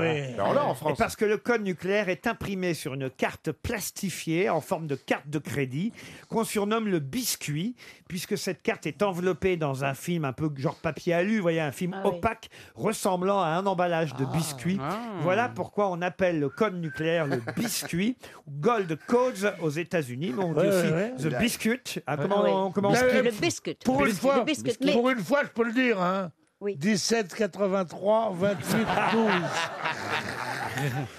Speaker 16: Eh oui. Alors là, en France.
Speaker 3: Et parce que le code nucléaire est imprimé sur une carte plastifiée en forme de carte de crédit qu'on surnomme le biscuit, puisque cette carte est enveloppée dans un film un peu genre papier alu, vous voyez, un film
Speaker 14: Ah
Speaker 1: oui.
Speaker 3: opaque ressemblant à un emballage de biscuit. Voilà pourquoi on appelle le code nucléaire le biscuit, ou Gold Codes aux États-Unis, mais on dit
Speaker 14: Ouais,
Speaker 3: aussi
Speaker 14: ouais, ouais.
Speaker 3: The Biscuit. Ah, comment on comment on-
Speaker 14: Mais-
Speaker 17: biscuit.
Speaker 14: Pour une
Speaker 17: Biscuit,
Speaker 14: fois,
Speaker 17: le biscuit, mais-
Speaker 14: pour une fois, je peux le dire, hein. 17, 83, 28, 12.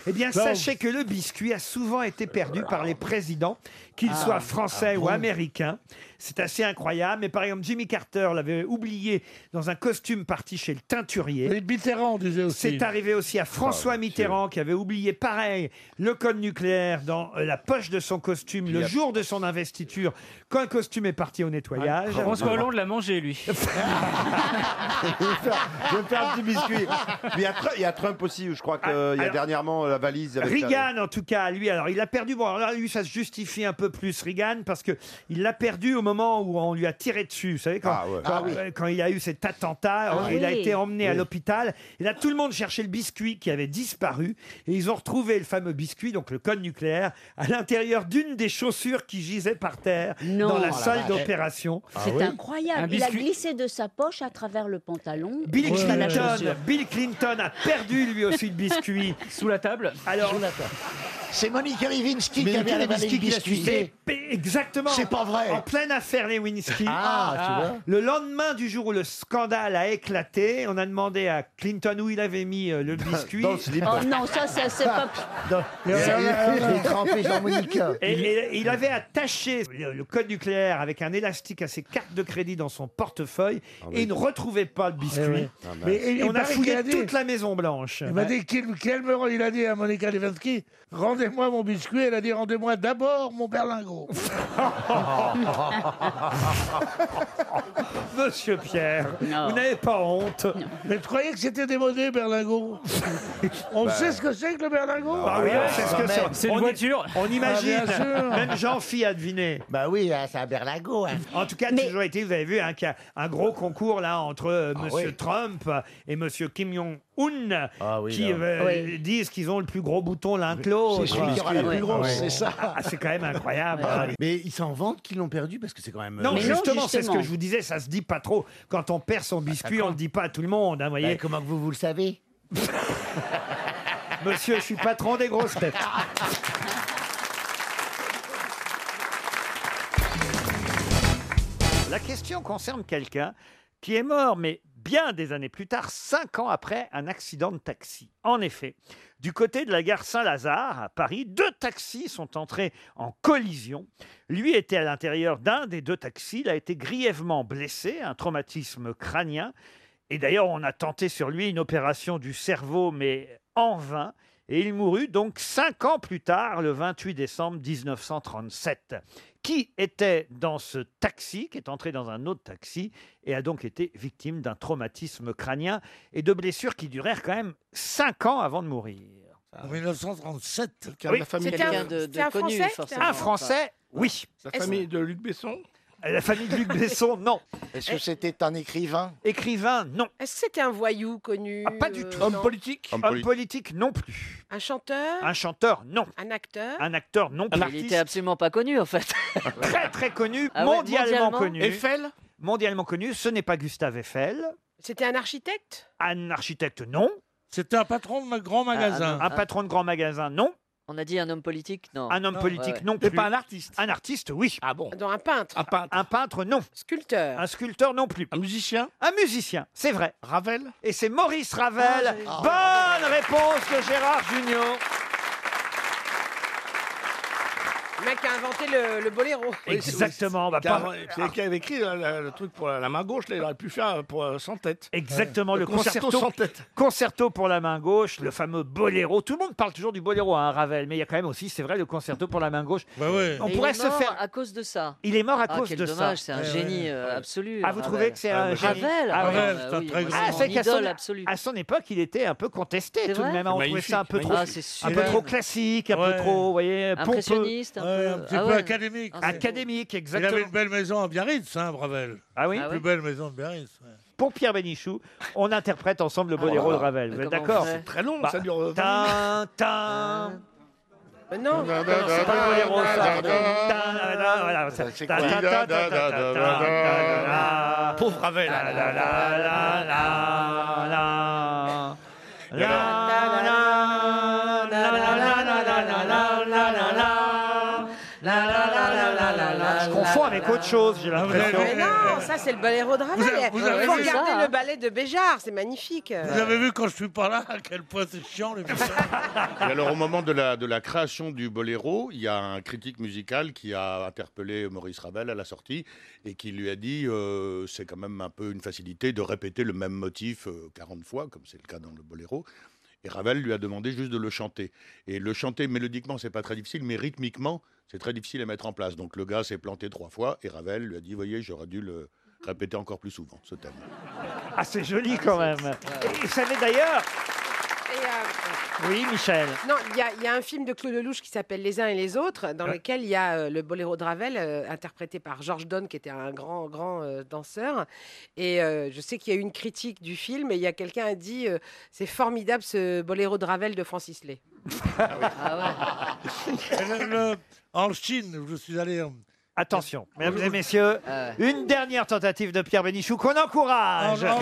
Speaker 3: Eh bien,
Speaker 14: Non.
Speaker 3: sachez que le biscuit a souvent été perdu par les présidents, qu'ils
Speaker 1: Ah,
Speaker 3: soient français
Speaker 1: ah
Speaker 3: ou
Speaker 1: bon
Speaker 3: américains. C'est assez incroyable. Mais par exemple, Jimmy Carter l'avait oublié dans un costume parti chez le teinturier.
Speaker 14: Et Mitterrand disait aussi.
Speaker 3: C'est arrivé aussi à François Mitterrand qui avait oublié pareil le code nucléaire dans euh, la poche de son costume le jour de son investiture quand le costume est parti au nettoyage.
Speaker 18: Ah, François Hollande l'a
Speaker 16: hein.
Speaker 18: mangé, lui.
Speaker 16: je vais faire- je vais faire un petit biscuit. Mais Il y, a Tru- il y a Trump aussi, où je crois qu'il y a
Speaker 3: Ah, alors-
Speaker 16: dernièrement euh, la valise. Avec la-
Speaker 3: Reagan, en tout cas, lui, alors il a perdu. Bon, alors là, lui, ça se justifie un peu plus, Reagan, parce que il l'a perdu au moment où on lui a tiré dessus. Vous savez, quand,
Speaker 16: Ah ouais.
Speaker 3: quand,
Speaker 16: Ah oui.
Speaker 3: euh, quand il y a eu cet attentat,
Speaker 16: Ah
Speaker 3: euh, il a
Speaker 16: oui.
Speaker 3: été emmené à
Speaker 16: Oui.
Speaker 3: l'hôpital. Et là, tout le monde cherchait le biscuit qui avait disparu. Et ils ont retrouvé le fameux biscuit, donc le code nucléaire, à l'intérieur d'une des chaussures qui gisait par terre
Speaker 17: Non.
Speaker 3: dans
Speaker 17: Oh la
Speaker 3: la salle
Speaker 17: vache.
Speaker 3: d'opération.
Speaker 17: C'est
Speaker 16: Ah
Speaker 17: incroyable. Il a glissé de sa poche à travers le pantalon.
Speaker 3: Bill
Speaker 17: jusqu'à la
Speaker 3: Clinton,
Speaker 17: chaussure.
Speaker 3: Bill Clinton a perdu lui aussi le biscuit.
Speaker 18: Sous la table
Speaker 3: Alors,
Speaker 13: C'est Monique Rivinsky qui
Speaker 3: Mais
Speaker 13: avait
Speaker 3: quel
Speaker 13: avalé
Speaker 3: whisky
Speaker 13: le
Speaker 3: qui l'a
Speaker 13: biscuit.
Speaker 3: sucé Mais Exactement.
Speaker 13: C'est pas vrai.
Speaker 3: En pleine affaire les Lewinsky.
Speaker 13: Ah, tu vois.
Speaker 3: Le lendemain du jour où le scandale a éclaté, on a demandé à Clinton où il avait mis euh, le biscuit.
Speaker 16: Dans le slip.
Speaker 17: Oh non, ça, ça, c'est pas.
Speaker 13: Il est trempé dans Monica.
Speaker 3: Et, et- et il avait attaché le, le code nucléaire avec un élastique à ses cartes de crédit dans son portefeuille
Speaker 13: Ah
Speaker 14: oui.
Speaker 3: et il ne retrouvait pas le biscuit.
Speaker 14: Eh oui. Ah, mince. Mais- et-
Speaker 3: Et
Speaker 14: et
Speaker 3: on a
Speaker 14: Barry
Speaker 3: fouillé
Speaker 14: Kennedy-
Speaker 3: toute la Maison Blanche.
Speaker 14: Il m'a dit qu'il quel me rend- il a dit à Monica Lewinsky, rendez-moi mon biscuit. Elle a dit, rendez-moi d'abord mon berlingot.
Speaker 3: Monsieur Pierre, vous n'avez pas honte.
Speaker 14: Mais tu croyais que c'était démodé, berlingot On
Speaker 3: Bah.
Speaker 14: sait ce que c'est que le berlingot
Speaker 3: Ah oui, on sait ce que c'est. On i- On imagine.
Speaker 14: Ah, bien sûr.
Speaker 3: Même Jean-Phi a deviné.
Speaker 13: Bah oui, hein, c'est un berlingot. hein.
Speaker 3: En tout cas, toujours été, vous avez vu, hein, qu'il y a un gros concours là entre
Speaker 13: Ah
Speaker 3: euh, Monsieur
Speaker 13: oui.
Speaker 3: Trump et Monsieur Kim Jong-un
Speaker 14: Ah,
Speaker 13: Ah oui,
Speaker 3: qui
Speaker 13: là.
Speaker 3: euh, disent qu'ils ont le plus gros bouton l'un que l'autre.
Speaker 13: C'est celui qui aura la plus grosse, c'est ça.
Speaker 3: Ah, c'est quand même incroyable. hein.
Speaker 13: Mais ils s'en vantent qu'ils l'ont perdu parce que c'est quand même.
Speaker 3: Non,
Speaker 13: euh,
Speaker 3: justement, c'est ce que je vous disais, ça se dit pas trop. Quand on perd son biscuit, on le dit pas à tout le monde. hein, voyez.
Speaker 13: Ah, Bah, comment que vous, vous le savez
Speaker 3: Monsieur, je suis patron des grosses têtes.
Speaker 5: Ah,
Speaker 3: La question concerne quelqu'un qui est mort, mais bien des années plus tard, cinq ans après un accident de taxi. En effet, du côté de la gare Saint-Lazare, à Paris, deux taxis sont entrés en collision. Lui était à l'intérieur d'un des deux taxis. Il a été grièvement blessé, un traumatisme crânien. Et d'ailleurs, on a tenté sur lui une opération du cerveau, mais en vain. Et il mourut donc cinq ans plus tard, le 28 décembre 1937. Qui était dans ce taxi, qui est entré dans un autre taxi, et a donc été victime d'un traumatisme crânien et de blessures qui durèrent quand même cinq ans avant de mourir.
Speaker 14: En 1937,
Speaker 3: Oui. Un Français, oui. Euh,
Speaker 24: La famille de Luc Besson
Speaker 3: La famille de Luc Besson, non.
Speaker 24: Est-ce que c'était un écrivain
Speaker 3: Écrivain, non.
Speaker 11: Est-ce que c'était un voyou connu
Speaker 3: Pas du
Speaker 11: euh,
Speaker 3: tout.
Speaker 11: non
Speaker 3: Homme politique, non plus.
Speaker 11: Un chanteur
Speaker 3: Un chanteur, non.
Speaker 11: Un acteur
Speaker 3: Un acteur, non
Speaker 11: Ah, mais
Speaker 3: plus.
Speaker 11: il était
Speaker 3: absolument pas connu, en fait. très, très connu,
Speaker 11: Ah ouais,
Speaker 3: mondialement,
Speaker 11: mondialement
Speaker 3: connu.
Speaker 11: Eiffel
Speaker 3: Mondialement connu, ce n'est pas Gustave Eiffel.
Speaker 11: C'était un architecte
Speaker 3: Un architecte, non.
Speaker 14: C'était un patron de grand magasin.
Speaker 3: Un patron de grand magasin, non.
Speaker 29: On a dit un homme politique Non.
Speaker 3: Un homme politique, non plus. artiste. Un artiste, oui. Ah bon
Speaker 11: Dans un peintre.
Speaker 3: Un peintre. non.
Speaker 11: Sculpteur.
Speaker 3: Un sculpteur, non plus. Un musicien Un musicien, c'est vrai. Ravel Et c'est Maurice Ravel.
Speaker 11: Ah,
Speaker 3: Bonne réponse de Gérard Junior.
Speaker 11: Le mec qui a inventé le, le boléro.
Speaker 3: Exactement, bah,
Speaker 30: Car-
Speaker 3: par-
Speaker 30: C'est qui avait écrit
Speaker 14: euh,
Speaker 30: là, le, le truc pour la, la main gauche, là, il aurait pu faire euh, pour, euh, sans tête.
Speaker 3: Exactement, le concerto,
Speaker 30: sans tête.
Speaker 3: concerto pour la main gauche, le fameux boléro. Tout le monde parle toujours du boléro à Ravel, mais il y a quand même aussi, c'est vrai, le concerto pour la main gauche. On
Speaker 29: Et
Speaker 3: pourrait
Speaker 29: il est
Speaker 3: se
Speaker 29: mort
Speaker 3: faire.
Speaker 29: à cause de ça.
Speaker 3: Il est mort à
Speaker 29: Ah,
Speaker 3: cause
Speaker 29: quel
Speaker 3: de
Speaker 29: dommage,
Speaker 3: ça.
Speaker 29: C'est un
Speaker 3: Ouais,
Speaker 29: génie
Speaker 3: ouais.
Speaker 29: euh, absolu.
Speaker 3: Ah, vous trouvez que c'est un génie
Speaker 29: Ravel,
Speaker 3: Ah,
Speaker 29: ouais,
Speaker 3: Ravel,
Speaker 29: bah
Speaker 3: c'est un
Speaker 29: oui,
Speaker 3: très
Speaker 29: moi,
Speaker 3: grand- Ah,
Speaker 29: c'est
Speaker 3: c'est
Speaker 29: mon
Speaker 3: qu'à son-
Speaker 29: idole absolue.
Speaker 3: À son époque, il était un peu contesté
Speaker 29: C'est
Speaker 3: tout de
Speaker 29: vrai
Speaker 3: même. hein. On trouvait
Speaker 29: Magnifique,
Speaker 3: ça un peu trop,
Speaker 29: magnifique. Ah, c'est
Speaker 3: un peu
Speaker 29: super.
Speaker 3: trop classique, un peu
Speaker 14: Ouais.
Speaker 3: trop, vous voyez, pompeux.
Speaker 29: Impressionniste, un Ouais, peu. un petit Ah peu ouais. académique. Ah, c'est
Speaker 3: Académique,
Speaker 14: Il avait
Speaker 3: exactement.
Speaker 14: une belle maison à Biarritz, hein, Bravel.
Speaker 3: Ah oui
Speaker 14: La plus belle maison de Biarritz.
Speaker 3: Pour Pierre Bénichou, on interprète ensemble le
Speaker 14: Ah,
Speaker 3: boléro
Speaker 14: voilà.
Speaker 3: de Ravel.
Speaker 14: Mais
Speaker 3: Vous êtes
Speaker 14: comment on
Speaker 3: d'accord Bah,
Speaker 14: fait C'est très long, ça dure 20
Speaker 3: Tin, tin,
Speaker 11: Mais non,
Speaker 3: Non, c'est pas le boléro, ça. Tin, tin, tin, voilà, ça. Tin, tin, tin, tin, tin, tin, tin, tin, tin.
Speaker 30: Pauvre Ravel.
Speaker 3: La, la, la, la, la, la. La, la, la, la, la, la, la, la, la, la, la. La, la, la, la, la, la, la,
Speaker 11: Je
Speaker 3: confonds avec autre chose, j'ai l'impression.
Speaker 11: Mais non, Oh, ça c'est le boléro de
Speaker 14: Vous avez-
Speaker 11: Ravel.
Speaker 14: vous avez
Speaker 11: Il faut
Speaker 14: vu
Speaker 11: regarder
Speaker 14: ça, hein
Speaker 11: le ballet de Béjart, c'est magnifique.
Speaker 29: Euh.
Speaker 14: Vous avez vu quand je suis pas là à quel point c'est chiant les musiciens
Speaker 13: Et alors, au moment de la, de la création du boléro, il y a un critique musical qui a interpellé Maurice Ravel à la sortie et qui lui a dit euh, c'est quand même un peu une facilité de répéter le même motif euh, 40 fois, comme c'est le cas dans le boléro. Et Ravel lui a demandé juste de le chanter. Et le chanter mélodiquement, c'est pas très difficile, mais rythmiquement, c'est très difficile à mettre en place. Donc le gars s'est planté trois fois et Ravel lui a dit voyez, j'aurais dû le répéter encore plus souvent, ce thème.
Speaker 3: Ah, c'est joli quand même. Et vous savez d'ailleurs.
Speaker 11: Et, euh,
Speaker 3: Oui, Michel.
Speaker 11: non, il y, a- il y a un film de Claude Lelouch qui s'appelle Les uns et les autres, dans lequel il y a euh, le boléro de Ravel, euh, interprété par Georges Donne, qui était un grand, grand euh, danseur. Et euh, je sais qu'il y a eu une critique du film, et il y a quelqu'un qui a dit euh, C'est formidable ce boléro de Ravel de Francis Lay.
Speaker 29: Ah
Speaker 14: Et le- le- Euh, En Chine, je suis allé. en-
Speaker 3: Attention, mesdames et messieurs, une dernière tentative de Pierre Bénichou qu'on encourage.
Speaker 14: En- en-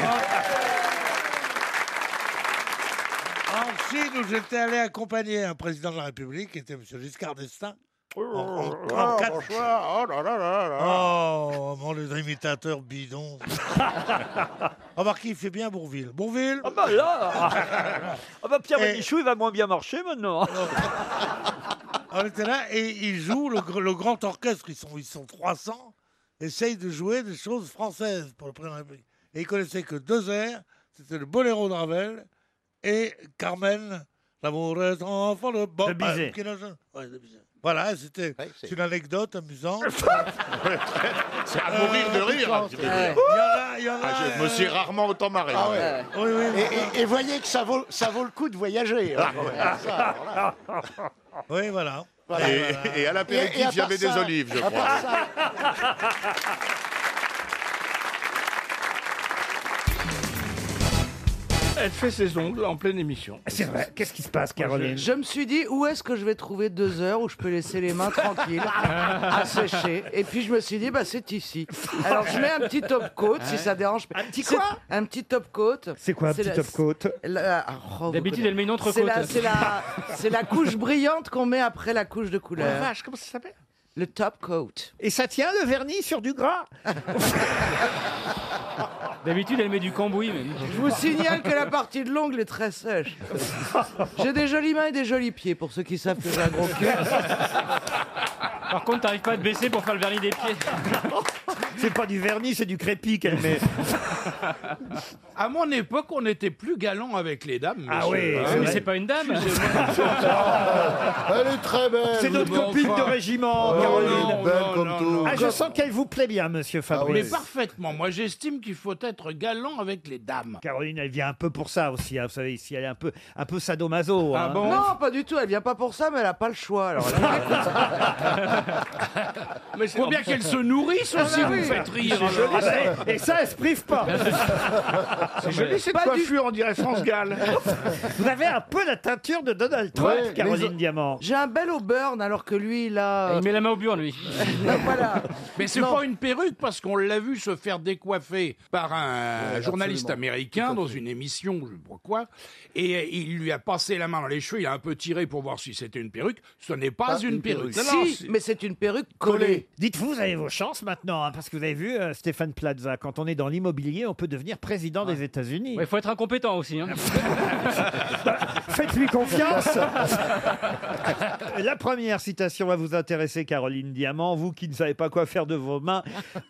Speaker 14: En Chine, où j'étais allé accompagner un président de la République, qui était M. Giscard d'Estaing. En, en
Speaker 3: Oh.
Speaker 14: 34.
Speaker 24: Oh
Speaker 14: Oh, mon les imitateurs bidons. Remarquez, il fait bien Bourville. Bourville
Speaker 3: Ah bah là Ah bah Pierre Bénichou, il va moins bien marcher maintenant.
Speaker 14: On était là et ils jouent le, gr- le grand orchestre, ils sont, ils sont 300, essayent de jouer des choses françaises pour le président de la République. Et ils connaissaient que deux airs, c'était le boléro de Ravel et Carmen, l'amour est enfant de bon.
Speaker 3: De Bizet.
Speaker 14: Ah, qui n'a- ouais, de Bizet. Voilà, c'était c'est une anecdote amusante.
Speaker 13: C'est à mourir de rire, hein, je veux dire.
Speaker 14: Euh, Il y en a, il y en a.
Speaker 3: Oh,
Speaker 13: Ah,
Speaker 3: euh,
Speaker 13: je me suis rarement autant marré.
Speaker 5: Ah ouais.
Speaker 14: Oui, oui,
Speaker 5: Et- et, et voyez que ça vaut, ça vaut le coup de voyager. hein.
Speaker 3: Ah,
Speaker 5: Ça, alors là.
Speaker 14: Oui, voilà.
Speaker 13: Et-
Speaker 14: voilà.
Speaker 13: et à l'apéritif, il y avait des olives, je
Speaker 5: à
Speaker 13: crois.
Speaker 5: part ça-
Speaker 30: Elle fait ses ongles en pleine émission.
Speaker 3: Ah, C'est vrai. Qu'est-ce qui se passe,
Speaker 30: Caroline
Speaker 4: Je me suis dit, où est-ce que je vais trouver deux heures où je peux laisser les mains tranquilles, à sécher Et puis je me suis dit, bah c'est ici. Alors je mets un petit top coat, si ça dérange pas. Un petit quoi Un petit top coat.
Speaker 3: C'est quoi un
Speaker 4: la-
Speaker 3: petit top coat
Speaker 4: la- ah, oh, vous
Speaker 8: D'habitude,
Speaker 4: connaissez.
Speaker 8: elle met une autre
Speaker 4: C'est
Speaker 8: côte.
Speaker 4: la- C'est la, c'est la couche brillante qu'on met après la couche de couleur.
Speaker 3: Oh la
Speaker 4: comment ça s'appelle Le top coat.
Speaker 3: Et ça tient le vernis sur du gras
Speaker 8: D'habitude, elle met du cambouis. Mais...
Speaker 4: Je vous signale que la partie de l'ongle est très sèche. J'ai des jolies mains et des jolis pieds, pour ceux qui savent que j'ai un gros cul.
Speaker 8: Par contre, t'arrives pas à te baisser pour faire le vernis des pieds.
Speaker 3: C'est pas du vernis, c'est du crépi qu'elle met.
Speaker 30: À mon époque, on était plus galant avec les dames.
Speaker 3: Ah oui,
Speaker 30: monsieur.
Speaker 3: c'est vrai.
Speaker 8: une dame.
Speaker 14: Ah,
Speaker 30: Elle est très belle.
Speaker 3: C'est notre copine de régiment,
Speaker 30: Oh,
Speaker 3: Caroline.
Speaker 30: non, Belle non, comme non, tout. non. Ah
Speaker 3: Ah, je sens qu'elle vous plaît bien, monsieur
Speaker 30: Mais
Speaker 3: Fabrice.
Speaker 30: parfaitement. Moi, j'estime qu'il faut être galant avec les dames.
Speaker 3: Caroline, elle vient un peu pour ça aussi. hein. Vous savez, ici, elle est un peu, un peu sadomaso.
Speaker 30: Ah
Speaker 3: hein.
Speaker 4: Non, pas du tout. Elle vient pas pour ça, mais elle a pas le choix. Alors, elle
Speaker 30: Mais
Speaker 4: c'est-
Speaker 30: Faut bien qu'elles se nourrissent
Speaker 4: Ah
Speaker 30: aussi,
Speaker 4: bah
Speaker 30: vous
Speaker 4: oui.
Speaker 30: faites rire.
Speaker 4: C'est joli,
Speaker 30: alors.
Speaker 4: ça.
Speaker 3: Et ça, elle se prive pas.
Speaker 30: C'est joli cette
Speaker 3: Pas du-
Speaker 30: coiffure, on dirait France Gall.
Speaker 3: Vous avez un peu la teinture de Donald Trump,
Speaker 4: Ouais,
Speaker 3: Caroline
Speaker 4: mais-
Speaker 3: Diamant.
Speaker 14: Eh,
Speaker 4: J'ai un bel auburn alors que lui, euh, il a.
Speaker 8: Il met la main au bureau, lui.
Speaker 4: voilà.
Speaker 14: Ah, Mais c'est
Speaker 15: Non.
Speaker 14: pas une perruque parce qu'on l'a vu se faire décoiffer par un
Speaker 15: Ouais,
Speaker 14: journaliste
Speaker 15: absolument.
Speaker 14: américain dans une émission, je ne sais pas quoi, et euh, il lui a passé la main dans les cheveux, il a un peu tiré pour voir si c'était une perruque. Ce n'est pas, une, perruque.
Speaker 4: Si, mais c'est une perruque collée.
Speaker 14: Collée.
Speaker 3: Dites-vous, vous avez vos chances maintenant, hein, parce que vous avez vu euh, Stéphane Plaza, quand on est dans l'immobilier, on peut devenir président des États-Unis. Bah,
Speaker 8: Il faut être incompétent aussi. hein.
Speaker 3: Faites-lui confiance. La première citation va vous intéresser, Caroline Diamant. Vous qui ne savez pas quoi faire de vos mains,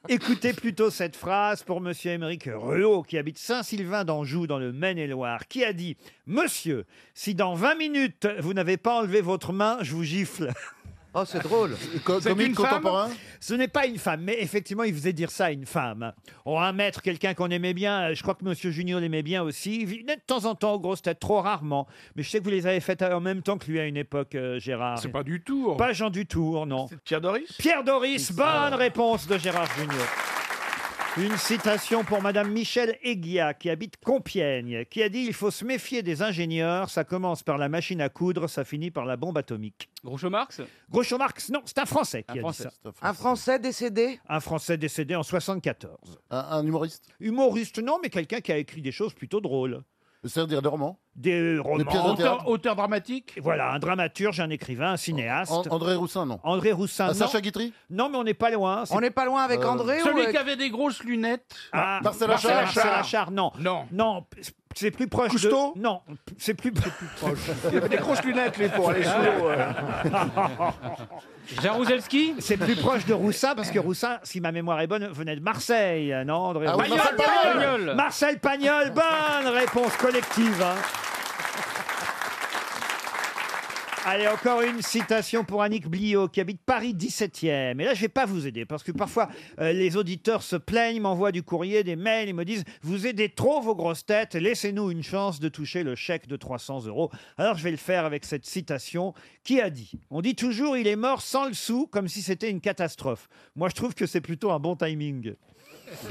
Speaker 3: écoutez plutôt cette phrase pour Monsieur Émeric Ruot, qui habite Saint-Sylvain d'Anjou, dans le Maine-et-Loire, qui a dit Monsieur, si dans 20 minutes vous n'avez pas enlevé votre main, je vous gifle.
Speaker 4: Oh, c'est drôle.
Speaker 3: Co-
Speaker 4: C'est une femme
Speaker 3: Ce n'est pas une femme, mais effectivement, il faisait dire ça à une femme. On va mettre quelqu'un qu'on aimait bien. euh, Je crois que Monsieur Junior l'aimait bien aussi. Il venait de temps en temps, grosse tête, trop rarement. Mais je sais que vous les avez faites en même temps que lui à une époque, euh, Gérard.
Speaker 14: C'est pas du tout.
Speaker 3: Pas Jean Dutour, non.
Speaker 14: Pierre Doris
Speaker 3: Pierre Doris, bonne réponse de Gérard Junior. Une citation pour Madame Michel Eguia, qui habite Compiègne, qui a dit Il faut se méfier des ingénieurs, ça commence par la machine à coudre, ça finit par la bombe atomique.
Speaker 8: Groucho Marx
Speaker 3: Groucho Marx, non, c'est un Français qui a
Speaker 8: Français,
Speaker 3: dit
Speaker 8: c'est
Speaker 3: ça.
Speaker 8: un
Speaker 4: Un Français décédé
Speaker 3: Un Français décédé en 74. Un, humoriste Humoriste, non, mais quelqu'un qui a écrit des choses plutôt drôles. C'est-à-dire des romans Des
Speaker 14: pièces de
Speaker 3: romans.
Speaker 14: Auteur- théâtre dramatique
Speaker 3: Voilà, un dramaturge, un écrivain, un cinéaste.
Speaker 14: An- André Roussin,
Speaker 3: non André Roussin,
Speaker 14: Ah,
Speaker 3: non.
Speaker 14: Sacha
Speaker 3: Guitry Non, mais on n'est pas loin. hein, c'est- Euh,
Speaker 4: On n'est pas loin avec André ou
Speaker 14: Celui
Speaker 4: avec-
Speaker 14: qui avait des grosses lunettes.
Speaker 3: Ah,
Speaker 14: Marcel
Speaker 3: Marcel
Speaker 14: Achard.
Speaker 3: Achard, Achard, non. Non. p- c'est plus proche de... Non, p- c'est plus... proche.
Speaker 15: Il y avait des grosses lunettes, lui, pour aller sous l'eau,
Speaker 14: euh.
Speaker 15: euh.
Speaker 3: Jaruzelski C'est plus proche de Roussin, parce que Roussin, si ma mémoire est bonne, venait de Marseille, non, André
Speaker 15: Ah oui,
Speaker 3: Roussin
Speaker 15: Marcel Pagnol. Pagnol.
Speaker 3: Marcel Pagnol, bonne réponse collective hein. Allez, encore une citation pour Annick Bliot, qui habite Paris 17e. Et là, je vais pas vous aider, parce que parfois, euh, les auditeurs se plaignent, m'envoient du courrier, des mails, ils me disent « Vous aidez trop vos grosses têtes, laissez-nous une chance de toucher le chèque de 300 euros. » Alors, je vais le faire avec cette citation qui a dit « On dit toujours « Il est mort sans le sou, comme si c'était une catastrophe. » Moi, je trouve que c'est plutôt un bon timing.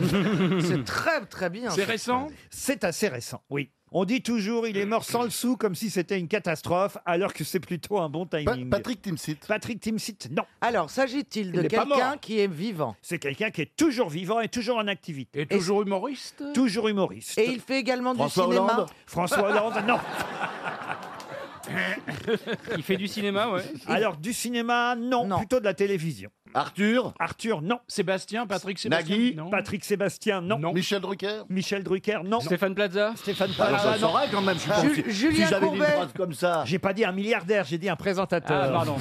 Speaker 4: C'est très très bien.
Speaker 3: C'est récent C'est assez récent, oui. On dit toujours il est mort sans le sou comme si c'était une catastrophe, alors que c'est plutôt un bon timing. Patrick Timsit. Patrick Timsit, non.
Speaker 4: Alors, s'agit-il de
Speaker 3: n'est pas
Speaker 4: quelqu'un
Speaker 3: mort.
Speaker 4: qui est vivant
Speaker 3: C'est quelqu'un qui est toujours vivant et toujours en activité. Et
Speaker 4: toujours
Speaker 3: humoriste Toujours humoriste.
Speaker 4: Et il fait également
Speaker 3: François
Speaker 4: du cinéma
Speaker 3: Hollande François Hollande, non.
Speaker 8: Il fait du cinéma, ouais.
Speaker 3: Alors, du cinéma, non, Plutôt de la télévision. Arthur Arthur, non. Sébastien Patrick
Speaker 8: Sébastien, Nagui non.
Speaker 3: Patrick Sébastien, non. Michel Drucker Michel Drucker, non.
Speaker 8: Stéphane
Speaker 3: Plaza Stéphane
Speaker 8: Ah,
Speaker 3: Plaza,
Speaker 8: ça
Speaker 3: bah, non.
Speaker 8: saurait quand même, je suis pas- Ju- si- si Julien j'avais dit une Courbet. phrase
Speaker 3: comme ça. J'ai pas dit un milliardaire, j'ai dit un présentateur.
Speaker 8: Ah, pardon.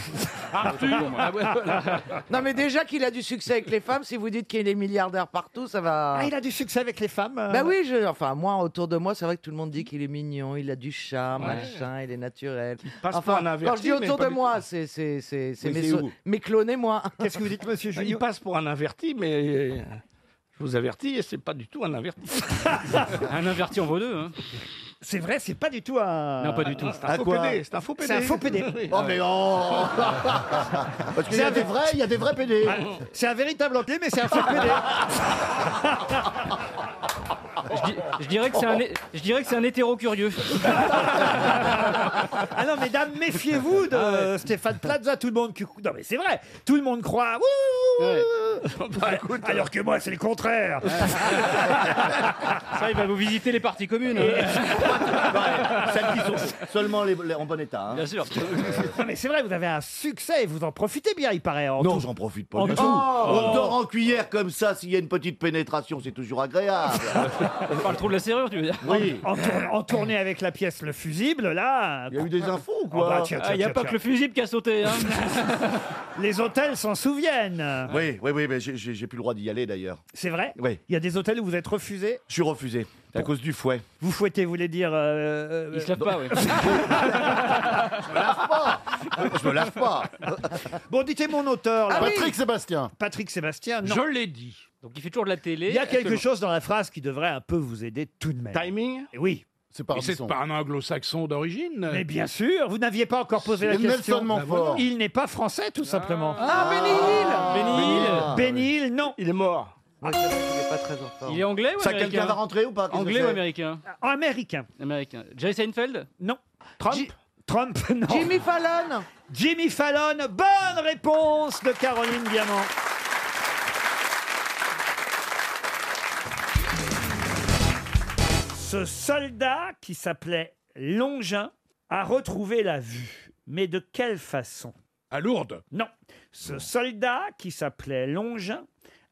Speaker 8: Arthur Ah, ouais, voilà.
Speaker 4: Non, mais déjà qu'il a du succès avec les femmes, si vous dites qu'il est milliardaire partout, ça va.
Speaker 3: Ah, il a du succès avec les femmes euh.
Speaker 4: Bah oui, je- enfin, moi, autour de moi, c'est vrai que tout le monde dit qu'il est mignon, il a du charme,
Speaker 31: Ouais.
Speaker 4: machin, il est naturel.
Speaker 31: passe
Speaker 4: enfin,
Speaker 31: pour un averti,
Speaker 4: quand je dis
Speaker 31: mais
Speaker 4: autour
Speaker 31: pas
Speaker 4: de
Speaker 31: du
Speaker 4: moi,
Speaker 31: tout.
Speaker 4: c'est c'est- c'est- c'est
Speaker 31: Oui,
Speaker 4: mes,
Speaker 31: c'est
Speaker 4: so-
Speaker 31: où
Speaker 4: mes clonés, moi.
Speaker 3: Qu'est-ce que vous dites, monsieur
Speaker 31: Il passe pour un averti, mais euh, je vous avertis, et c'est pas du tout un averti.
Speaker 8: Un inverti en vaut deux. hein.
Speaker 3: C'est vrai, c'est pas du tout un.
Speaker 8: Non, pas du tout. Ah,
Speaker 31: C'est un faux PD, c'est un faux
Speaker 3: C'est un
Speaker 31: PD.
Speaker 3: faux PD.
Speaker 31: Oui.
Speaker 5: Oh, mais oh
Speaker 3: Parce
Speaker 5: qu'il y a des vrais- il y a des vrais PD.
Speaker 3: Ah, C'est un véritable anglais, mais c'est un faux PD.
Speaker 8: Je, di- je dirais que c'est un, hé- je dirais que c'est un hétéro curieux.
Speaker 3: Ah non, mesdames, méfiez-vous de
Speaker 5: Ah
Speaker 3: euh, Stéphane Plaza. Tout le monde. cou- Non, mais c'est vrai. Tout le monde croit. Ouh, ouh, ouh.
Speaker 5: Bah, hein.
Speaker 3: Alors que moi, c'est le contraire.
Speaker 8: Ça, il va vous visiter les parties communes. hein.
Speaker 13: Celles qui sont seulement les, les- en bon état. hein.
Speaker 8: Bien sûr.
Speaker 3: Non, mais c'est vrai, vous avez un succès et vous en profitez bien, il paraît. En
Speaker 13: Non,
Speaker 3: tout-
Speaker 13: j'en profite pas
Speaker 3: en
Speaker 13: du
Speaker 3: tout. Oh,
Speaker 13: tout.
Speaker 5: Oh,
Speaker 13: On dort en cuillère comme ça, s'il y a une petite pénétration, c'est toujours agréable.
Speaker 8: Par le trou de la serrure, tu veux dire
Speaker 13: Oui.
Speaker 3: En, tour- en tournée avec la pièce Le Fusible, là. bah, Il y a eu des infos ou
Speaker 8: Ah, Il n'y a pas que le fusible qui a sauté. Hein.
Speaker 3: Les hôtels s'en souviennent.
Speaker 13: Oui, oui, oui, mais j'ai- j'ai j'ai plus le droit d'y aller d'ailleurs.
Speaker 3: C'est vrai
Speaker 13: Oui.
Speaker 3: Il y a des hôtels où vous êtes refusé
Speaker 13: Je suis refusé à cause du fouet.
Speaker 3: Vous fouettez, vous voulez dire. Euh, Ils se lavent pas, oui.
Speaker 13: Je me lave pas. Ah
Speaker 3: Bon, dites mon auteur. là.
Speaker 13: Patrick Sébastien.
Speaker 3: Patrick Sébastien, non.
Speaker 8: Je l'ai dit. Donc il fait toujours de la télé.
Speaker 3: Il y a quelque chose dans la phrase qui devrait un peu vous aider tout de même. Timing Oui. C'est
Speaker 14: Et c'est pas un anglo-saxon d'origine
Speaker 3: Mais bien sûr, vous n'aviez pas encore posé la
Speaker 14: C'est Nelson
Speaker 3: question. Bah
Speaker 14: Montfort.
Speaker 3: Il n'est pas français, tout simplement.
Speaker 14: Ah, Benny Hill Benny Hill.
Speaker 3: Benny Hill, non. Il est mort.
Speaker 28: Ah,
Speaker 8: Il est anglais ou
Speaker 3: Ça,
Speaker 8: américain
Speaker 3: quelqu'un va rentrer
Speaker 13: ou pas
Speaker 8: Anglais ou américain
Speaker 3: Ah, Américain.
Speaker 8: Américain. Jerry Seinfeld
Speaker 3: Non.
Speaker 8: Trump
Speaker 3: Trump, non. Jimmy Fallon Jimmy Fallon, bonne réponse de Caroline Diamant. Ce soldat qui s'appelait Longin a retrouvé la vue. Mais de quelle façon
Speaker 24: À Lourdes
Speaker 3: Non. Ce soldat qui s'appelait Longin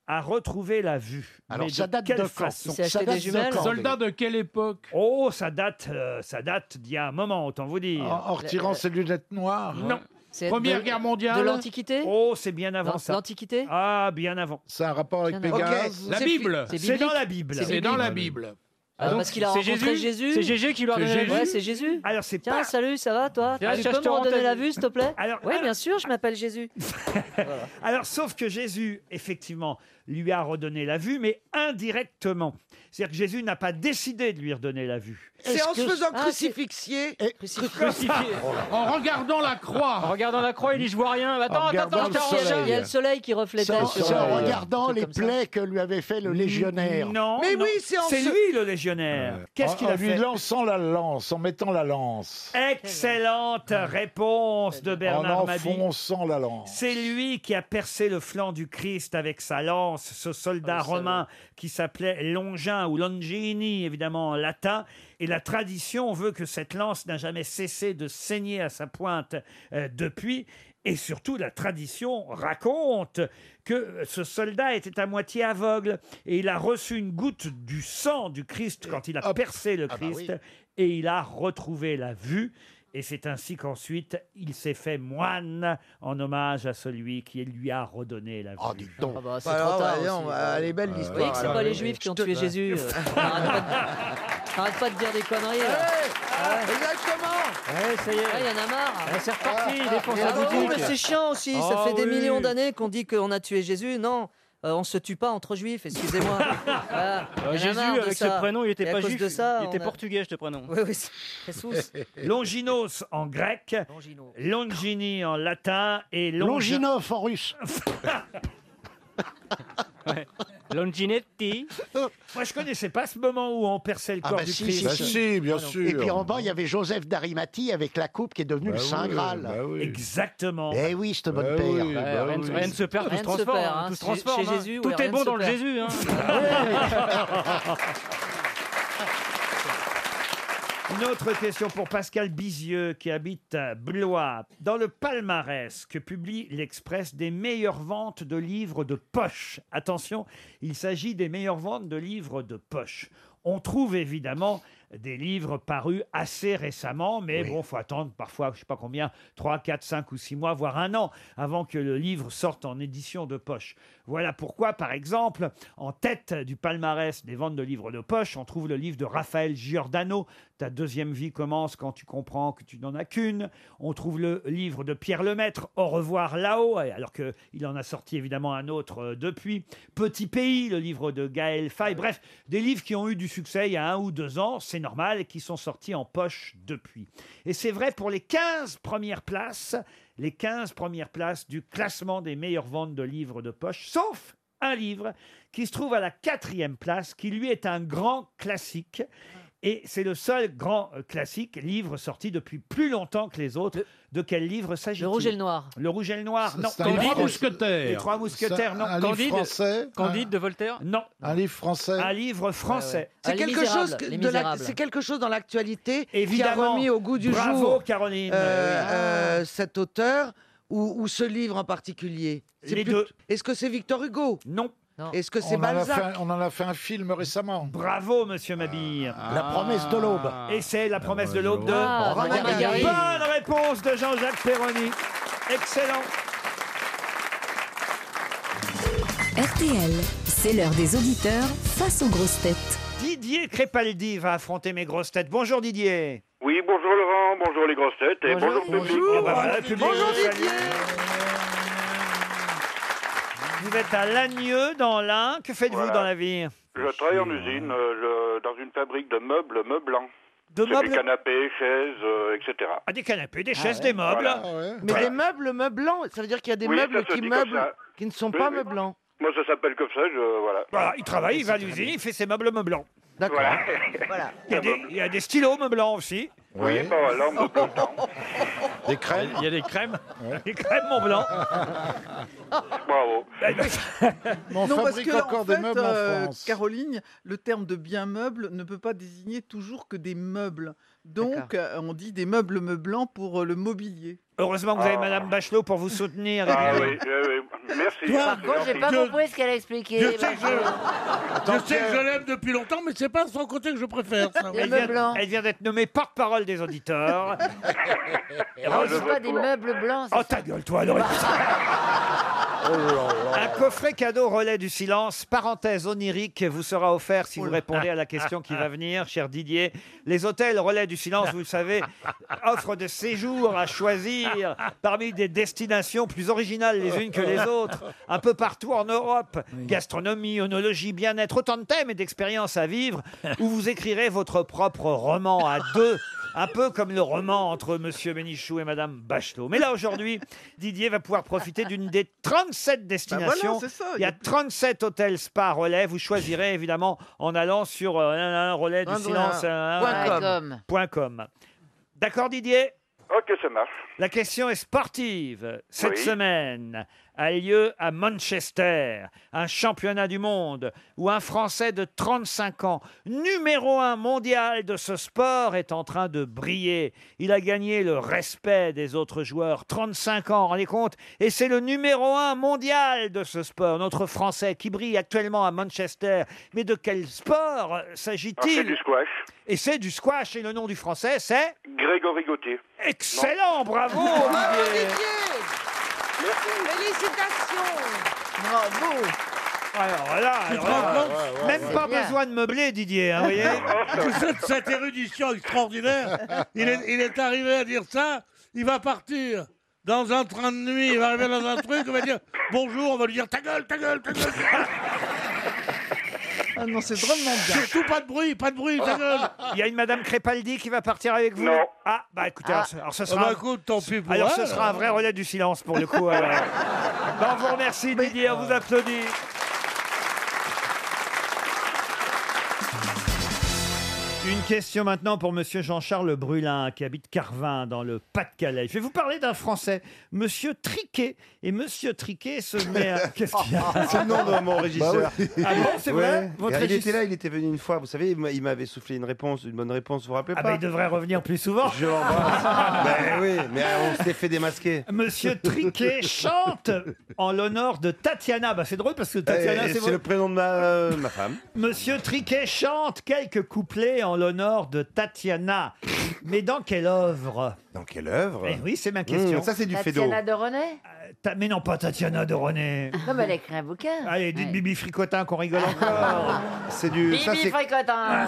Speaker 3: a retrouvé la vue.
Speaker 13: Alors,
Speaker 3: Mais
Speaker 13: ça date
Speaker 3: quelle
Speaker 13: de quand
Speaker 3: façon
Speaker 13: Il s'est acheté Ça date des de jumelles quand Soldat
Speaker 24: de quelle époque
Speaker 3: Oh, ça date, euh, ça date d'il y a un moment, autant vous dire.
Speaker 13: En, en retirant ses lunettes noires
Speaker 3: Non.
Speaker 13: C'est Première de- Guerre mondiale de l'Antiquité
Speaker 3: Oh, c'est bien avant ça.
Speaker 28: L'Antiquité
Speaker 3: Ah, bien avant.
Speaker 13: C'est un rapport avec
Speaker 3: Bien avant.
Speaker 13: Pégase
Speaker 3: Ok. La C'est- Bible. c'est
Speaker 24: biblique.
Speaker 3: C'est dans la Bible.
Speaker 24: C'est C'est dans biblique. la Bible.
Speaker 28: Ah,
Speaker 3: Donc,
Speaker 28: parce qu'il a
Speaker 3: c'est
Speaker 28: rencontré Jésus.
Speaker 3: C'est Jésus.
Speaker 28: Ouais, c'est Jésus.
Speaker 3: Alors c'est
Speaker 28: Tiens,
Speaker 4: Bah.
Speaker 3: pas-
Speaker 28: salut, ça va toi
Speaker 3: Tiens,
Speaker 28: Ah, Tu
Speaker 3: je
Speaker 28: peux
Speaker 3: te
Speaker 28: me redonner
Speaker 3: rends-
Speaker 28: la vue, s'il te plaît Oui, bien sûr, je m'appelle Jésus.
Speaker 3: Alors, sauf que Jésus, effectivement, lui a redonné la vue, mais indirectement. C'est-à-dire que Jésus n'a pas décidé de lui redonner la vue.
Speaker 4: C'est en se faisant
Speaker 3: crucifixier.
Speaker 18: Crucifié.
Speaker 28: Oh
Speaker 24: En regardant la croix.
Speaker 18: En regardant la croix, il dit je vois rien. Attends,
Speaker 13: En
Speaker 18: attends,
Speaker 13: regardant
Speaker 18: attends,
Speaker 13: le
Speaker 18: attends,
Speaker 13: soleil.
Speaker 18: attends.
Speaker 13: Il y a le
Speaker 28: soleil qui reflète
Speaker 13: C'est en, c'est en
Speaker 3: euh,
Speaker 13: regardant les plaies que lui avait fait le légionnaire.
Speaker 3: Non, non, c'est lui le légionnaire. Qu'est-ce qu'il
Speaker 13: En- en
Speaker 3: a
Speaker 13: lui
Speaker 3: fait
Speaker 13: lançant la lance, en mettant la lance.
Speaker 3: Excellente réponse de Bernard
Speaker 13: en
Speaker 3: Mabie.
Speaker 13: enfonçant la lance.
Speaker 3: C'est lui qui a percé le flanc du Christ avec sa lance, ce soldat romain qui s'appelait Longin ou Longini, évidemment en latin. Et la tradition veut que cette lance n'a jamais cessé de saigner à sa pointe euh, depuis. Et surtout, la tradition raconte que euh, ce soldat était à moitié aveugle et il a reçu une goutte du sang du Christ quand il a percé le
Speaker 13: Ah bah
Speaker 3: Christ
Speaker 13: oui.
Speaker 3: et il a retrouvé la vue. Et c'est ainsi qu'ensuite, il s'est fait moine en hommage à celui qui lui a redonné la vue. Oh, du
Speaker 13: Ah, donc.
Speaker 28: Ah bah,
Speaker 18: Bah
Speaker 13: Euh,
Speaker 28: c'est trop Alors, tard voyons, aussi.
Speaker 3: elle est belle
Speaker 28: Vous voyez que c'est pas les juifs qui ont tué Jésus. euh. Arrête pas de dire des conneries. Exactement
Speaker 18: ça y est.
Speaker 28: Il y en a marre.
Speaker 18: Ah, c'est reparti, il défonce la
Speaker 28: Ah oui,
Speaker 18: boutique.
Speaker 28: mais c'est chiant aussi, ça
Speaker 18: Ah
Speaker 28: fait des
Speaker 18: oui.
Speaker 28: millions d'années qu'on dit qu'on a tué Jésus. Non, euh, on se tue pas entre juifs, excusez-moi. Voilà, Ah, il y en a
Speaker 18: Ah, bah, Jésus,
Speaker 28: marre de
Speaker 18: avec
Speaker 28: ça.
Speaker 18: ce prénom, il
Speaker 28: Et
Speaker 18: était
Speaker 28: à
Speaker 18: pas
Speaker 28: cause
Speaker 18: juif.
Speaker 28: de ça,
Speaker 18: il était
Speaker 28: on a-
Speaker 18: portugais, ce prénom.
Speaker 28: Oui, oui, c'est- Jesus.
Speaker 3: Longinos en grec, Longini en latin et Longi-
Speaker 13: Longinov en russe.
Speaker 18: Longinetti.
Speaker 3: Moi, je connaissais pas ce moment où on perçait le
Speaker 13: Ah,
Speaker 3: corps
Speaker 13: bah
Speaker 3: du
Speaker 13: si,
Speaker 3: Christ.
Speaker 13: si, si.
Speaker 18: Ah
Speaker 8: bien
Speaker 13: Et puis en bas, il y avait Joseph d'Arimathie avec la coupe qui est devenue le Saint Graal.
Speaker 3: Exactement.
Speaker 13: Eh oui, cette bonne
Speaker 8: Bah
Speaker 13: paire.
Speaker 8: oui,
Speaker 18: Ouais, rien, ne- rien ne se perd, tout
Speaker 28: Rien
Speaker 18: se
Speaker 28: ne se
Speaker 18: transforme.
Speaker 28: perd,
Speaker 18: hein,
Speaker 28: hein.
Speaker 18: tout se
Speaker 28: Chez-
Speaker 18: transforme.
Speaker 28: chez
Speaker 18: hein.
Speaker 28: Jésus,
Speaker 18: tout
Speaker 28: ouais,
Speaker 18: est
Speaker 28: rien
Speaker 18: bon
Speaker 28: ne
Speaker 18: dans
Speaker 28: se
Speaker 18: le
Speaker 28: perd.
Speaker 18: Jésus. hein.
Speaker 3: Une autre question pour Pascal Bizieux qui habite à Blois. Dans le palmarès que publie l'Express des meilleures ventes de livres de poche. Attention, il s'agit des meilleures ventes de livres de poche. On trouve évidemment des livres parus assez récemment, mais bon, faut attendre parfois, je sais pas combien, 3, 4, 5 ou 6 mois, voire un an, avant que le livre sorte en édition de poche. Voilà pourquoi, par exemple, en tête du palmarès des ventes de livres de poche, on trouve le livre de Raphaël Giordano, Ta deuxième vie commence quand tu comprends que tu n'en as qu'une. On trouve le livre de Pierre Lemaître, Au revoir là-haut, et alors qu'il en a sorti évidemment un autre euh, depuis. Petit pays, le livre de Gaël Fay. Bref, des livres qui ont eu du succès il y a un ou deux ans, c'est normal, et qui sont sortis en poche depuis. Et c'est vrai pour les 15 premières places, les 15 premières places du classement des meilleures ventes de livres de poche, sauf un livre qui se trouve à la quatrième place, qui lui est un grand classique. Et c'est le seul grand euh, classique, livre sorti depuis plus longtemps que les autres. De quel livre s'agit-il
Speaker 28: Le Rouge et le Noir.
Speaker 3: Le Rouge et le Noir, non.
Speaker 13: c'est un livre
Speaker 24: mousquetaires.
Speaker 3: Les Trois Mousquetaires,
Speaker 13: C'est
Speaker 3: non.
Speaker 13: un livre Candide. français, Candide
Speaker 18: de Voltaire
Speaker 3: Non.
Speaker 13: Un livre français.
Speaker 3: Un livre français.
Speaker 28: Ah,
Speaker 4: C'est quelque, chose que- de la- c'est quelque chose dans l'actualité qui a
Speaker 3: Évidemment.
Speaker 4: remis au goût du
Speaker 3: Bravo,
Speaker 4: jour
Speaker 3: Caroline.
Speaker 4: euh,
Speaker 3: Ah.
Speaker 4: euh, cet auteur ou, ou ce livre en particulier. C'est
Speaker 3: Les
Speaker 4: plus-
Speaker 3: deux.
Speaker 4: Est-ce que c'est Victor Hugo
Speaker 3: Non.
Speaker 4: Est-ce que c'est
Speaker 13: On en a fait
Speaker 4: Balzac
Speaker 13: un- on en a fait un film récemment.
Speaker 3: Bravo, monsieur Mabille.
Speaker 13: La promesse de l'aube.
Speaker 3: Et c'est la promesse de l'aube de
Speaker 13: Ah, Romain Romain Gary. Gary.
Speaker 3: Bonne réponse de Jean-Jacques Perroni. Excellent.
Speaker 6: RTL, c'est l'heure des auditeurs face aux grosses têtes.
Speaker 3: Didier Crépaldi va affronter mes grosses têtes. Bonjour Didier.
Speaker 26: Oui, bonjour Laurent, bonjour les grosses têtes et bonjour, public.
Speaker 3: Ah bah voilà, public,
Speaker 26: Bonjour
Speaker 3: salut.
Speaker 26: Didier.
Speaker 3: Vous êtes à Lagneux dans l'Ain. Que faites-vous
Speaker 26: Voilà.
Speaker 3: dans la vie
Speaker 26: Je travaille en usine, euh, je- dans une fabrique de meubles, meublants.
Speaker 3: De
Speaker 26: C'est
Speaker 3: meubles
Speaker 26: Des canapés, chaises, euh, etc.
Speaker 3: Ah, des canapés, des chaises, des meubles.
Speaker 26: Voilà.
Speaker 13: Ah
Speaker 4: Mais
Speaker 26: Voilà.
Speaker 4: des meubles meublants, ça veut dire qu'il y a des
Speaker 26: Oui, ça
Speaker 4: meubles
Speaker 26: se
Speaker 4: qui
Speaker 26: dit comme
Speaker 4: meublent,
Speaker 26: ça.
Speaker 4: qui ne sont
Speaker 26: Oui,
Speaker 4: pas
Speaker 26: oui.
Speaker 4: meublants.
Speaker 26: Moi, ça s'appelle comme ça, je, voilà.
Speaker 3: Voilà, Ah, il travaille, il va à l'usine, il fait ses meubles meublants.
Speaker 4: D'accord.
Speaker 26: Voilà.
Speaker 3: Il y a des- il y a des stylos meublants aussi.
Speaker 1: Oui, bah, l'arme de plein temps.
Speaker 13: Des crèmes
Speaker 8: Il y a des crèmes Des crèmes Mont Blanc
Speaker 1: Bravo.
Speaker 20: non, parce que là, en fait, euh, Caroline, le terme de bien meuble ne peut pas désigner toujours que des meubles. Donc, euh, on dit des meubles meublants pour euh, le mobilier.
Speaker 3: Heureusement que vous avez
Speaker 20: Ah.
Speaker 3: Madame Bachelot pour vous soutenir.
Speaker 20: Ah
Speaker 3: évidemment.
Speaker 20: oui,
Speaker 1: Euh, merci.
Speaker 20: Par
Speaker 1: c'est
Speaker 20: contre, j'ai
Speaker 1: gentil.
Speaker 20: pas
Speaker 1: Je-
Speaker 7: compris ce qu'elle a expliqué.
Speaker 14: Je sais que je, je
Speaker 3: Attends,
Speaker 14: sais que je
Speaker 3: Pierre.
Speaker 14: l'aime depuis longtemps, mais c'est pas son côté que je préfère. ça.
Speaker 3: Elle vient, elle vient d'être nommée porte-parole des auditeurs.
Speaker 7: Non, c'est pas des meubles blancs.
Speaker 3: Oh ta gueule toi alors. Un coffret cadeau relais du silence, parenthèse onirique, vous sera offert si vous répondez à la question qui va venir, cher Didier. Les hôtels relais du silence, vous le savez, offrent des séjours à choisir parmi des destinations plus originales les unes que les autres, un peu partout en Europe. Gastronomie, onologie, bien-être, autant de thèmes et d'expériences à vivre, où vous écrirez votre propre roman à deux. Un peu comme le roman entre Monsieur Bénichou et Madame Bachelot. Mais là, aujourd'hui, Didier va pouvoir profiter d'une des 37 destinations.
Speaker 20: Bah voilà, c'est ça,
Speaker 3: Il y a 37 hôtels spa relais. Vous choisirez évidemment en allant sur euh, un, un relais du
Speaker 20: Un,
Speaker 3: silence.
Speaker 20: un,
Speaker 3: un,
Speaker 20: point
Speaker 3: un,
Speaker 20: com.
Speaker 3: un, point com. D'accord, Didier
Speaker 1: Ok, ça marche.
Speaker 3: La question est sportive. Cette
Speaker 1: Oui.
Speaker 3: semaine a lieu à Manchester un championnat du monde où un Français de 35 ans, numéro un mondial de ce sport, est en train de briller. Il a gagné le respect des autres joueurs. 35 ans, rendez compte Et c'est le numéro un mondial de ce sport. Notre Français qui brille actuellement à Manchester. Mais de quel sport euh,
Speaker 1: Ah, c'est
Speaker 3: s'agit-il
Speaker 1: du squash.
Speaker 3: Et c'est du squash. Et le nom du Français, c'est
Speaker 1: Grégory Gauthier.
Speaker 3: Excellent, bravo Oh,
Speaker 14: Ah,
Speaker 3: Olivier.
Speaker 20: Félicitations Bravo
Speaker 3: Alors là,
Speaker 14: Tu te
Speaker 3: alors là,
Speaker 14: rends compte Ouais, ouais,
Speaker 3: même
Speaker 14: ouais.
Speaker 3: pas
Speaker 14: C'est bien.
Speaker 3: besoin de meubler, Didier,
Speaker 14: Ah,
Speaker 3: hein, vous voyez
Speaker 14: Tu sais, de cette érudition extraordinaire, il est, il est arrivé à dire ça, il va partir dans un train de nuit, il va arriver dans un truc, on va dire bonjour, on va lui dire ta gueule, ta gueule, ta gueule.
Speaker 20: Ah non, c'est drôlement bien.
Speaker 14: Surtout pas de bruit, pas de bruit, ta gueule.
Speaker 3: Il y a une madame Crépaldi qui va partir avec vous
Speaker 14: Non.
Speaker 3: Ah, bah écoutez, alors, ce- alors ce
Speaker 14: Ah
Speaker 3: sera.
Speaker 14: bah
Speaker 3: un-
Speaker 14: écoute, tant pis pour
Speaker 3: alors
Speaker 14: elle,
Speaker 16: hein,
Speaker 3: ce sera un vrai relais du silence pour le coup. alors. Bon, on vous remercie, Didier, on vous applaudit. Une question maintenant pour Monsieur Jean-Charles Brulin, qui habite Carvin, dans le Pas-de-Calais. Je vais vous parler d'un Français, Monsieur Triquet. Et Monsieur Triquet se met à... euh, Qu'est-ce qu'il y a
Speaker 16: Ah, C'est le nom de mon régisseur.
Speaker 3: Bah oui. Ah bon, c'est vrai Votre
Speaker 16: il
Speaker 3: régisseur-
Speaker 16: était là, il était venu une fois. Vous savez, il m'a- il m'avait soufflé une réponse, une bonne réponse. Vous vous rappelez
Speaker 3: Ah
Speaker 16: pas
Speaker 3: bah, il devrait revenir plus souvent.
Speaker 16: Je l'embrasse. ben oui, mais on s'est fait démasquer.
Speaker 3: Monsieur Triquet chante en l'honneur de Tatiana. Bah, c'est drôle parce que Tatiana,
Speaker 16: Eh,
Speaker 3: c'est
Speaker 16: C'est
Speaker 3: votre-
Speaker 16: le prénom de ma, euh, ma femme.
Speaker 3: Monsieur Triquet chante quelques couplets en l'honneur de Tatiana. Mais dans quelle œuvre
Speaker 16: Dans quelle œuvre
Speaker 3: Eh oui, c'est
Speaker 7: Hmm,
Speaker 3: ma question.
Speaker 16: Mmh, ça, c'est du
Speaker 7: Tatiana de René
Speaker 3: Ta- Mais non, pas Tatiana de René.
Speaker 7: Non, mais elle a écrit un bouquin.
Speaker 3: Allez, dites Bibi Fricotin qu'on rigole encore.
Speaker 16: C'est du.
Speaker 7: Bibi Fricotin.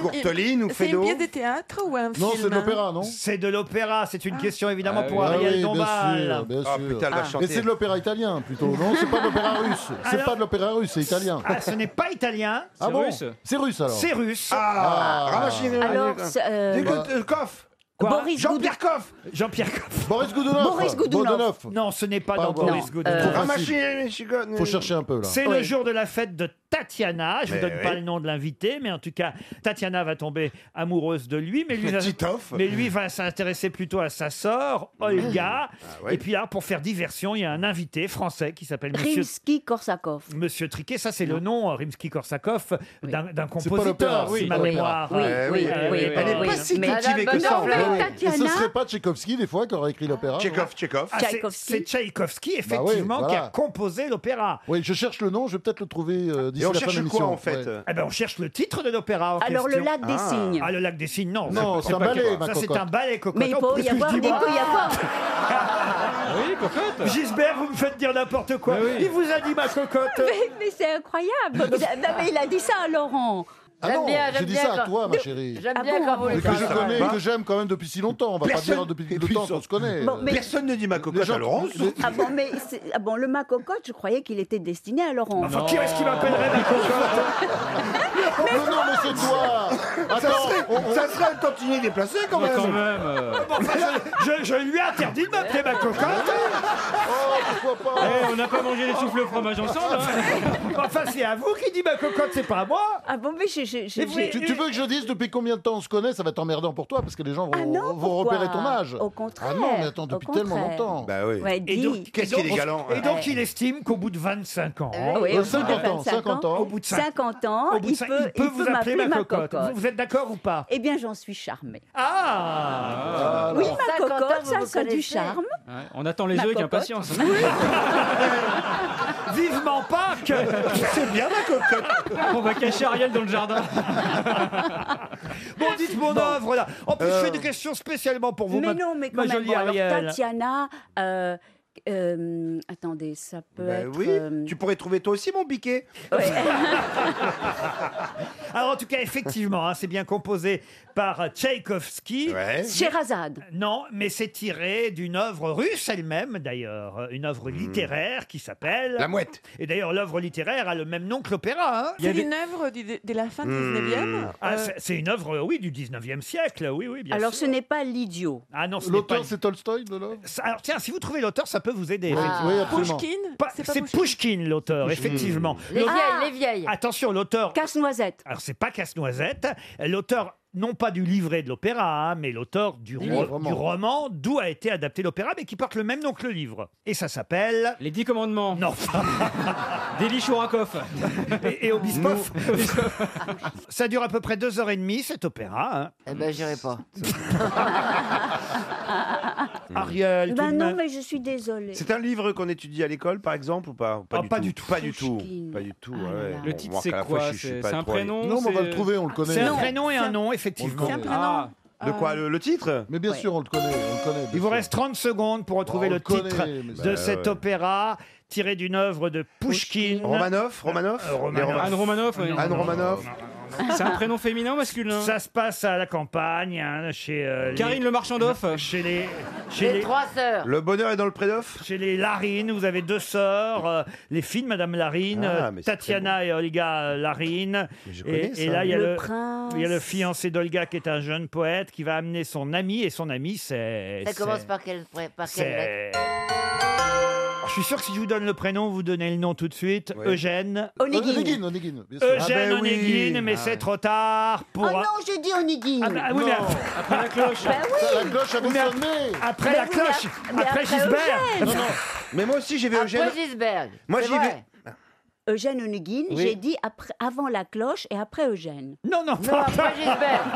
Speaker 16: Courteline ou Feydeau
Speaker 9: de théâtre ou un
Speaker 7: hein.
Speaker 3: C'est de l'opéra. C'est une question évidemment
Speaker 9: Ah
Speaker 3: pour
Speaker 9: oui. Ah
Speaker 3: Ariel
Speaker 9: oui, bien
Speaker 3: Dombal.
Speaker 9: sûr, bien Ah, sûr. putain, elle va
Speaker 13: Mais c'est de l'opéra italien plutôt, non C'est pas de l'opéra russe. C'est
Speaker 3: Alors-
Speaker 13: pas de l'opéra russe, c'est italien.
Speaker 3: Ah, ce n'est pas italien.
Speaker 13: Ah bon C'est russe alors.
Speaker 3: C'est russe.
Speaker 13: Ah,
Speaker 3: Ramachine-
Speaker 13: Alors,
Speaker 3: c'est, euh,
Speaker 16: Du coup,
Speaker 3: Bah-
Speaker 16: euh, Koff.
Speaker 3: Quoi
Speaker 16: Boris Jean-Pierre Koff.
Speaker 3: Jean-Pierre Goff.
Speaker 13: Boris Goudonoff. Boris Goudonoff. Goudonoff.
Speaker 3: Non, ce n'est pas
Speaker 13: Pas
Speaker 3: dans
Speaker 13: Boris.
Speaker 3: Boris
Speaker 13: Non,
Speaker 3: Goudonoff.
Speaker 13: euh, Ramachine- Faut chercher un peu là.
Speaker 3: C'est le jour de la fête de Tatiana. Je ne vous
Speaker 13: Mais
Speaker 3: donne
Speaker 13: oui.
Speaker 3: pas le nom de l'invité, mais en tout cas, Tatiana va tomber amoureuse de lui. Mais lui, va,
Speaker 16: Titoff.
Speaker 3: mais lui va s'intéresser plutôt à sa sœur,
Speaker 13: Mmh.
Speaker 3: Olga.
Speaker 16: Ah ouais.
Speaker 3: Et puis là, pour faire diversion, il y a un invité français qui s'appelle Monsieur...
Speaker 9: Rimsky-Korsakov.
Speaker 3: Monsieur Triquet, ça c'est le nom, euh, Rimsky-Korsakov, d'un d'un
Speaker 13: C'est pas l'opéra,
Speaker 3: compositeur,
Speaker 13: ah, c'est
Speaker 3: si
Speaker 13: pas
Speaker 3: ma
Speaker 13: l'opéra.
Speaker 3: mémoire. Euh,
Speaker 13: Elle est pas si cultivée que ça. en
Speaker 3: hein,
Speaker 13: fait. eh Et ce serait pas Tchaïkovski des fois qui aurait écrit l'opéra
Speaker 16: Tchekhov, Tchekhov.
Speaker 3: Ah, c'est- C'est Tchaïkovski,
Speaker 13: Bah oui,
Speaker 3: effectivement, qui
Speaker 13: voilà.
Speaker 3: a composé l'opéra.
Speaker 13: Oui, je cherche le nom, je vais peut-être le trouver euh, d'ici
Speaker 16: Et on
Speaker 13: la fin de
Speaker 16: cherche
Speaker 13: l'émission.
Speaker 16: quoi, en fait
Speaker 13: Ouais.
Speaker 3: Eh ben, on cherche le titre de l'opéra. en
Speaker 9: Alors, le
Speaker 3: question.
Speaker 9: lac des Ah. cygnes.
Speaker 3: Ah, le lac des cygnes, non.
Speaker 13: Non, c'est un
Speaker 3: pas-
Speaker 13: ballet,
Speaker 3: Ça,
Speaker 13: ma
Speaker 3: c'est
Speaker 13: cocotte.
Speaker 3: un ballet, cocotte.
Speaker 9: Mais il peut y avoir, il peut y avoir.
Speaker 3: Oui, cocotte. Gisbert, vous me faites dire n'importe quoi. Il vous a dit ma cocotte.
Speaker 9: Mais, mais c'est incroyable. Il a, non, mais il a dit ça à Laurent.
Speaker 13: Ah non, j'ai dit ça à toi, ma chérie.
Speaker 9: Ah bien bon quand vous
Speaker 13: Mais
Speaker 9: les
Speaker 13: que
Speaker 9: faites.
Speaker 13: je
Speaker 9: Ah,
Speaker 13: connais,
Speaker 9: ouais.
Speaker 13: et que j'aime quand même depuis si longtemps. On va
Speaker 16: Personne-
Speaker 13: pas dire depuis le temps qu'on se connaît.
Speaker 9: Bon, mais-
Speaker 16: Personne ne dit ma
Speaker 13: Les
Speaker 16: cocotte
Speaker 13: gens-
Speaker 16: à Laurence.
Speaker 13: les-
Speaker 9: Ah bon, mais c'est- ah bon, le macocotte, je croyais qu'il était destiné à Ah. Laurent.
Speaker 3: Enfin, qui est-ce qui m'appellerait ma cocotte
Speaker 13: Mais non, mais c'est toi
Speaker 16: Ça
Speaker 13: Attends,
Speaker 16: serait,
Speaker 13: on- on-
Speaker 16: ça serait un tontinier déplacé quand même.
Speaker 3: Ah,
Speaker 8: euh.
Speaker 3: Bon, enfin, je, je- je lui ai interdit de m'appeler ma cocotte.
Speaker 13: Oh, pourquoi pas
Speaker 8: Eh, on n'a pas mangé les souffles au fromage ensemble. hein.
Speaker 3: Enfin, c'est à vous qui dit ma cocotte, c'est pas à moi.
Speaker 9: Ah bon, mais je, j'ai- j'ai-
Speaker 13: Tu,
Speaker 9: j'ai-
Speaker 13: tu veux que je dise depuis combien de temps on se connaît Ça va être emmerdant pour toi parce que les gens vont,
Speaker 9: Ah non,
Speaker 13: vont
Speaker 9: pourquoi
Speaker 13: repérer ton âge.
Speaker 9: Au contraire,
Speaker 13: Ah non, mais attends,
Speaker 9: au
Speaker 13: depuis tellement
Speaker 9: contraire.
Speaker 13: longtemps.
Speaker 16: Bah oui.
Speaker 9: Ouais,
Speaker 3: Et
Speaker 9: dis.
Speaker 3: donc,
Speaker 16: Qu'est-ce
Speaker 3: et donc-
Speaker 16: qu'il est galant,
Speaker 3: Et donc,
Speaker 9: ouais.
Speaker 3: il estime qu'au bout de 25 ans.
Speaker 9: Euh, oui, au bout de
Speaker 3: 50 ans,
Speaker 9: 25
Speaker 3: 50 ans. Au bout de
Speaker 9: 50 ans,
Speaker 3: au bout de
Speaker 9: il
Speaker 3: cinq-
Speaker 9: peut-
Speaker 3: il peut
Speaker 9: il
Speaker 3: vous
Speaker 9: peut
Speaker 3: appeler ma
Speaker 9: m'appeler ma
Speaker 3: cocotte.
Speaker 9: cocotte.
Speaker 3: Vous vous êtes d'accord ou pas
Speaker 9: Eh bien, j'en suis charmée.
Speaker 3: Ah
Speaker 9: oui,
Speaker 3: alors.
Speaker 9: ma
Speaker 22: 50 ans,
Speaker 9: cocotte,
Speaker 22: vous
Speaker 9: ça,
Speaker 22: vous
Speaker 9: ça a du
Speaker 22: connaissez.
Speaker 9: charme.
Speaker 18: Ouais, on attend les
Speaker 9: Ma
Speaker 18: œufs avec
Speaker 9: cocotte.
Speaker 18: impatience.
Speaker 3: Vivement Pâques
Speaker 14: C'est bien la cocotte
Speaker 18: On va cacher Ariel dans le jardin.
Speaker 3: Bon, dites mon œuvre là. En plus,
Speaker 16: Euh.
Speaker 3: je fais des questions spécialement pour vous.
Speaker 9: mais
Speaker 3: ma-
Speaker 9: non, mais
Speaker 3: ma
Speaker 9: quand même,
Speaker 3: jolie
Speaker 9: bon, alors,
Speaker 3: Ariel.
Speaker 9: Tatiana, euh, euh, attendez, ça peut
Speaker 16: Bah
Speaker 3: Ben
Speaker 9: être...
Speaker 16: oui,
Speaker 9: euh,
Speaker 16: tu pourrais trouver toi aussi mon biquet.
Speaker 3: Alors, en tout cas, effectivement, hein, c'est bien composé par Tchaïkovski.
Speaker 9: Sherazade.
Speaker 3: Non, mais c'est tiré d'une œuvre russe elle-même, d'ailleurs, euh, une œuvre littéraire qui s'appelle La
Speaker 16: Hmm. Mouette.
Speaker 3: Et d'ailleurs, l'œuvre littéraire a le même nom que l'opéra. hein.
Speaker 21: C'est une œuvre du- de de la fin du
Speaker 16: Hmm.
Speaker 21: 19e
Speaker 3: Ah,
Speaker 21: euh,
Speaker 3: c'est- C'est une œuvre, euh, oui, du 19e siècle, oui, oui, bien
Speaker 9: Alors,
Speaker 3: sûr.
Speaker 9: ce n'est pas l'idiot.
Speaker 3: Ah non, ce n'est
Speaker 9: L'auteur,
Speaker 3: pas-
Speaker 13: C'est Tolstoy de l'homme
Speaker 3: Ça- Alors tiens, si vous trouvez l'auteur, ça peut vous aider.
Speaker 9: Ah.
Speaker 3: effectivement.
Speaker 9: Oui, absolument. Pouchkine
Speaker 3: Pas-
Speaker 9: C'est pas
Speaker 3: C'est Pouchkine l'auteur, effectivement.
Speaker 9: Les
Speaker 3: L'auteur-
Speaker 9: vieilles, les vieilles.
Speaker 3: Attention, l'auteur.
Speaker 9: Casse-noisette.
Speaker 3: Alors c'est pas Casse-noisette. L'auteur non pas du livret de l'opéra, hein, mais l'auteur
Speaker 9: Du
Speaker 3: du, ro-
Speaker 9: livre.
Speaker 3: du roman d'où a été adapté l'opéra, mais qui porte le même nom que le livre. Et ça s'appelle Les Dix Commandements. Non. Délit Chourakov. et, et Obispoff. ça dure à peu près deux heures et demie cet opéra. hein.
Speaker 22: Eh ben, j'irai pas.
Speaker 16: Euh, Ariel,
Speaker 13: Bah
Speaker 9: Ben non, mais je suis désolée.
Speaker 16: Mm. C'est un livre qu'on étudie à l'école, par exemple, ou pas Ou
Speaker 3: Ah, pas du
Speaker 16: tout. Pas du tout. Pas du tout.
Speaker 13: Ah
Speaker 16: ouais.
Speaker 18: Le
Speaker 16: On
Speaker 18: titre,
Speaker 16: remarque
Speaker 18: c'est
Speaker 16: à la
Speaker 18: quoi
Speaker 16: fois, je suis
Speaker 18: C'est-
Speaker 16: pas
Speaker 18: c'est un
Speaker 16: trop-
Speaker 18: prénom,
Speaker 16: Non, mais on va
Speaker 18: c'est-
Speaker 16: le trouver, on le connaît.
Speaker 3: C'est un prénom et un nom, effectivement.
Speaker 16: On le connaît. Ah, De quoi le, le titre
Speaker 13: Mais bien sûr, on le connaît. On le connaît bien
Speaker 3: Il vous
Speaker 13: sûr.
Speaker 3: reste 30 secondes pour retrouver
Speaker 13: Bah, on
Speaker 3: le
Speaker 13: le connaît,
Speaker 3: titre
Speaker 13: mais
Speaker 3: de
Speaker 13: c'est-
Speaker 3: cet
Speaker 13: Bah, ouais.
Speaker 3: opéra tiré d'une œuvre de Pushkin.
Speaker 16: Romanoff Romanoff
Speaker 3: Euh, Romanoff.
Speaker 16: Les Romanoff.
Speaker 3: Anne Romanoff, ouais.
Speaker 16: Anne
Speaker 3: Non, non,
Speaker 16: Romanoff.
Speaker 18: C'est un prénom féminin ou masculin
Speaker 3: Ça se passe à la campagne, hein, chez euh,
Speaker 18: Karine
Speaker 3: les...
Speaker 18: Le Marchand d'Off
Speaker 3: Chez les,
Speaker 22: Les
Speaker 3: chez les,
Speaker 22: trois sœurs.
Speaker 16: Le bonheur est dans le prédoff
Speaker 3: chez les Larine. Vous avez deux sœurs, euh, les filles de Madame Larine,
Speaker 16: Ah,
Speaker 3: euh,
Speaker 16: mais c'est
Speaker 3: Tatiana et Olga euh, Larine.
Speaker 16: connais
Speaker 3: Et, et
Speaker 16: ça.
Speaker 3: là, il y a
Speaker 16: Le
Speaker 3: le,
Speaker 22: prince.
Speaker 3: il y a le fiancé d'Olga qui est un jeune poète qui va amener son ami et son ami, c'est.
Speaker 22: Ça
Speaker 3: c'est-
Speaker 22: commence par quelle, par quelle lettre
Speaker 3: c'est- Alors, Ah, Je suis sûr que si je vous donne le prénom, vous donnez le nom tout de suite. Eugène.
Speaker 13: Onegin. Onegin, Onegin, bien sûr.
Speaker 3: Eugène
Speaker 13: Ah ben oui.
Speaker 3: Euh, Onegin, mais
Speaker 13: Ah
Speaker 3: c'est
Speaker 13: ouais.
Speaker 3: trop tard pour.
Speaker 9: Oh non, j'ai dit Onigine.
Speaker 3: Ah bah, oui, mais après-
Speaker 18: Après la cloche.
Speaker 9: Bah oui.
Speaker 13: Ça, La cloche avait
Speaker 3: Mais ap-
Speaker 13: sonné.
Speaker 3: Après
Speaker 9: Bah
Speaker 3: la
Speaker 9: oui,
Speaker 3: cloche,
Speaker 9: mais ap- mais
Speaker 3: après
Speaker 9: après
Speaker 3: Gisbert.
Speaker 9: Eugène. Non, non.
Speaker 16: Mais moi aussi, j'ai vu Eugène.
Speaker 22: Après Gisberg.
Speaker 16: Moi,
Speaker 22: c'est
Speaker 16: j'y vais.
Speaker 22: vrai.
Speaker 9: Eugène Onegin,
Speaker 16: Oui.
Speaker 9: j'ai dit après, avant la cloche et après Eugène.
Speaker 3: Non, non,
Speaker 22: Non, après Gisberg.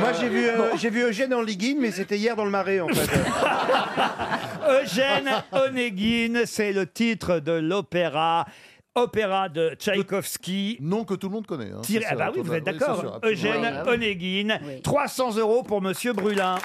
Speaker 16: Moi, j'ai vu, euh, j'ai vu Eugène en Liguine, mais c'était hier dans le marais, en fait.
Speaker 3: Eugène Onegin, c'est le titre de l'opéra. Opéra de Tchaïkovski.
Speaker 13: Nom que tout le monde connaît. hein.
Speaker 3: tiré-
Speaker 13: Ça,
Speaker 3: ah bah
Speaker 13: c'est
Speaker 3: oui, vous êtes
Speaker 13: oui, c'est sûr,
Speaker 3: d'accord.
Speaker 13: absolument.
Speaker 3: Eugène Onegin.
Speaker 9: Oui.
Speaker 3: 300 euros pour Monsieur Brulin.